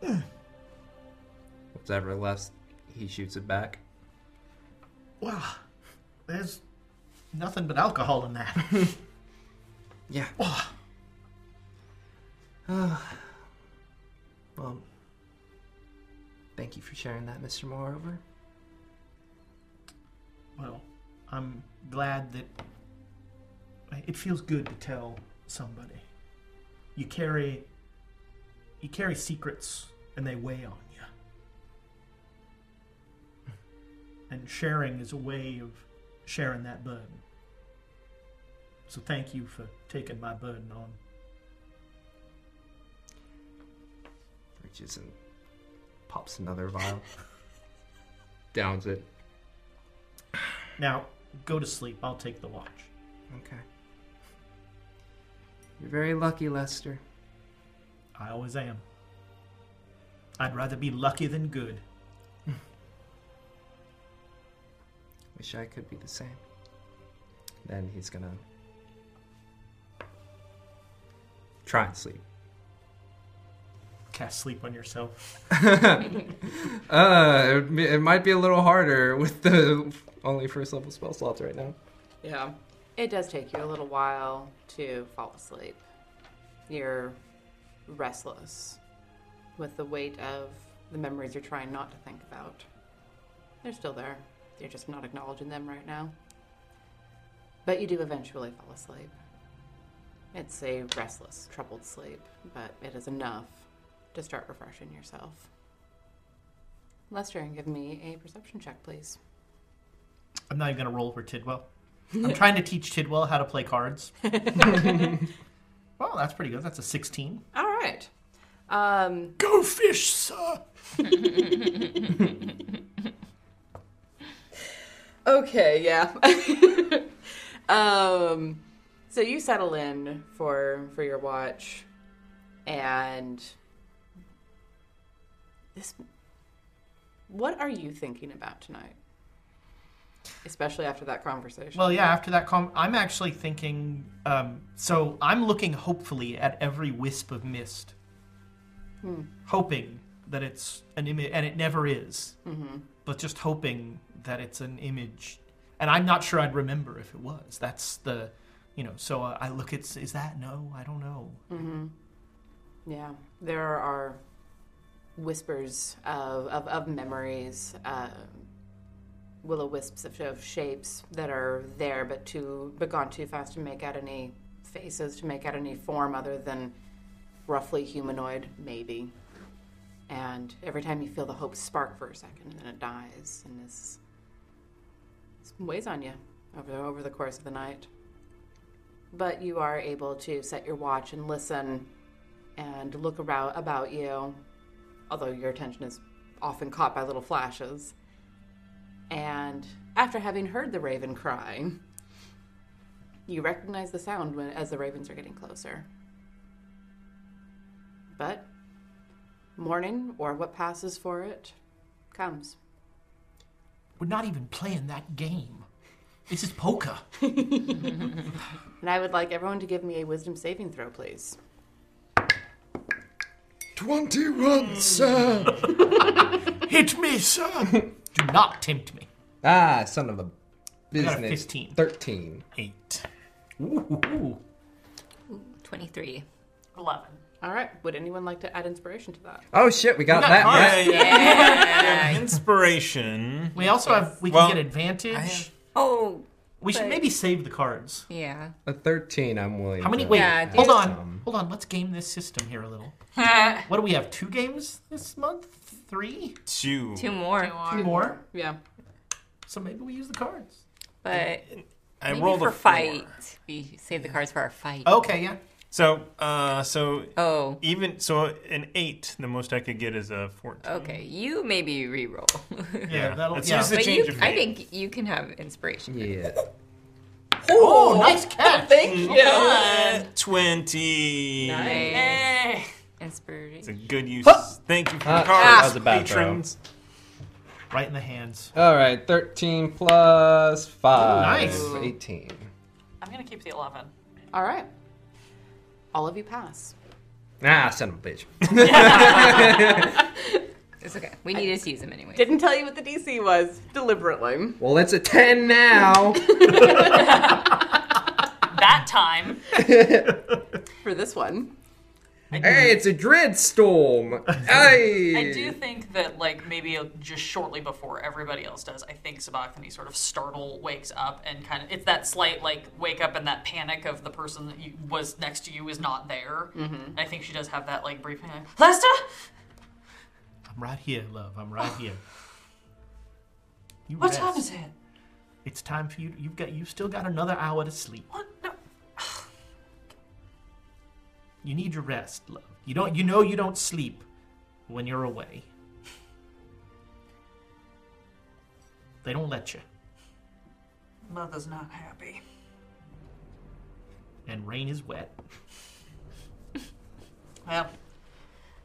What's ever left, he shoots it back.
Well, there's nothing but alcohol in that.
yeah. (sighs) well, thank you for sharing that, Mr. Moreover.
Well, I'm glad that it feels good to tell somebody. You carry you carry secrets and they weigh on you. And sharing is a way of sharing that burden. So thank you for taking my burden on.
Reaches and pops another (laughs) vial. Downs it.
Now, go to sleep. I'll take the watch.
Okay. You're very lucky, Lester.
I always am. I'd rather be lucky than good.
Wish I could be the same. Then he's gonna try and sleep.
Cast sleep on yourself.
(laughs) Uh, it, it might be a little harder with the only first level spell slots right now.
Yeah. It does take you a little while to fall asleep. You're restless with the weight of the memories you're trying not to think about. They're still there. You're just not acknowledging them right now. But you do eventually fall asleep. It's a restless, troubled sleep, but it is enough to start refreshing yourself. Lester, and give me a perception check, please.
I'm not even gonna roll for Tidwell. I'm trying to teach Tidwell how to play cards. well, that's pretty good. That's a 16.
All right. Um,
Go fish, sir.
(laughs) okay, yeah. (laughs) um, so you settle in for for your watch, and this. What are you thinking about tonight? Especially after that conversation.
Well, yeah, after that com I'm actually thinking. Um, so I'm looking hopefully at every wisp of mist,
Hmm.
hoping that it's an image, and it never is,
Mhm.
but just hoping that it's an image. And I'm not sure I'd remember if it was. That's the, you know, so uh, I look at, s- is that? No, I don't know.
Mm-hmm. Yeah, there are whispers of, of, of memories, um, will o wisps of, of shapes that are there, but too but gone too fast to make out any faces, to make out any form other than roughly humanoid, maybe. And every time you feel the hope spark for a second, and then it dies, and this weighs on you over over the course of the night but you are able to set your watch and listen and look around about you, although your attention is often caught by little flashes. And after having heard the raven cry, you recognize the sound when, as the ravens are getting closer. But morning, or what passes for it, comes.
We're not even playing that game. This is poker.
And I would like everyone to give me a wisdom saving throw, please.
21, sir. (laughs) Hit me, sir. Do not tempt me.
Ah, son of a
I
business.
got a 15.
13.
8.
23.
11. All right. Would anyone like to add inspiration to that?
Oh shit, we got,
We got
that.
cards.
right?
Yeah.
(laughs)
Inspiration.
We also have. We can
(laughs)
Well,
get advantage.
Oh,
We should
But-
maybe save the cards.
Yeah.
A 13, I'm willing.
How many?
to-
Wait, hold on, hold on. Let's game this system here a
(laughs)
little. what do we have? Two games this month? Three?
Two.
Two more.
Two more?
Yeah.
So maybe we use the cards.
But
I
maybe
rolled a
for
four.
fight. We save the cards for our fight.
yeah.
So, uh, so
oh,
even so, an eight. The most I could get is a fourteen.
Okay, you maybe re-roll.
Yeah, that'll- Let's yeah. use the
But
change
you,
of
I
name.
think you can have inspiration.
Yeah.
Oh, nice catch! Thank you.
Twenty.
Nice. Inspiration.
It's a good use. Thank you for
Ah,
the cards,
that was a bad throw.
patrons.
Right in the hands.
All right, 13 plus 5.
nice.
18.
I'm gonna keep the eleven.
All right. All of you pass.
Ah, son of
(laughs)
a bitch.
It's okay. We needed to use them anyway.
Didn't tell you what the DC was deliberately.
well, it's a
(laughs)
10 now.
That time.
For this one.
hey, it's
(laughs)
a dreadstorm. hey.
I do think that, like, maybe just shortly before everybody else does, I think Sabachthani sort of startle wakes up and kind of it's that slight like wake up and that panic of the person that you, was next to you is not there.
Mhm.
I think she does have that like brief panic. Lester,
I'm right here, love. I'm right here.
(sighs)
You
what
rest.
time is it?
It's time for you. You've got. You've still got another hour to sleep.
What? No.
(sighs) You need your rest, love. You don't. You know you don't sleep when you're away. They don't let you.
Mother's not happy.
And rain is wet.
Well,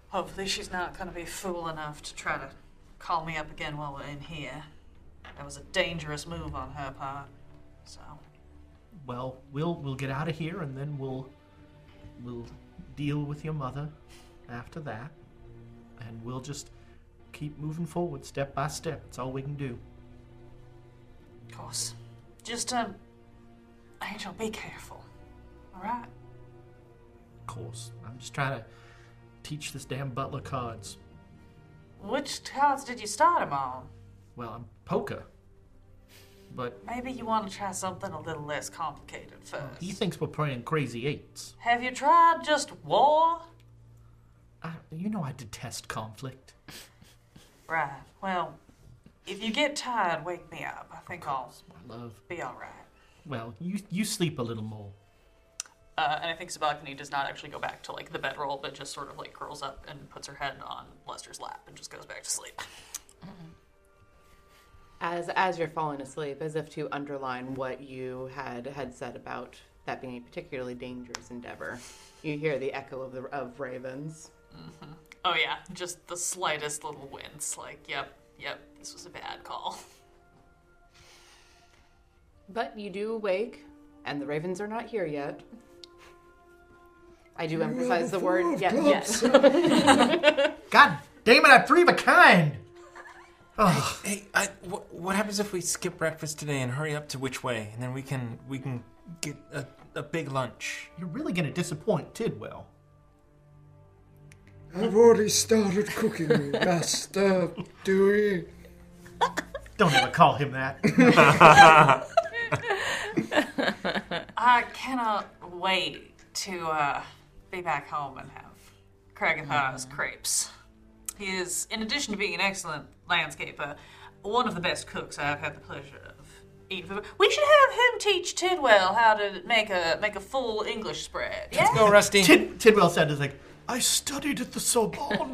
hopefully she's not going to be fool enough to try to call me up again while we're in here. That was a dangerous move on her part. So,
Well, we'll we'll get out of here, and then we'll we'll deal with your mother after that, and we'll just keep moving forward, step by step. It's all we can do.
of course. Just, um, Angel, be careful. Alright?
Of course, I'm just trying to teach this damn butler cards.
Which cards did you start him on?
Well, I'm poker, but
Maybe you want to try something a little less complicated first.
he thinks we're playing crazy eights.
Have you tried just war?
I, you know I detest conflict.
Right. Well, if you get tired, wake me up. I think I'll
love.
be alright.
Well, you you sleep a little more.
Uh, and I think Sabachthani does not actually go back to like the bedroll, but just sort of like curls up and puts her head on Lester's lap and just goes back to sleep.
As as you're falling asleep, as if to underline what you had had said about that being a particularly dangerous endeavor, you hear the echo of the of ravens.
Oh yeah, just the slightest little wince. Like, yep, yep, this was a bad call. (laughs)
But you do awake, and the ravens are not here yet. I do emphasize the word yet.
clubs.
yet.
God damn it! I have three of a kind. Oh.
Hey, I, wh- what happens if we skip breakfast today and hurry up to which way, and then we can we can get a, a big lunch.
You're really gonna disappoint Tidwell.
I've already started
(laughs)
cooking, Master Dewey.
Don't ever call him that.
I cannot wait to uh, be back home and have Kragathar's
Mm-hmm.
crepes. He is, in addition to being an excellent landscaper, one of the best cooks I have had the pleasure of eating. with. We should have him teach Tidwell how to make a make a full English spread. Yeah.
go, Rusty.
Tid- Tidwell said, "Is like I studied at the
(laughs)
Sorbonne."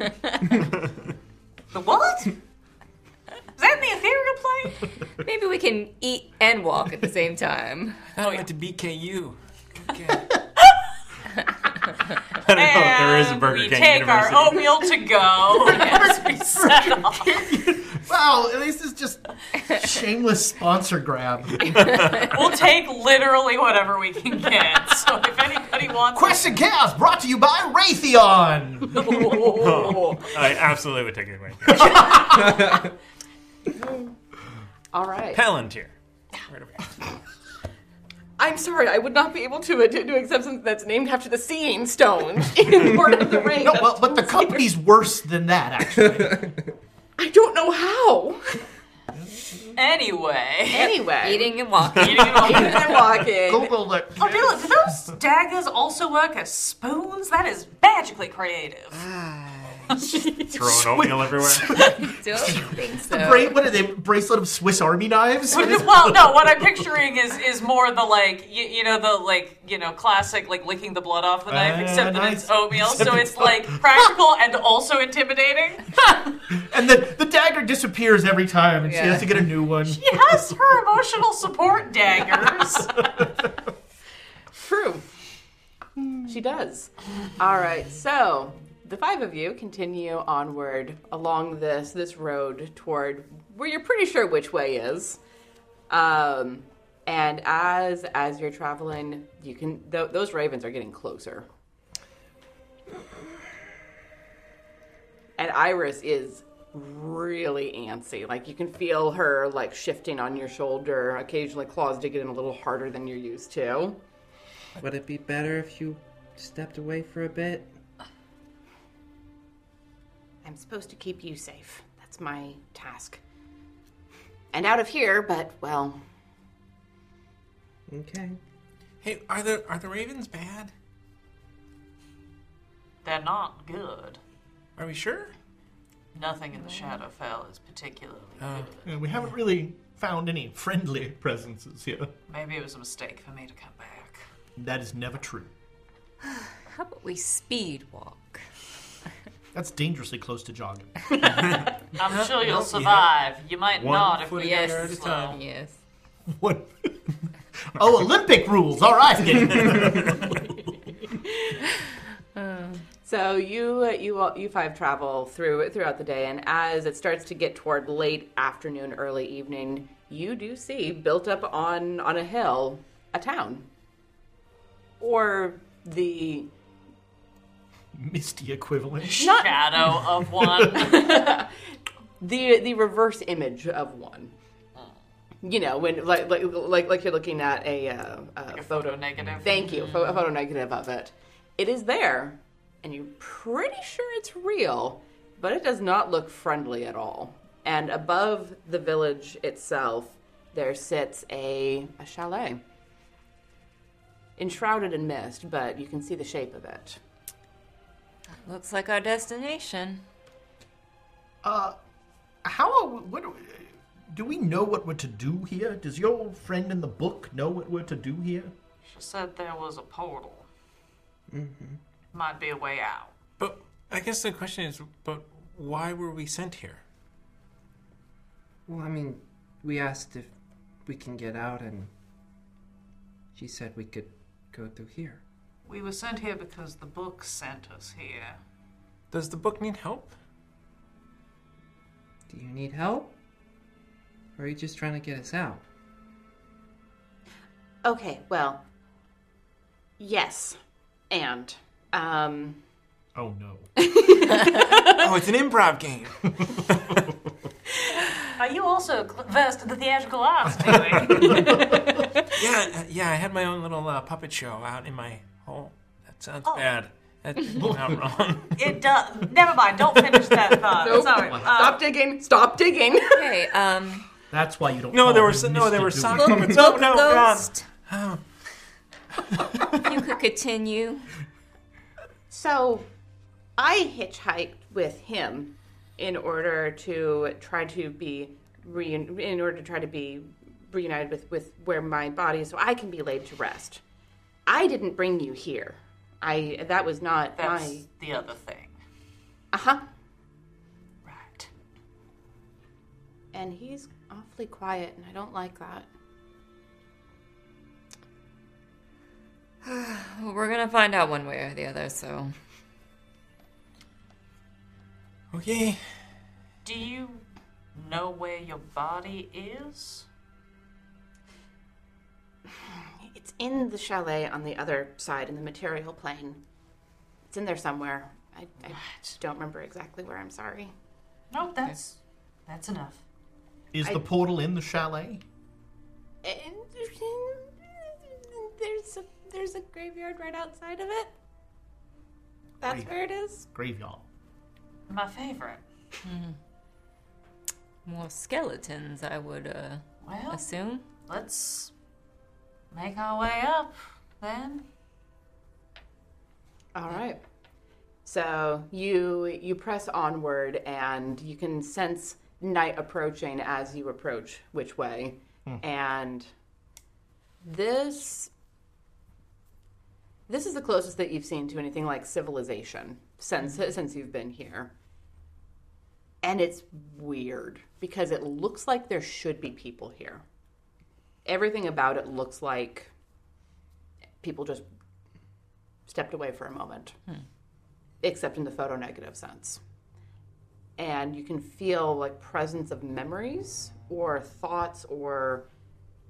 The what? Is that the ethereal plane?
Maybe we can eat and walk at the same time.
I went to BKU.
(laughs) I don't know if there is a Burger
we
King
take
University.
our oatmeal to
(laughs)
go. yes, we settle.
wow, at least
(laughs)
it's just shameless sponsor grab.
we'll take literally whatever we can get. So if anybody wants,
Question Chaos brought to you by
(laughs)
(laughs) Raytheon.
Oh, I absolutely would take it away.
All right.
Palantir.
I'm sorry, I would not be able to to do accept something that's named after the Seeing Stone (laughs) in Lord of the Rings.
No, well, but the company's worse than that, actually.
I don't know how.
Anyway.
Anyway.
Eating and walking.
Eating and walking. Eating and walking.
Google it.
Oh, Dylan, do those daggers also work as spoons? That is magically creative.
Throwing oatmeal everywhere.
(sighs)
(laughs)
Don't think so.
Bra- what are they? Bracelet of Swiss Army knives?
well, no. What I'm picturing is is more the like you, you know the like you know classic like licking the blood off the knife,
Ah,
except that
nice.
it's oatmeal,
Except
so
it's
it's like practical and also
(laughs)
intimidating.
(laughs) And then the dagger disappears every time, and she
Yeah.
has to get a new one.
She has her emotional support daggers.
True. She does. All right, so the five of you continue onward along this this road toward where you're pretty sure which way is. Um, and as as you're traveling, you can th- those ravens are getting closer. And Iris is really antsy. Like you can feel her like shifting on your shoulder. Occasionally claws dig in a little harder than you're used to.
Would it be better if you stepped away for a bit?
I'm supposed to keep you safe. That's my task. And out of here, but well,
Okay.
Hey, are the are the ravens bad?
They're not good.
Are we sure?
Nothing in the Shadowfell is particularly good.
Uh, Yeah, we haven't really found any friendly presences here.
Maybe it was a mistake for me to come back.
That is never true.
How about we speed walk?
That's dangerously close to jogging.
I'm sure you'll
nope, you
survive. You might
One
not if
foot
we
in the
get
air at a
slow.
time.
Yes.
Oh, Olympic rules! All (laughs) right.
(laughs) So you uh, you all- you five travel through throughout the day, and as it starts to get toward late afternoon, early evening, you do see built up on on a hill a town, or the
Misty equivalent.
shadow of one.
(laughs) the the reverse image of one. You know, when like like like, like you're looking at a, uh, a photo
negative. Mm-hmm.
Thank you, pho- a photo negative of it. It is there, and you're pretty sure it's real, but it does not look friendly at all. And above the village itself, there sits a, a chalet, enshrouded in mist, but you can see the shape of it.
Looks like our destination.
Uh, how? are we- What are we- do we know? What we're to do here? Does your friend in the book know what we're to do here?
She said there was a portal.
Mm-hmm.
Might be a way out.
But I guess the question is, but why were we sent here?
Well, I mean, we asked if we can get out, and she said we could go through here.
We were sent here because the book sent us here.
Does the book need help?
Do you need help? Or are you just trying to get us out?
Okay, well, yes, and um,
Oh
(laughs)
no.
oh, it's an improv game.
Are you also cl- versed in the theatrical arts,
(laughs)
anyway?
yeah, uh, yeah. I had my own little uh, puppet show out in my hole. That sounds
Oh.
bad. That came
(laughs)
out wrong.
it does. Never mind. Don't finish that thought.
Nope.
Sorry. (laughs) Uh,
stop digging, stop digging.
(laughs) Okay, um,
That's why you don't.
No,
call
there were
him
so- no, there
Mr.
were
Dewey.
some
book,
(laughs)
comments.
book
No, no, God.
ghost. you could continue.
So (laughs) I hitchhiked with him in order to try to be re- in order to try to be reunited with, with where my body is so I can be laid to rest. I didn't bring you here. I that was not
That's
my
the other thing.
uh-huh. Right. And he's awfully quiet and I don't like that.
Well, we're gonna find out one way or the other, so.
Okay.
Do you know where your body is?
It's in the chalet on the other side in the material plane. It's in there somewhere. I, I don't remember exactly where. I'm sorry.
No, that's that's enough.
Is
I-
the portal in the chalet?
There's a there's a graveyard right outside of it.
That's Graveyard.
where it is.
Graveyard.
Mm-hmm. My favorite.
More skeletons, I would uh,
Well,
assume.
Let's make our way up then.
All right. So you you press onward, and you can sense night approaching as you approach which way,
Hmm.
and this this is the closest that you've seen to anything like civilization since since you've been here. And it's weird because it looks like there should be people here. Everything about it looks like people just stepped away for a moment, except in the photo negative sense. And you can feel like presence of memories or thoughts or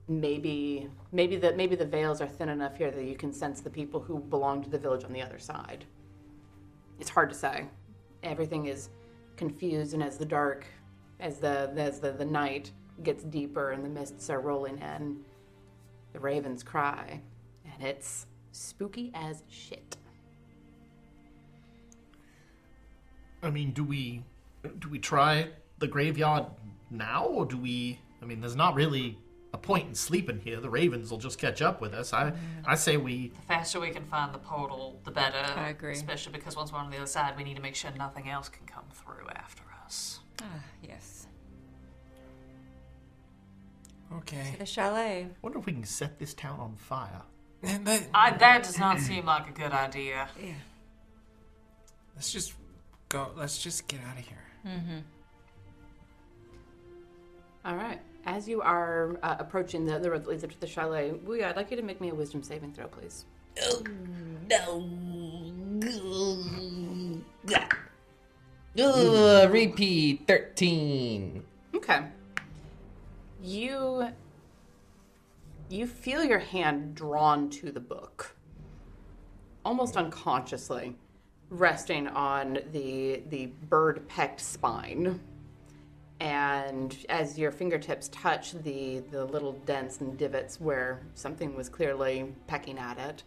maybe maybe the maybe the veils are thin enough here that you can sense the people who belong to the village on the other side. It's hard to say. Everything is confused and as the dark as the as the, the night gets deeper and the mists are rolling in, the ravens cry. And it's spooky as shit.
I mean, do we do we try the graveyard now, or do we? I mean, there's not really a point in sleeping here. The ravens will just catch up with us. I I say we.
The faster we can find the portal, the better.
I agree.
Especially because once we're on the other side, we need to make sure nothing else can come through after us.
Ah, yes.
Okay.
the chalet.
wonder if we can set this town on (laughs) fire.
I, that does not seem like a good idea.
Yeah.
Let's just go. Let's just get out of here.
Mm-hmm. All right. As you are uh, approaching the, the road that leads up to the chalet, Wuya, I'd like you to make me a wisdom saving throw, please.
Oh, no.
Ugh, repeat 13.
Okay. You you feel your hand drawn to the book. Almost unconsciously, resting on the the bird-pecked spine. And as your fingertips touch the the little dents and divots where something was clearly pecking at it,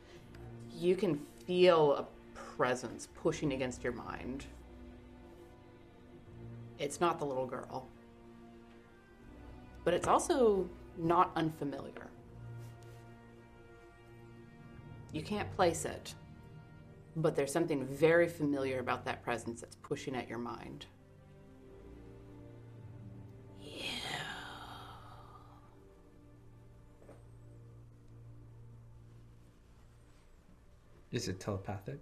you can feel a presence pushing against your mind. It's not the little girl but it's also not unfamiliar. You can't place it, but there's something very familiar about that presence that's pushing at your mind.
Is it telepathic?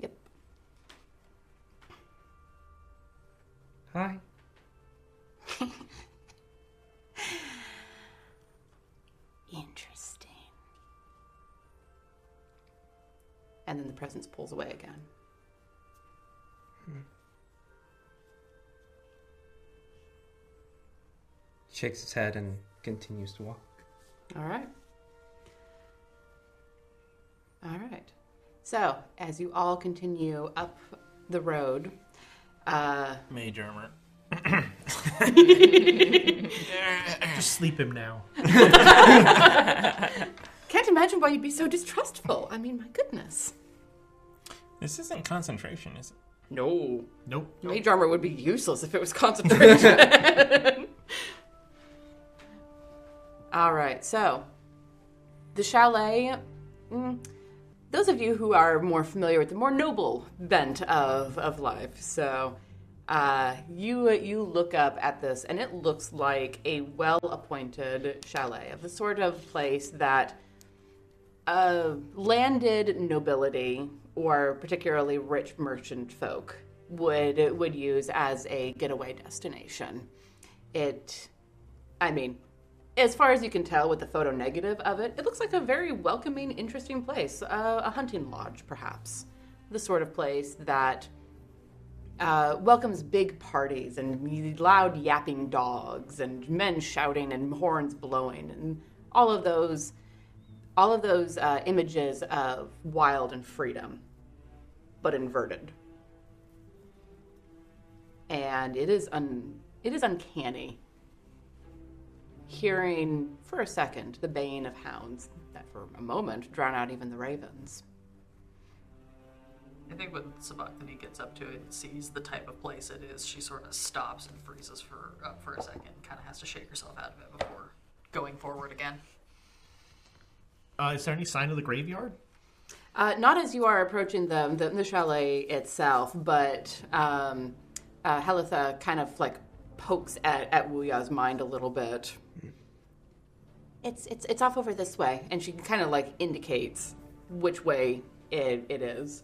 Yep.
Hi.
Interesting. And then the presence pulls away again.
Shakes his head and continues to walk.
All right. All right. So, as you all continue up the road, uh,
Mage armor.
Just sleep him now.
(laughs)
(laughs)
Can't imagine why you'd be so distrustful. I mean, my goodness.
This isn't concentration, is it?
No.
Nope.
Mage armor would be useless if it was (laughs) concentration. (laughs) All right, so the chalet. mm, those of you who are more familiar with the more noble bent of, of life, so uh, you you look up at this, and it looks like a well-appointed chalet of the sort of place that uh, landed nobility or particularly rich merchant folk would would use as a getaway destination. It, I mean, as far as you can tell with the photo negative of it, it looks like a very welcoming, interesting place, uh, a hunting lodge perhaps, the sort of place that uh, welcomes big parties and loud yapping dogs and men shouting and horns blowing and all of those all of those uh, images of wild and freedom, but inverted. And it is un- it is uncanny hearing for a second the baying of hounds that for a moment drown out even the ravens.
I think when Sabachthani gets up to it and sees the type of place it is, she sort of stops and freezes for up for a second, kind of has to shake herself out of it before going forward again.
Uh, is there any sign of the graveyard?
Uh, not as you are approaching the, the, the chalet itself, but um, uh, Helitha kind of like pokes at, at Wuya's mind a little bit. It's, it's, it's off over this way, and she kind of like indicates which way it, it is.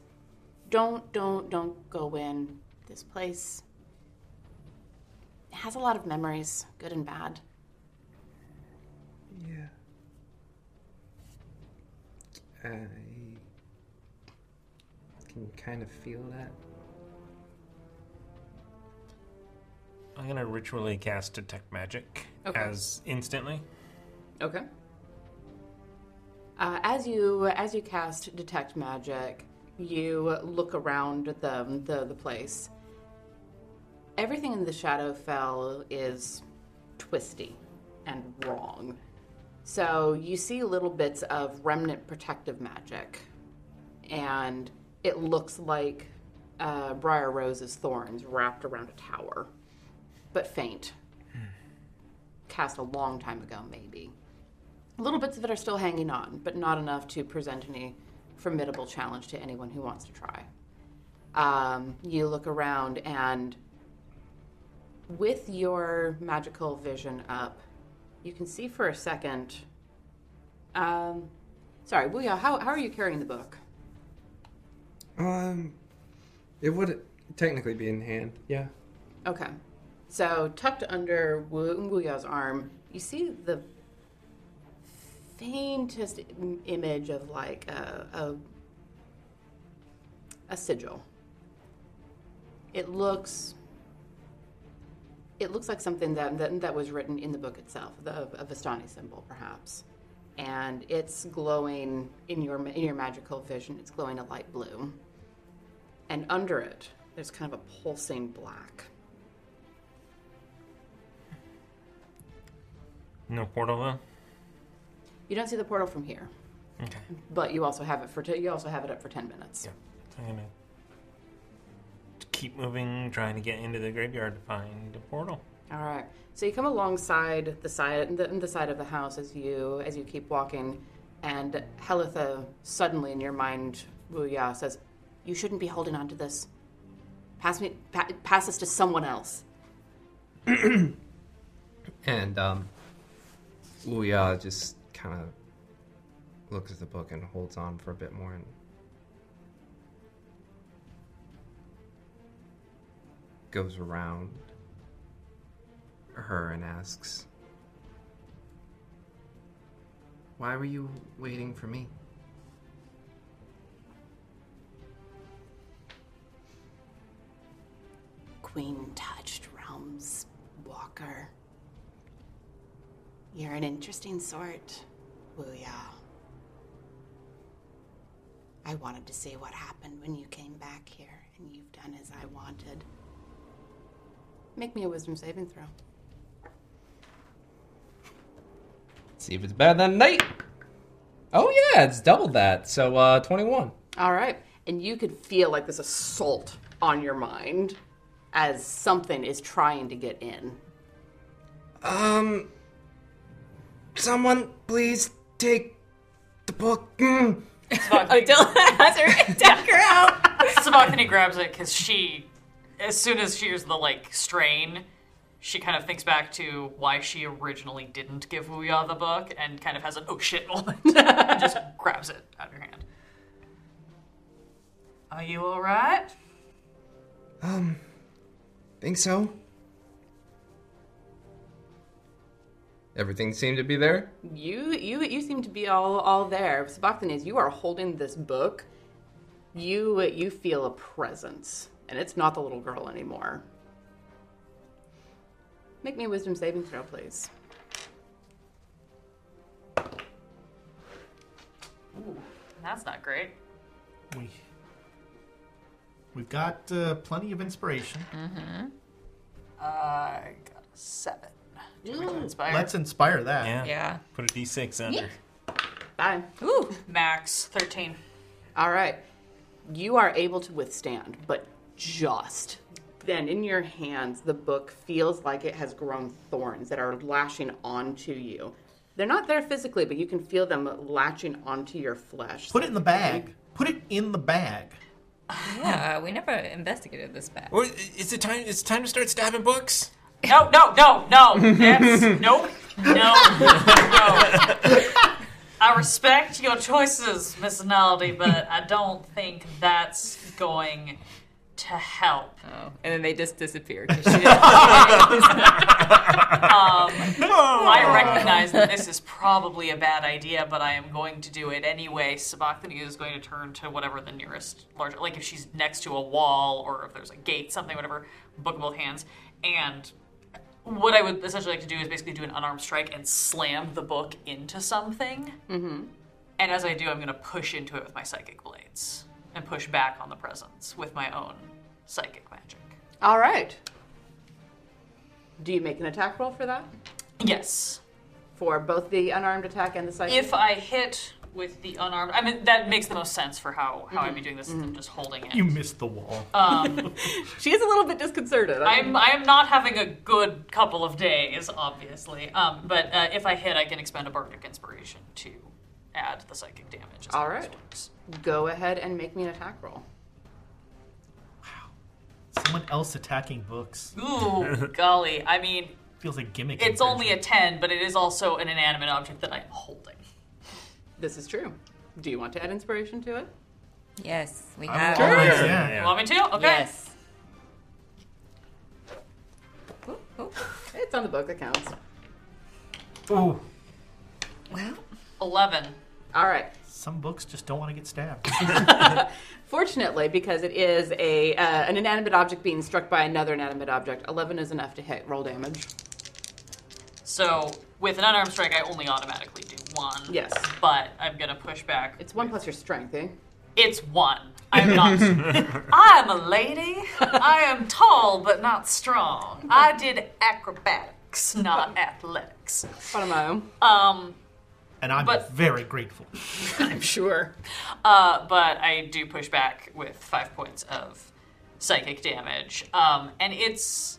Don't, don't, don't go in. This place has a lot of memories, good and bad.
Yeah.
I can kind of feel that.
I'm gonna ritually cast detect magic
Okay.
as instantly.
Okay. Uh, as you as you cast detect magic, you look around the, the the place. Everything in the Shadowfell is twisty and wrong. So you see little bits of remnant protective magic, and it looks like uh, Briar Rose's thorns wrapped around a tower, but faint. Cast a long time ago, maybe. Little bits of it are still hanging on, but not enough to present any formidable challenge to anyone who wants to try. Um, you look around, and with your magical vision up, you can see for a second. Um, sorry, Wuya, how, how are you carrying the book?
Um, it would technically be in hand. Yeah.
Okay. So, tucked under Wu- Wuya's arm, you see the faintest im- image of like a, a, a sigil. It looks. It looks like something that, that, that was written in the book itself, the, a Vistani symbol, perhaps. And it's glowing in your, in your magical vision, it's glowing a light blue. And under it, there's kind of a pulsing black.
No portal though.
You don't see the portal from here,
Okay.
but you also have it for t- you also have it up for ten minutes.
I'm gonna keep moving, trying to get into the graveyard to find a portal.
All right. So you come alongside the side the, the side of the house as you as you keep walking, and Helitha suddenly in your mind, Wuya says, "You shouldn't be holding on to this. Pass me pa- pass this to someone else."
And um, Ouya just kind of looks at the book and holds on for a bit more. And goes around her and asks, "Why were you waiting for me?"
Queen touched realms, Walker. You're an interesting sort, Wuya. I wanted to see what happened when you came back here, and you've done as I wanted. Make me a wisdom saving throw.
See if it's better than night. Oh yeah, it's doubled that. So uh, twenty-one.
All right. And you could feel like this assault on your mind as something is trying to get in.
Um, someone please take the book. Mm. (laughs)
Odila has her (laughs) dagger out. Sabachthani grabs it because she, as soon as she hears the like strain, she kind of thinks back to why she originally didn't give Wuya the book and kind of has an oh shit (laughs) moment and just grabs it out of your hand. Are you all right?
Um, think so. Everything seemed to be there.
You you you seem to be all all there. Sabachthani, as you are holding this book, you you feel a presence, and it's not the little girl anymore. Make me a wisdom saving throw, please.
Ooh, that's not great.
We we've got uh, plenty of inspiration.
Mm-hmm. I got a seven. Do we inspire?
Let's inspire that.
Yeah.
Yeah.
Put a d6 under.
Bye.
Ooh, max thirteen.
All right. you are able to withstand, but just then in your hands, the book feels like it has grown thorns that are lashing onto you. They're not there physically, but you can feel them latching onto your flesh.
Put it in the bag. Put it in the bag.
Yeah, uh, we never investigated this back.
Or is it time? It's time to start stabbing books.
(laughs) No, no, no,
(laughs)
no. That's
(laughs)
nope. No, no. I respect your choices, Miss Naldi, but I don't think that's going to help.
Oh, and then they
(laughs)
just disappear. (laughs)
Um, I recognize that this is probably a bad idea, but I am going to do it anyway. Sabachthani is going to turn to whatever the nearest larger, like if she's next to a wall or if there's a gate, something, whatever, book with both hands. And what I would essentially like to do is basically do an unarmed strike and slam the book into something.
Mm-hmm.
And as I do, I'm going to push into it with my psychic blades and push back on the presence with my own psychic magic.
All right. Do you make an attack roll for that?
Yes.
For both the unarmed attack and the psychic?
If I hit with the unarmed, I mean that makes the most sense for how how
Mm-hmm.
I'd be doing this than just holding it.
You missed the wall.
(laughs)
Um,
she is a little bit disconcerted.
I'm I am not having a good couple of days, obviously. Um, but uh, if I hit, I can expend a bardic inspiration to add the psychic damage.
All right. Go ahead and make me an attack roll.
Someone else attacking books.
(laughs)
Ooh, golly! I mean,
(laughs) Feels like gimmick.
it's only a ten, but it is also an inanimate object that I'm holding.
This is true. Do you want to add inspiration to it?
Yes, we
I have. would always, yeah, yeah. You want me to? Okay.
Yes.
It's on the book that counts.
Ooh,
Eleven.
All right.
some books just don't want to get
(laughs)
stabbed.
Fortunately, because it is a uh, an inanimate object being struck by another inanimate object, eleven is enough to hit. Roll damage.
So with an unarmed strike, I only automatically do one.
Yes.
But I'm gonna push back.
It's one plus your strength, eh?
It's one. I'm not. I'm a lady. I am tall but not strong. I did acrobatics, not athletics.
What am I?
Um,
And I'm
But-
very grateful.
I'm sure.
Uh, but I do push back with five points of psychic damage, um, and it's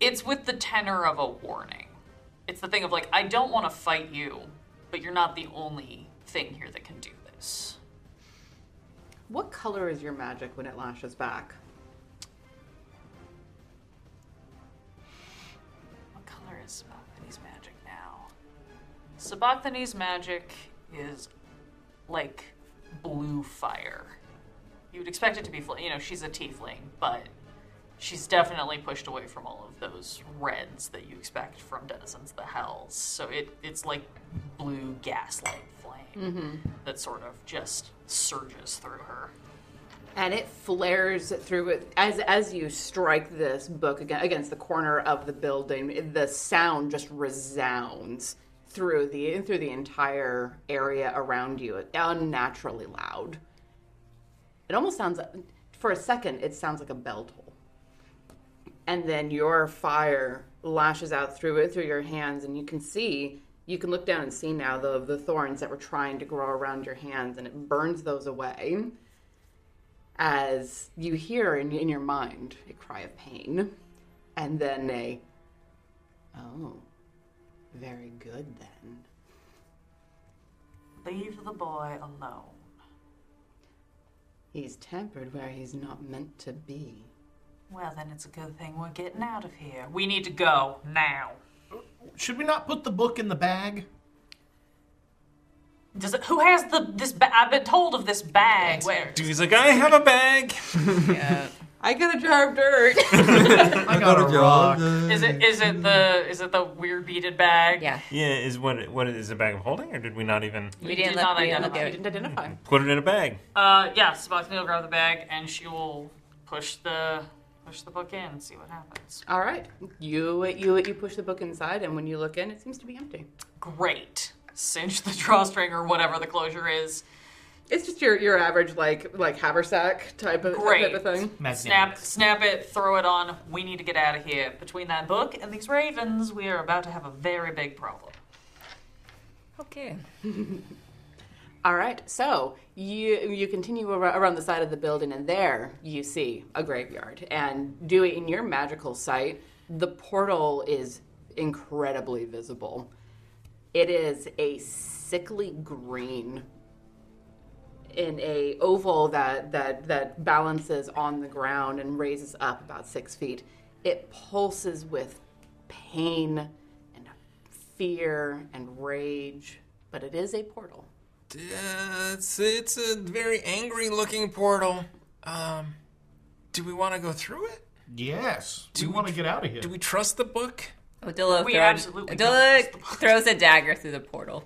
it's with the tenor of a warning. It's the thing of like, I don't want to fight you, but you're not the only thing here that can do this.
What color is your magic when it lashes back?
What color is Sabachthani's magic now? Sabachthani's magic is like blue fire. You would expect it to be, fl- you know, she's a tiefling, but she's definitely pushed away from all of those reds that you expect from denizens of the hells. So it, it's like blue gaslight flame that sort of just surges through her.
and it flares through it as as you strike this book again against the corner of the building the sound just resounds through the through the entire area around you unnaturally loud it almost sounds for a second it sounds like a bell toll and then your fire lashes out through it through your hands and you can see you can look down and see now the the thorns that were trying to grow around your hands and it burns those away as you hear in, in your mind a cry of pain and then a oh very good then
Leave the boy alone.
he's tempered where he's not meant to be
Well, then it's a good thing we're getting out of here. We need to go now.
Should we not put the book in the bag?
Does it, who has the this? Ba- I've been told of this bag. Where?
He's like, I have a bag.
i got a jar of dirt
I got a rock.
(laughs) Is it is it the is it the weird beaded bag?
Yeah.
Yeah, is what what is it a bag of holding, or did we not even
We didn't look- we didn't look at it.
didn't identify
put it in
(laughs)
a bag?
Uh, yeah. Sabachthani will grab the bag and she will push the push the book in. See what happens.
all right you you you push the book inside and when you look in it seems to be empty
Great. Cinch the drawstring or whatever the closure is.
it's just your your average like like haversack type of
Great.
type of thing
Snap, snap it, throw it on. We need to get out of here. Between that book and these ravens, we are about to have a very big problem.
Okay.
(laughs) All right, so you you continue ar- around the side of the building, and there you see a graveyard. And doing in your magical sight, the portal is incredibly visible. It is a sickly green in a oval that that that balances on the ground and raises up about six feet. It pulses with pain and fear and rage, but it is a portal.
Uh, it's it's a very angry looking portal. Um, do we want to go through it?
Yes. Do we want to get out of here?
Do we trust the book?
Odillo,
We
throw-
absolutely
Odillo throws a dagger through the portal.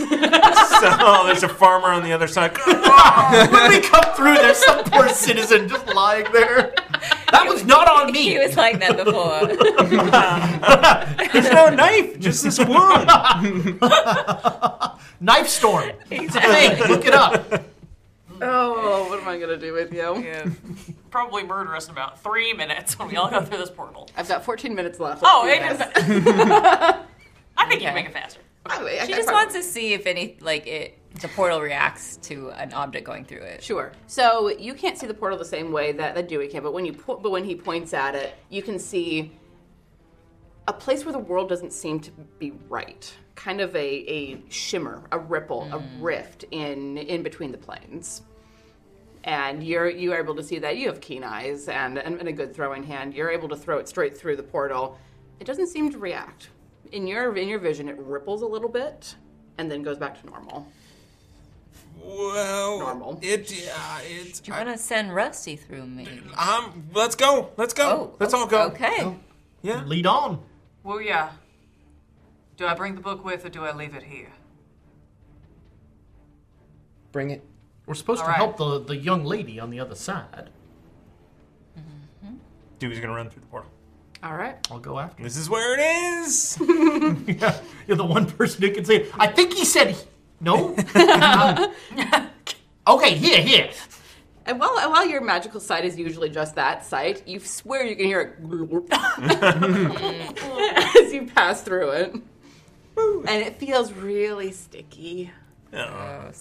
oh,
so there's a farmer on the other
(laughs)
side.
when we come through, there's some poor citizen just lying there. That was not on me. He
was like that before.
There's no knife, just this wound.
(laughs) Knife storm.
Exactly.
Hey, look it up.
Oh, what am I gonna do with you?
Probably murder us in about three minutes when we all go through this portal.
I've got 14 minutes left.
Oh,
Let's
it
do
is.
this.
(laughs) I think you can make it faster.
she just wants to see if any like it the portal reacts to an object going through it.
Sure. So you can't see the portal the same way that, that Dewey can, but when you po- but when he points at it, you can see a place where the world doesn't seem to be right. Kind of a, a shimmer, a ripple, a rift in in between the planes. And you're you are able to see that. You have keen eyes and, and, and a good throwing hand. You're able to throw it straight through the portal. It doesn't seem to react. In your in your vision, it ripples a little bit and then goes back to normal.
Well, normal. It, uh, it,
Do you want to send Rusty through me?
(laughs) um, let's go. Let's go. let's all go. (sighs)
Okay.
Yeah.
Lead on.
Well, yeah. Do I bring the book with, or do I leave it here?
Bring it.
We're supposed
All
to
right.
help the, the young lady on the other side.
Dewey's gonna run through the portal.
All right.
I'll go after.
This is where it is. (laughs)
yeah, (laughs) you're the one person who can say it. I think he said he- no. okay, here, here.
And while, and while your magical sight is usually just that sight, you swear you can hear it glurp (laughs) as you pass through it. And it feels really sticky. But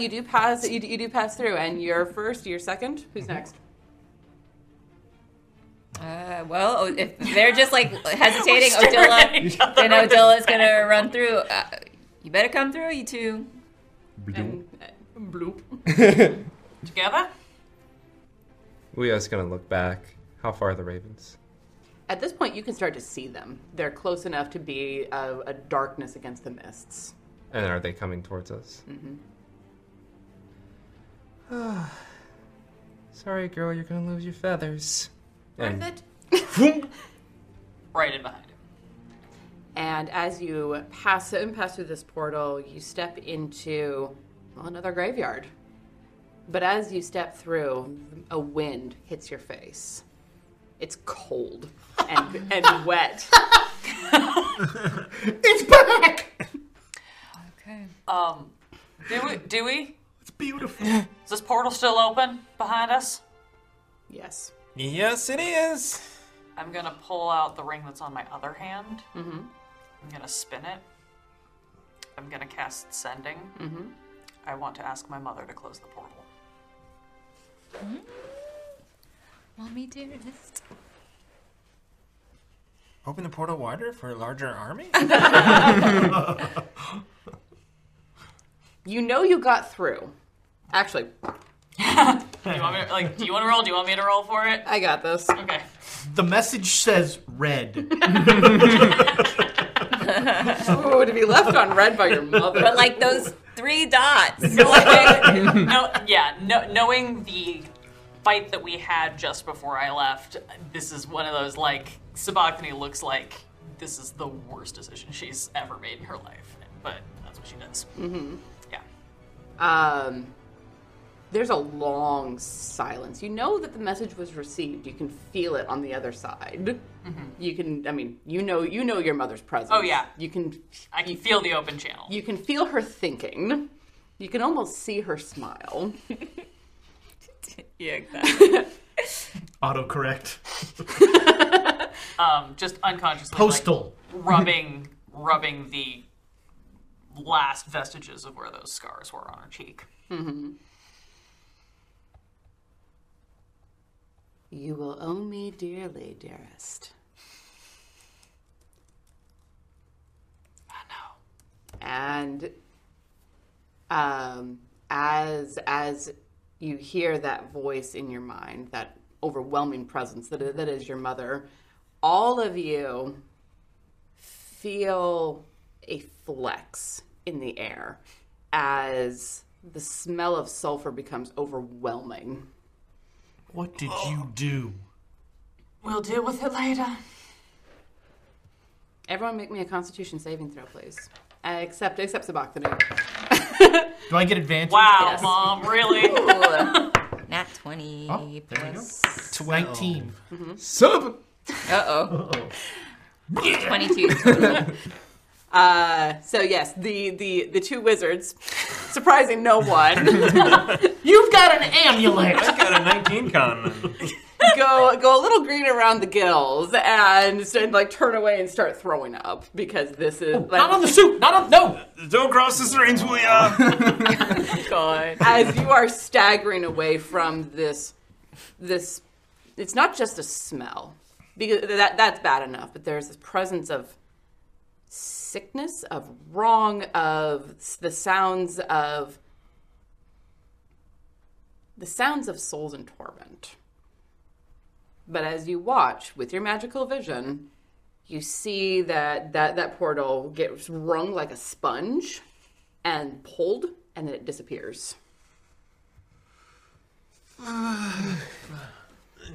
you do pass you do, you do pass through and you're first, you're second. Who's
Mm-hmm.
next?
Uh, well, o- if they're just like hesitating,
(laughs) We're staring at each
Odilla, then
other.
Odilla's gonna run through. Uh, you better come through, you two.
uh,
Bloop.
Together?
Leo's gonna look back. How far are the ravens?
At this point, you can start to see them. They're close enough to be a, a darkness against the mists.
And are they coming towards us?
Mm-hmm.
hmm
Sorry, girl, you're gonna lose your feathers. And
Right in behind.
And as you pass and pass through this portal, you step into well, another graveyard. But as you step through, a wind hits your face. It's cold
(laughs)
and, and wet.
It's back. okay. Um, do we? Do we? It's
beautiful.
Is this portal still open behind us?
Yes.
Yes, it is.
I'm gonna pull out the ring that's on my other hand.
Mm-hmm.
I'm gonna spin it. I'm gonna cast sending.
Mhm.
I want to ask my mother to close the (laughs) portal.
Mm-hmm. Mommy dearest.
Open the portal wider for a larger army.
You know you got through. Actually, (laughs)
Do you want me to, like? Do you want to roll? Do you want me to roll for it?
I got this.
Okay.
The message says red.
(laughs) oh, to be left on red by your mother.
But like those three dots.
no, yeah, no, knowing the fight that we had just before I left, this is one of those like Sabachthani looks like this is the worst decision she's ever made in her life, but that's what she does.
Mm-hmm.
Yeah.
Um, there's a long silence. You know that the message was received. You can feel it on the other side. You can, I mean, you know, you know your mother's presence.
Mm-hmm. Oh, yeah.
You can,
I can feel the open channel.
you can feel her thinking. You can almost see her smile.
yeah,
(laughs)
exactly.
Autocorrect.
um, just unconsciously like,
Postal.
rubbing rubbing the last vestiges of where those scars were on her cheek.
Mhm. You will owe me dearly, dearest. I know. And um, as as you hear that voice in your mind, that overwhelming presence that i- that is your mother, all of you feel a flex in the air as the smell of sulfur becomes overwhelming.
What did you do?
We'll deal with it later.
Everyone, make me a Constitution saving throw, please. Uh, except except Sabachthani.
Do I get advantage?
Wow, mom,
(laughs)
really?
Nat 20 plus.
19.
Mm-hmm.
Sub!
Uh
(laughs)
(laughs) oh. 22
Uh, so yes, the the the two wizards, surprising no one. (laughs) You've got an amulet.
I got a 19 con.
go go a little green around the gills and stand, like turn away and start throwing up because this is like,
not on the
soup. Not on no.
Don't cross the streams, will ya?
(laughs) God. As you are staggering away from this, this, it's not just a smell because that that's bad enough, but there's this presence of sickness, of wrong, of s- the sounds of the sounds of souls in torment. But as you watch with your magical vision, you see that that, that portal gets wrung like a sponge and pulled, and then it disappears.
Ah.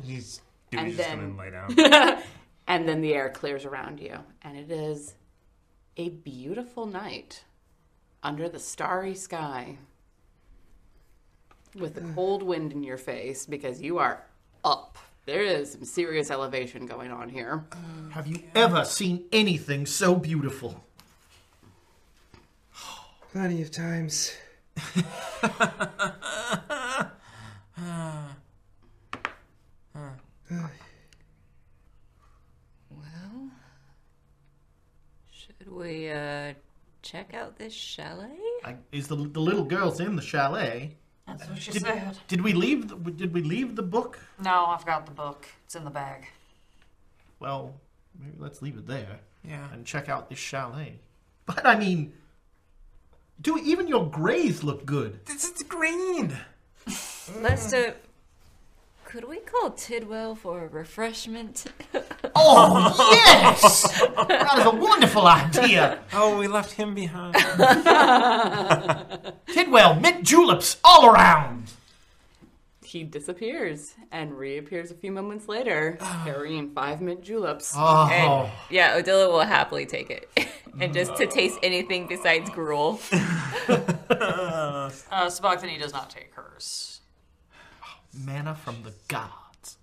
He's
and
Dewey's just gonna lay down.
(laughs) and then the air clears around you, and it is a beautiful night under the starry sky with the cold wind in your face because you are up. There is some serious elevation going on here.
(laughs) Have you ever seen anything so beautiful?
Plenty of (laughs) times. (sighs) Ah.
Well, should we uh, check out this chalet?
I, is the, the little girl's in the chalet?
That's what she
Did,
said.
did we leave? The, did we leave the book?
No, I've got the book. It's in the
(laughs)
bag.
Well, maybe let's leave it there.
Yeah.
And check out this chalet. But I mean, do even your grays
(laughs)
look good?
It's, it's green.
Lester, could we call Tidwell for a refreshment?
(laughs) Oh, yes! That is a wonderful idea.
Oh, we left him behind.
Tidwell, mint juleps all around.
He disappears and reappears a few moments
(sighs)
later, carrying five mint juleps.
Oh.
And, (laughs) yeah, Odila will happily take it. (laughs) and just to taste anything
(laughs)
besides gruel.
Uh, Sabachthani does not take hers.
Manna from the gods.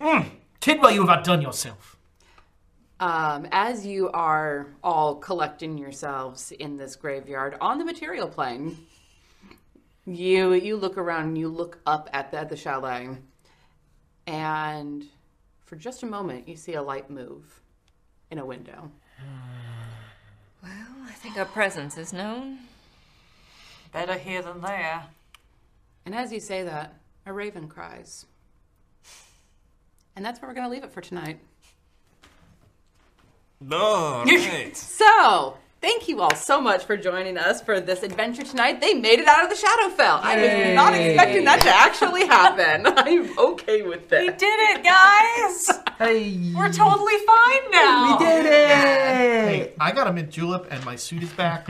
Mm, Tidwell, you have outdone yourself.
Um, as you are all collecting yourselves in this graveyard on the material plane, you you look around and you look up at the, at the chalet, and for just a moment you see a light move in a window.
(sighs) Well, I think our presence is known.
Better here than there.
And as you say that, a raven cries. And that's where we're going to leave it for tonight.
All right.
So, thank you all so much for joining us for this adventure tonight. They made it out of the Shadowfell. I was not expecting that to actually
(laughs)
happen. I'm okay with this. We
did it, guys!
Hey.
We're totally fine
Oh.
now!
Hey, I got a mint julep and my suit is
(laughs)
back.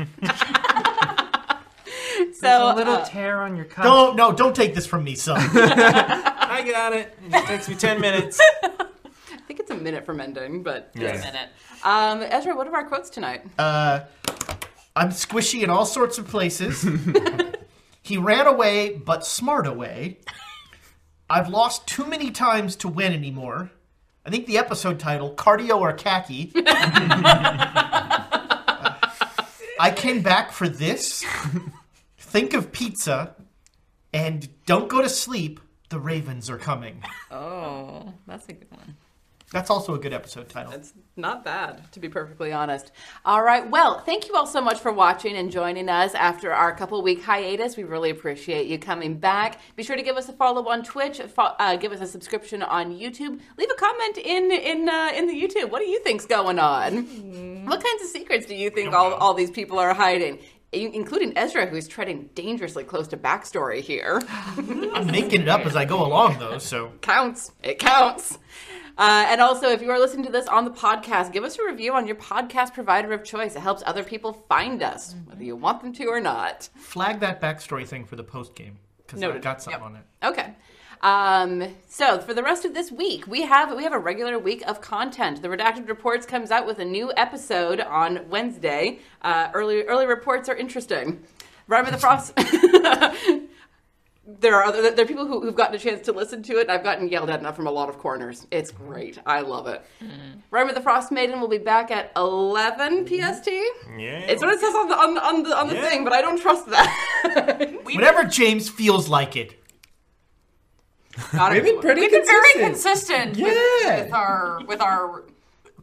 so
a little
tear on your cuff.
Don't no, don't take this from
(laughs)
me, son.
I got it. It takes me 10 minutes.
(laughs) I think it's a minute from ending, but
Yeah.
just a minute. Um, Ezra, what are our quotes tonight?
Uh, I'm squishy in all sorts of places. he ran away, but smart away. I've lost too many times to win anymore. I think the episode title, Cardio or Khaki. I came back for this. Think of pizza. And don't go to sleep. The ravens are coming.
Oh, that's a good one.
That's also a good episode title.
Not bad, to be perfectly honest. All right. Well, thank you all so much for watching and joining us after our couple week hiatus. We really appreciate you coming back. Be sure to give us a follow on Twitch. Fo- uh, give us a subscription on YouTube. Leave a comment in in uh, in the YouTube. What do you think's going on? What kinds of secrets do you think all, all these people are hiding? In- Including Ezra, who's treading dangerously close to backstory here.
I'm making it up as I go along, though, so.
counts. It counts. Uh, and also, if you are listening to this on the podcast, give us a review on your podcast provider of choice. It helps other people find us, whether you want them to or not.
Flag that backstory thing for the post game, because I've
Noted.
got something on it.
Okay. Um, so for the rest of this week, we have we have a regular week of content. The Redacted Reports comes out with a new episode on Wednesday. Uh, early early reports are interesting. Rhyme of the Frost. (laughs) there are other there are people who, who've gotten a chance to listen to it. and I've gotten yelled at enough from a lot of corners. It's great. I love it. Rhyme of the Frost Maiden will be back at 11 PST.
Yeah.
It's what it says on the on, the- on the on the thing, but I don't trust that.
Whenever James feels like it.
Got
We've been
We've been very consistent with,
Yeah.
with our with our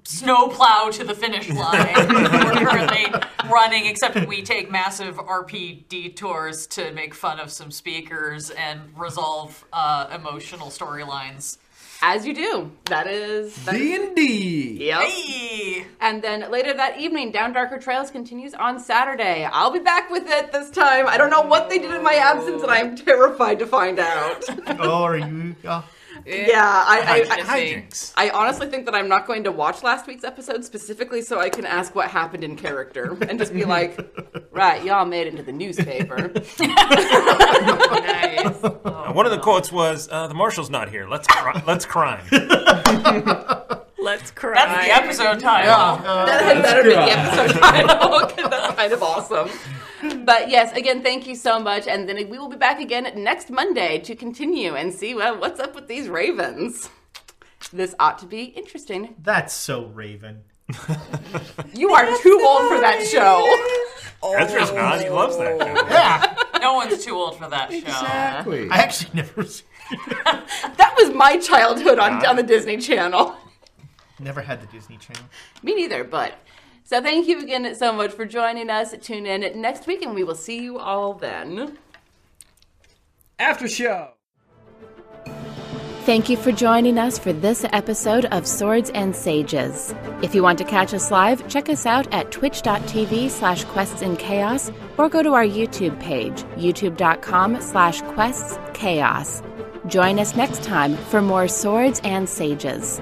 snowplow to the finish line. We're currently running, except we take massive RP detours to make fun of some speakers and resolve uh, emotional storylines.
As you do. That is that is-
D&D.
Yep. And then later that evening, Down Darker Trails continues on Saturday. I'll be back with it this time. I don't know what they did in my absence, and I'm terrified to find out.
oh, are you? oh.
yeah, I, I,
Hi,
I, I honestly think that I'm not going to watch last week's episode specifically so I can ask what happened in character and just be like, right, y'all made it into the newspaper.
Uh, one of the quotes was, uh, "The marshal's not here. Let's cri- let's crime."
Let's cry.
That's the episode title. uh,
that had better be the episode title (laughs) 'cause that's kind of awesome. But yes, again, thank you so much, and then we will be back again next Monday to continue and see well, what's up with these ravens. This ought to be interesting.
That's so Raven.
You are too old for that show.
Ezra's not. He loves that show.
No one's too old for that show.
Exactly.
I actually never (laughs)
That was my childhood on, on the Disney Channel.
never had the Disney Channel.
Me neither, but. So thank you again so much for joining us. Tune in next week, and we will see you all then.
After show.
Thank you for joining us for this episode of Swords and Sages. If you want to catch us live, check us out at twitch.tv slash quests in chaos or go to our YouTube page, youtube.com slash quests chaos. Join us next time for more Swords and Sages.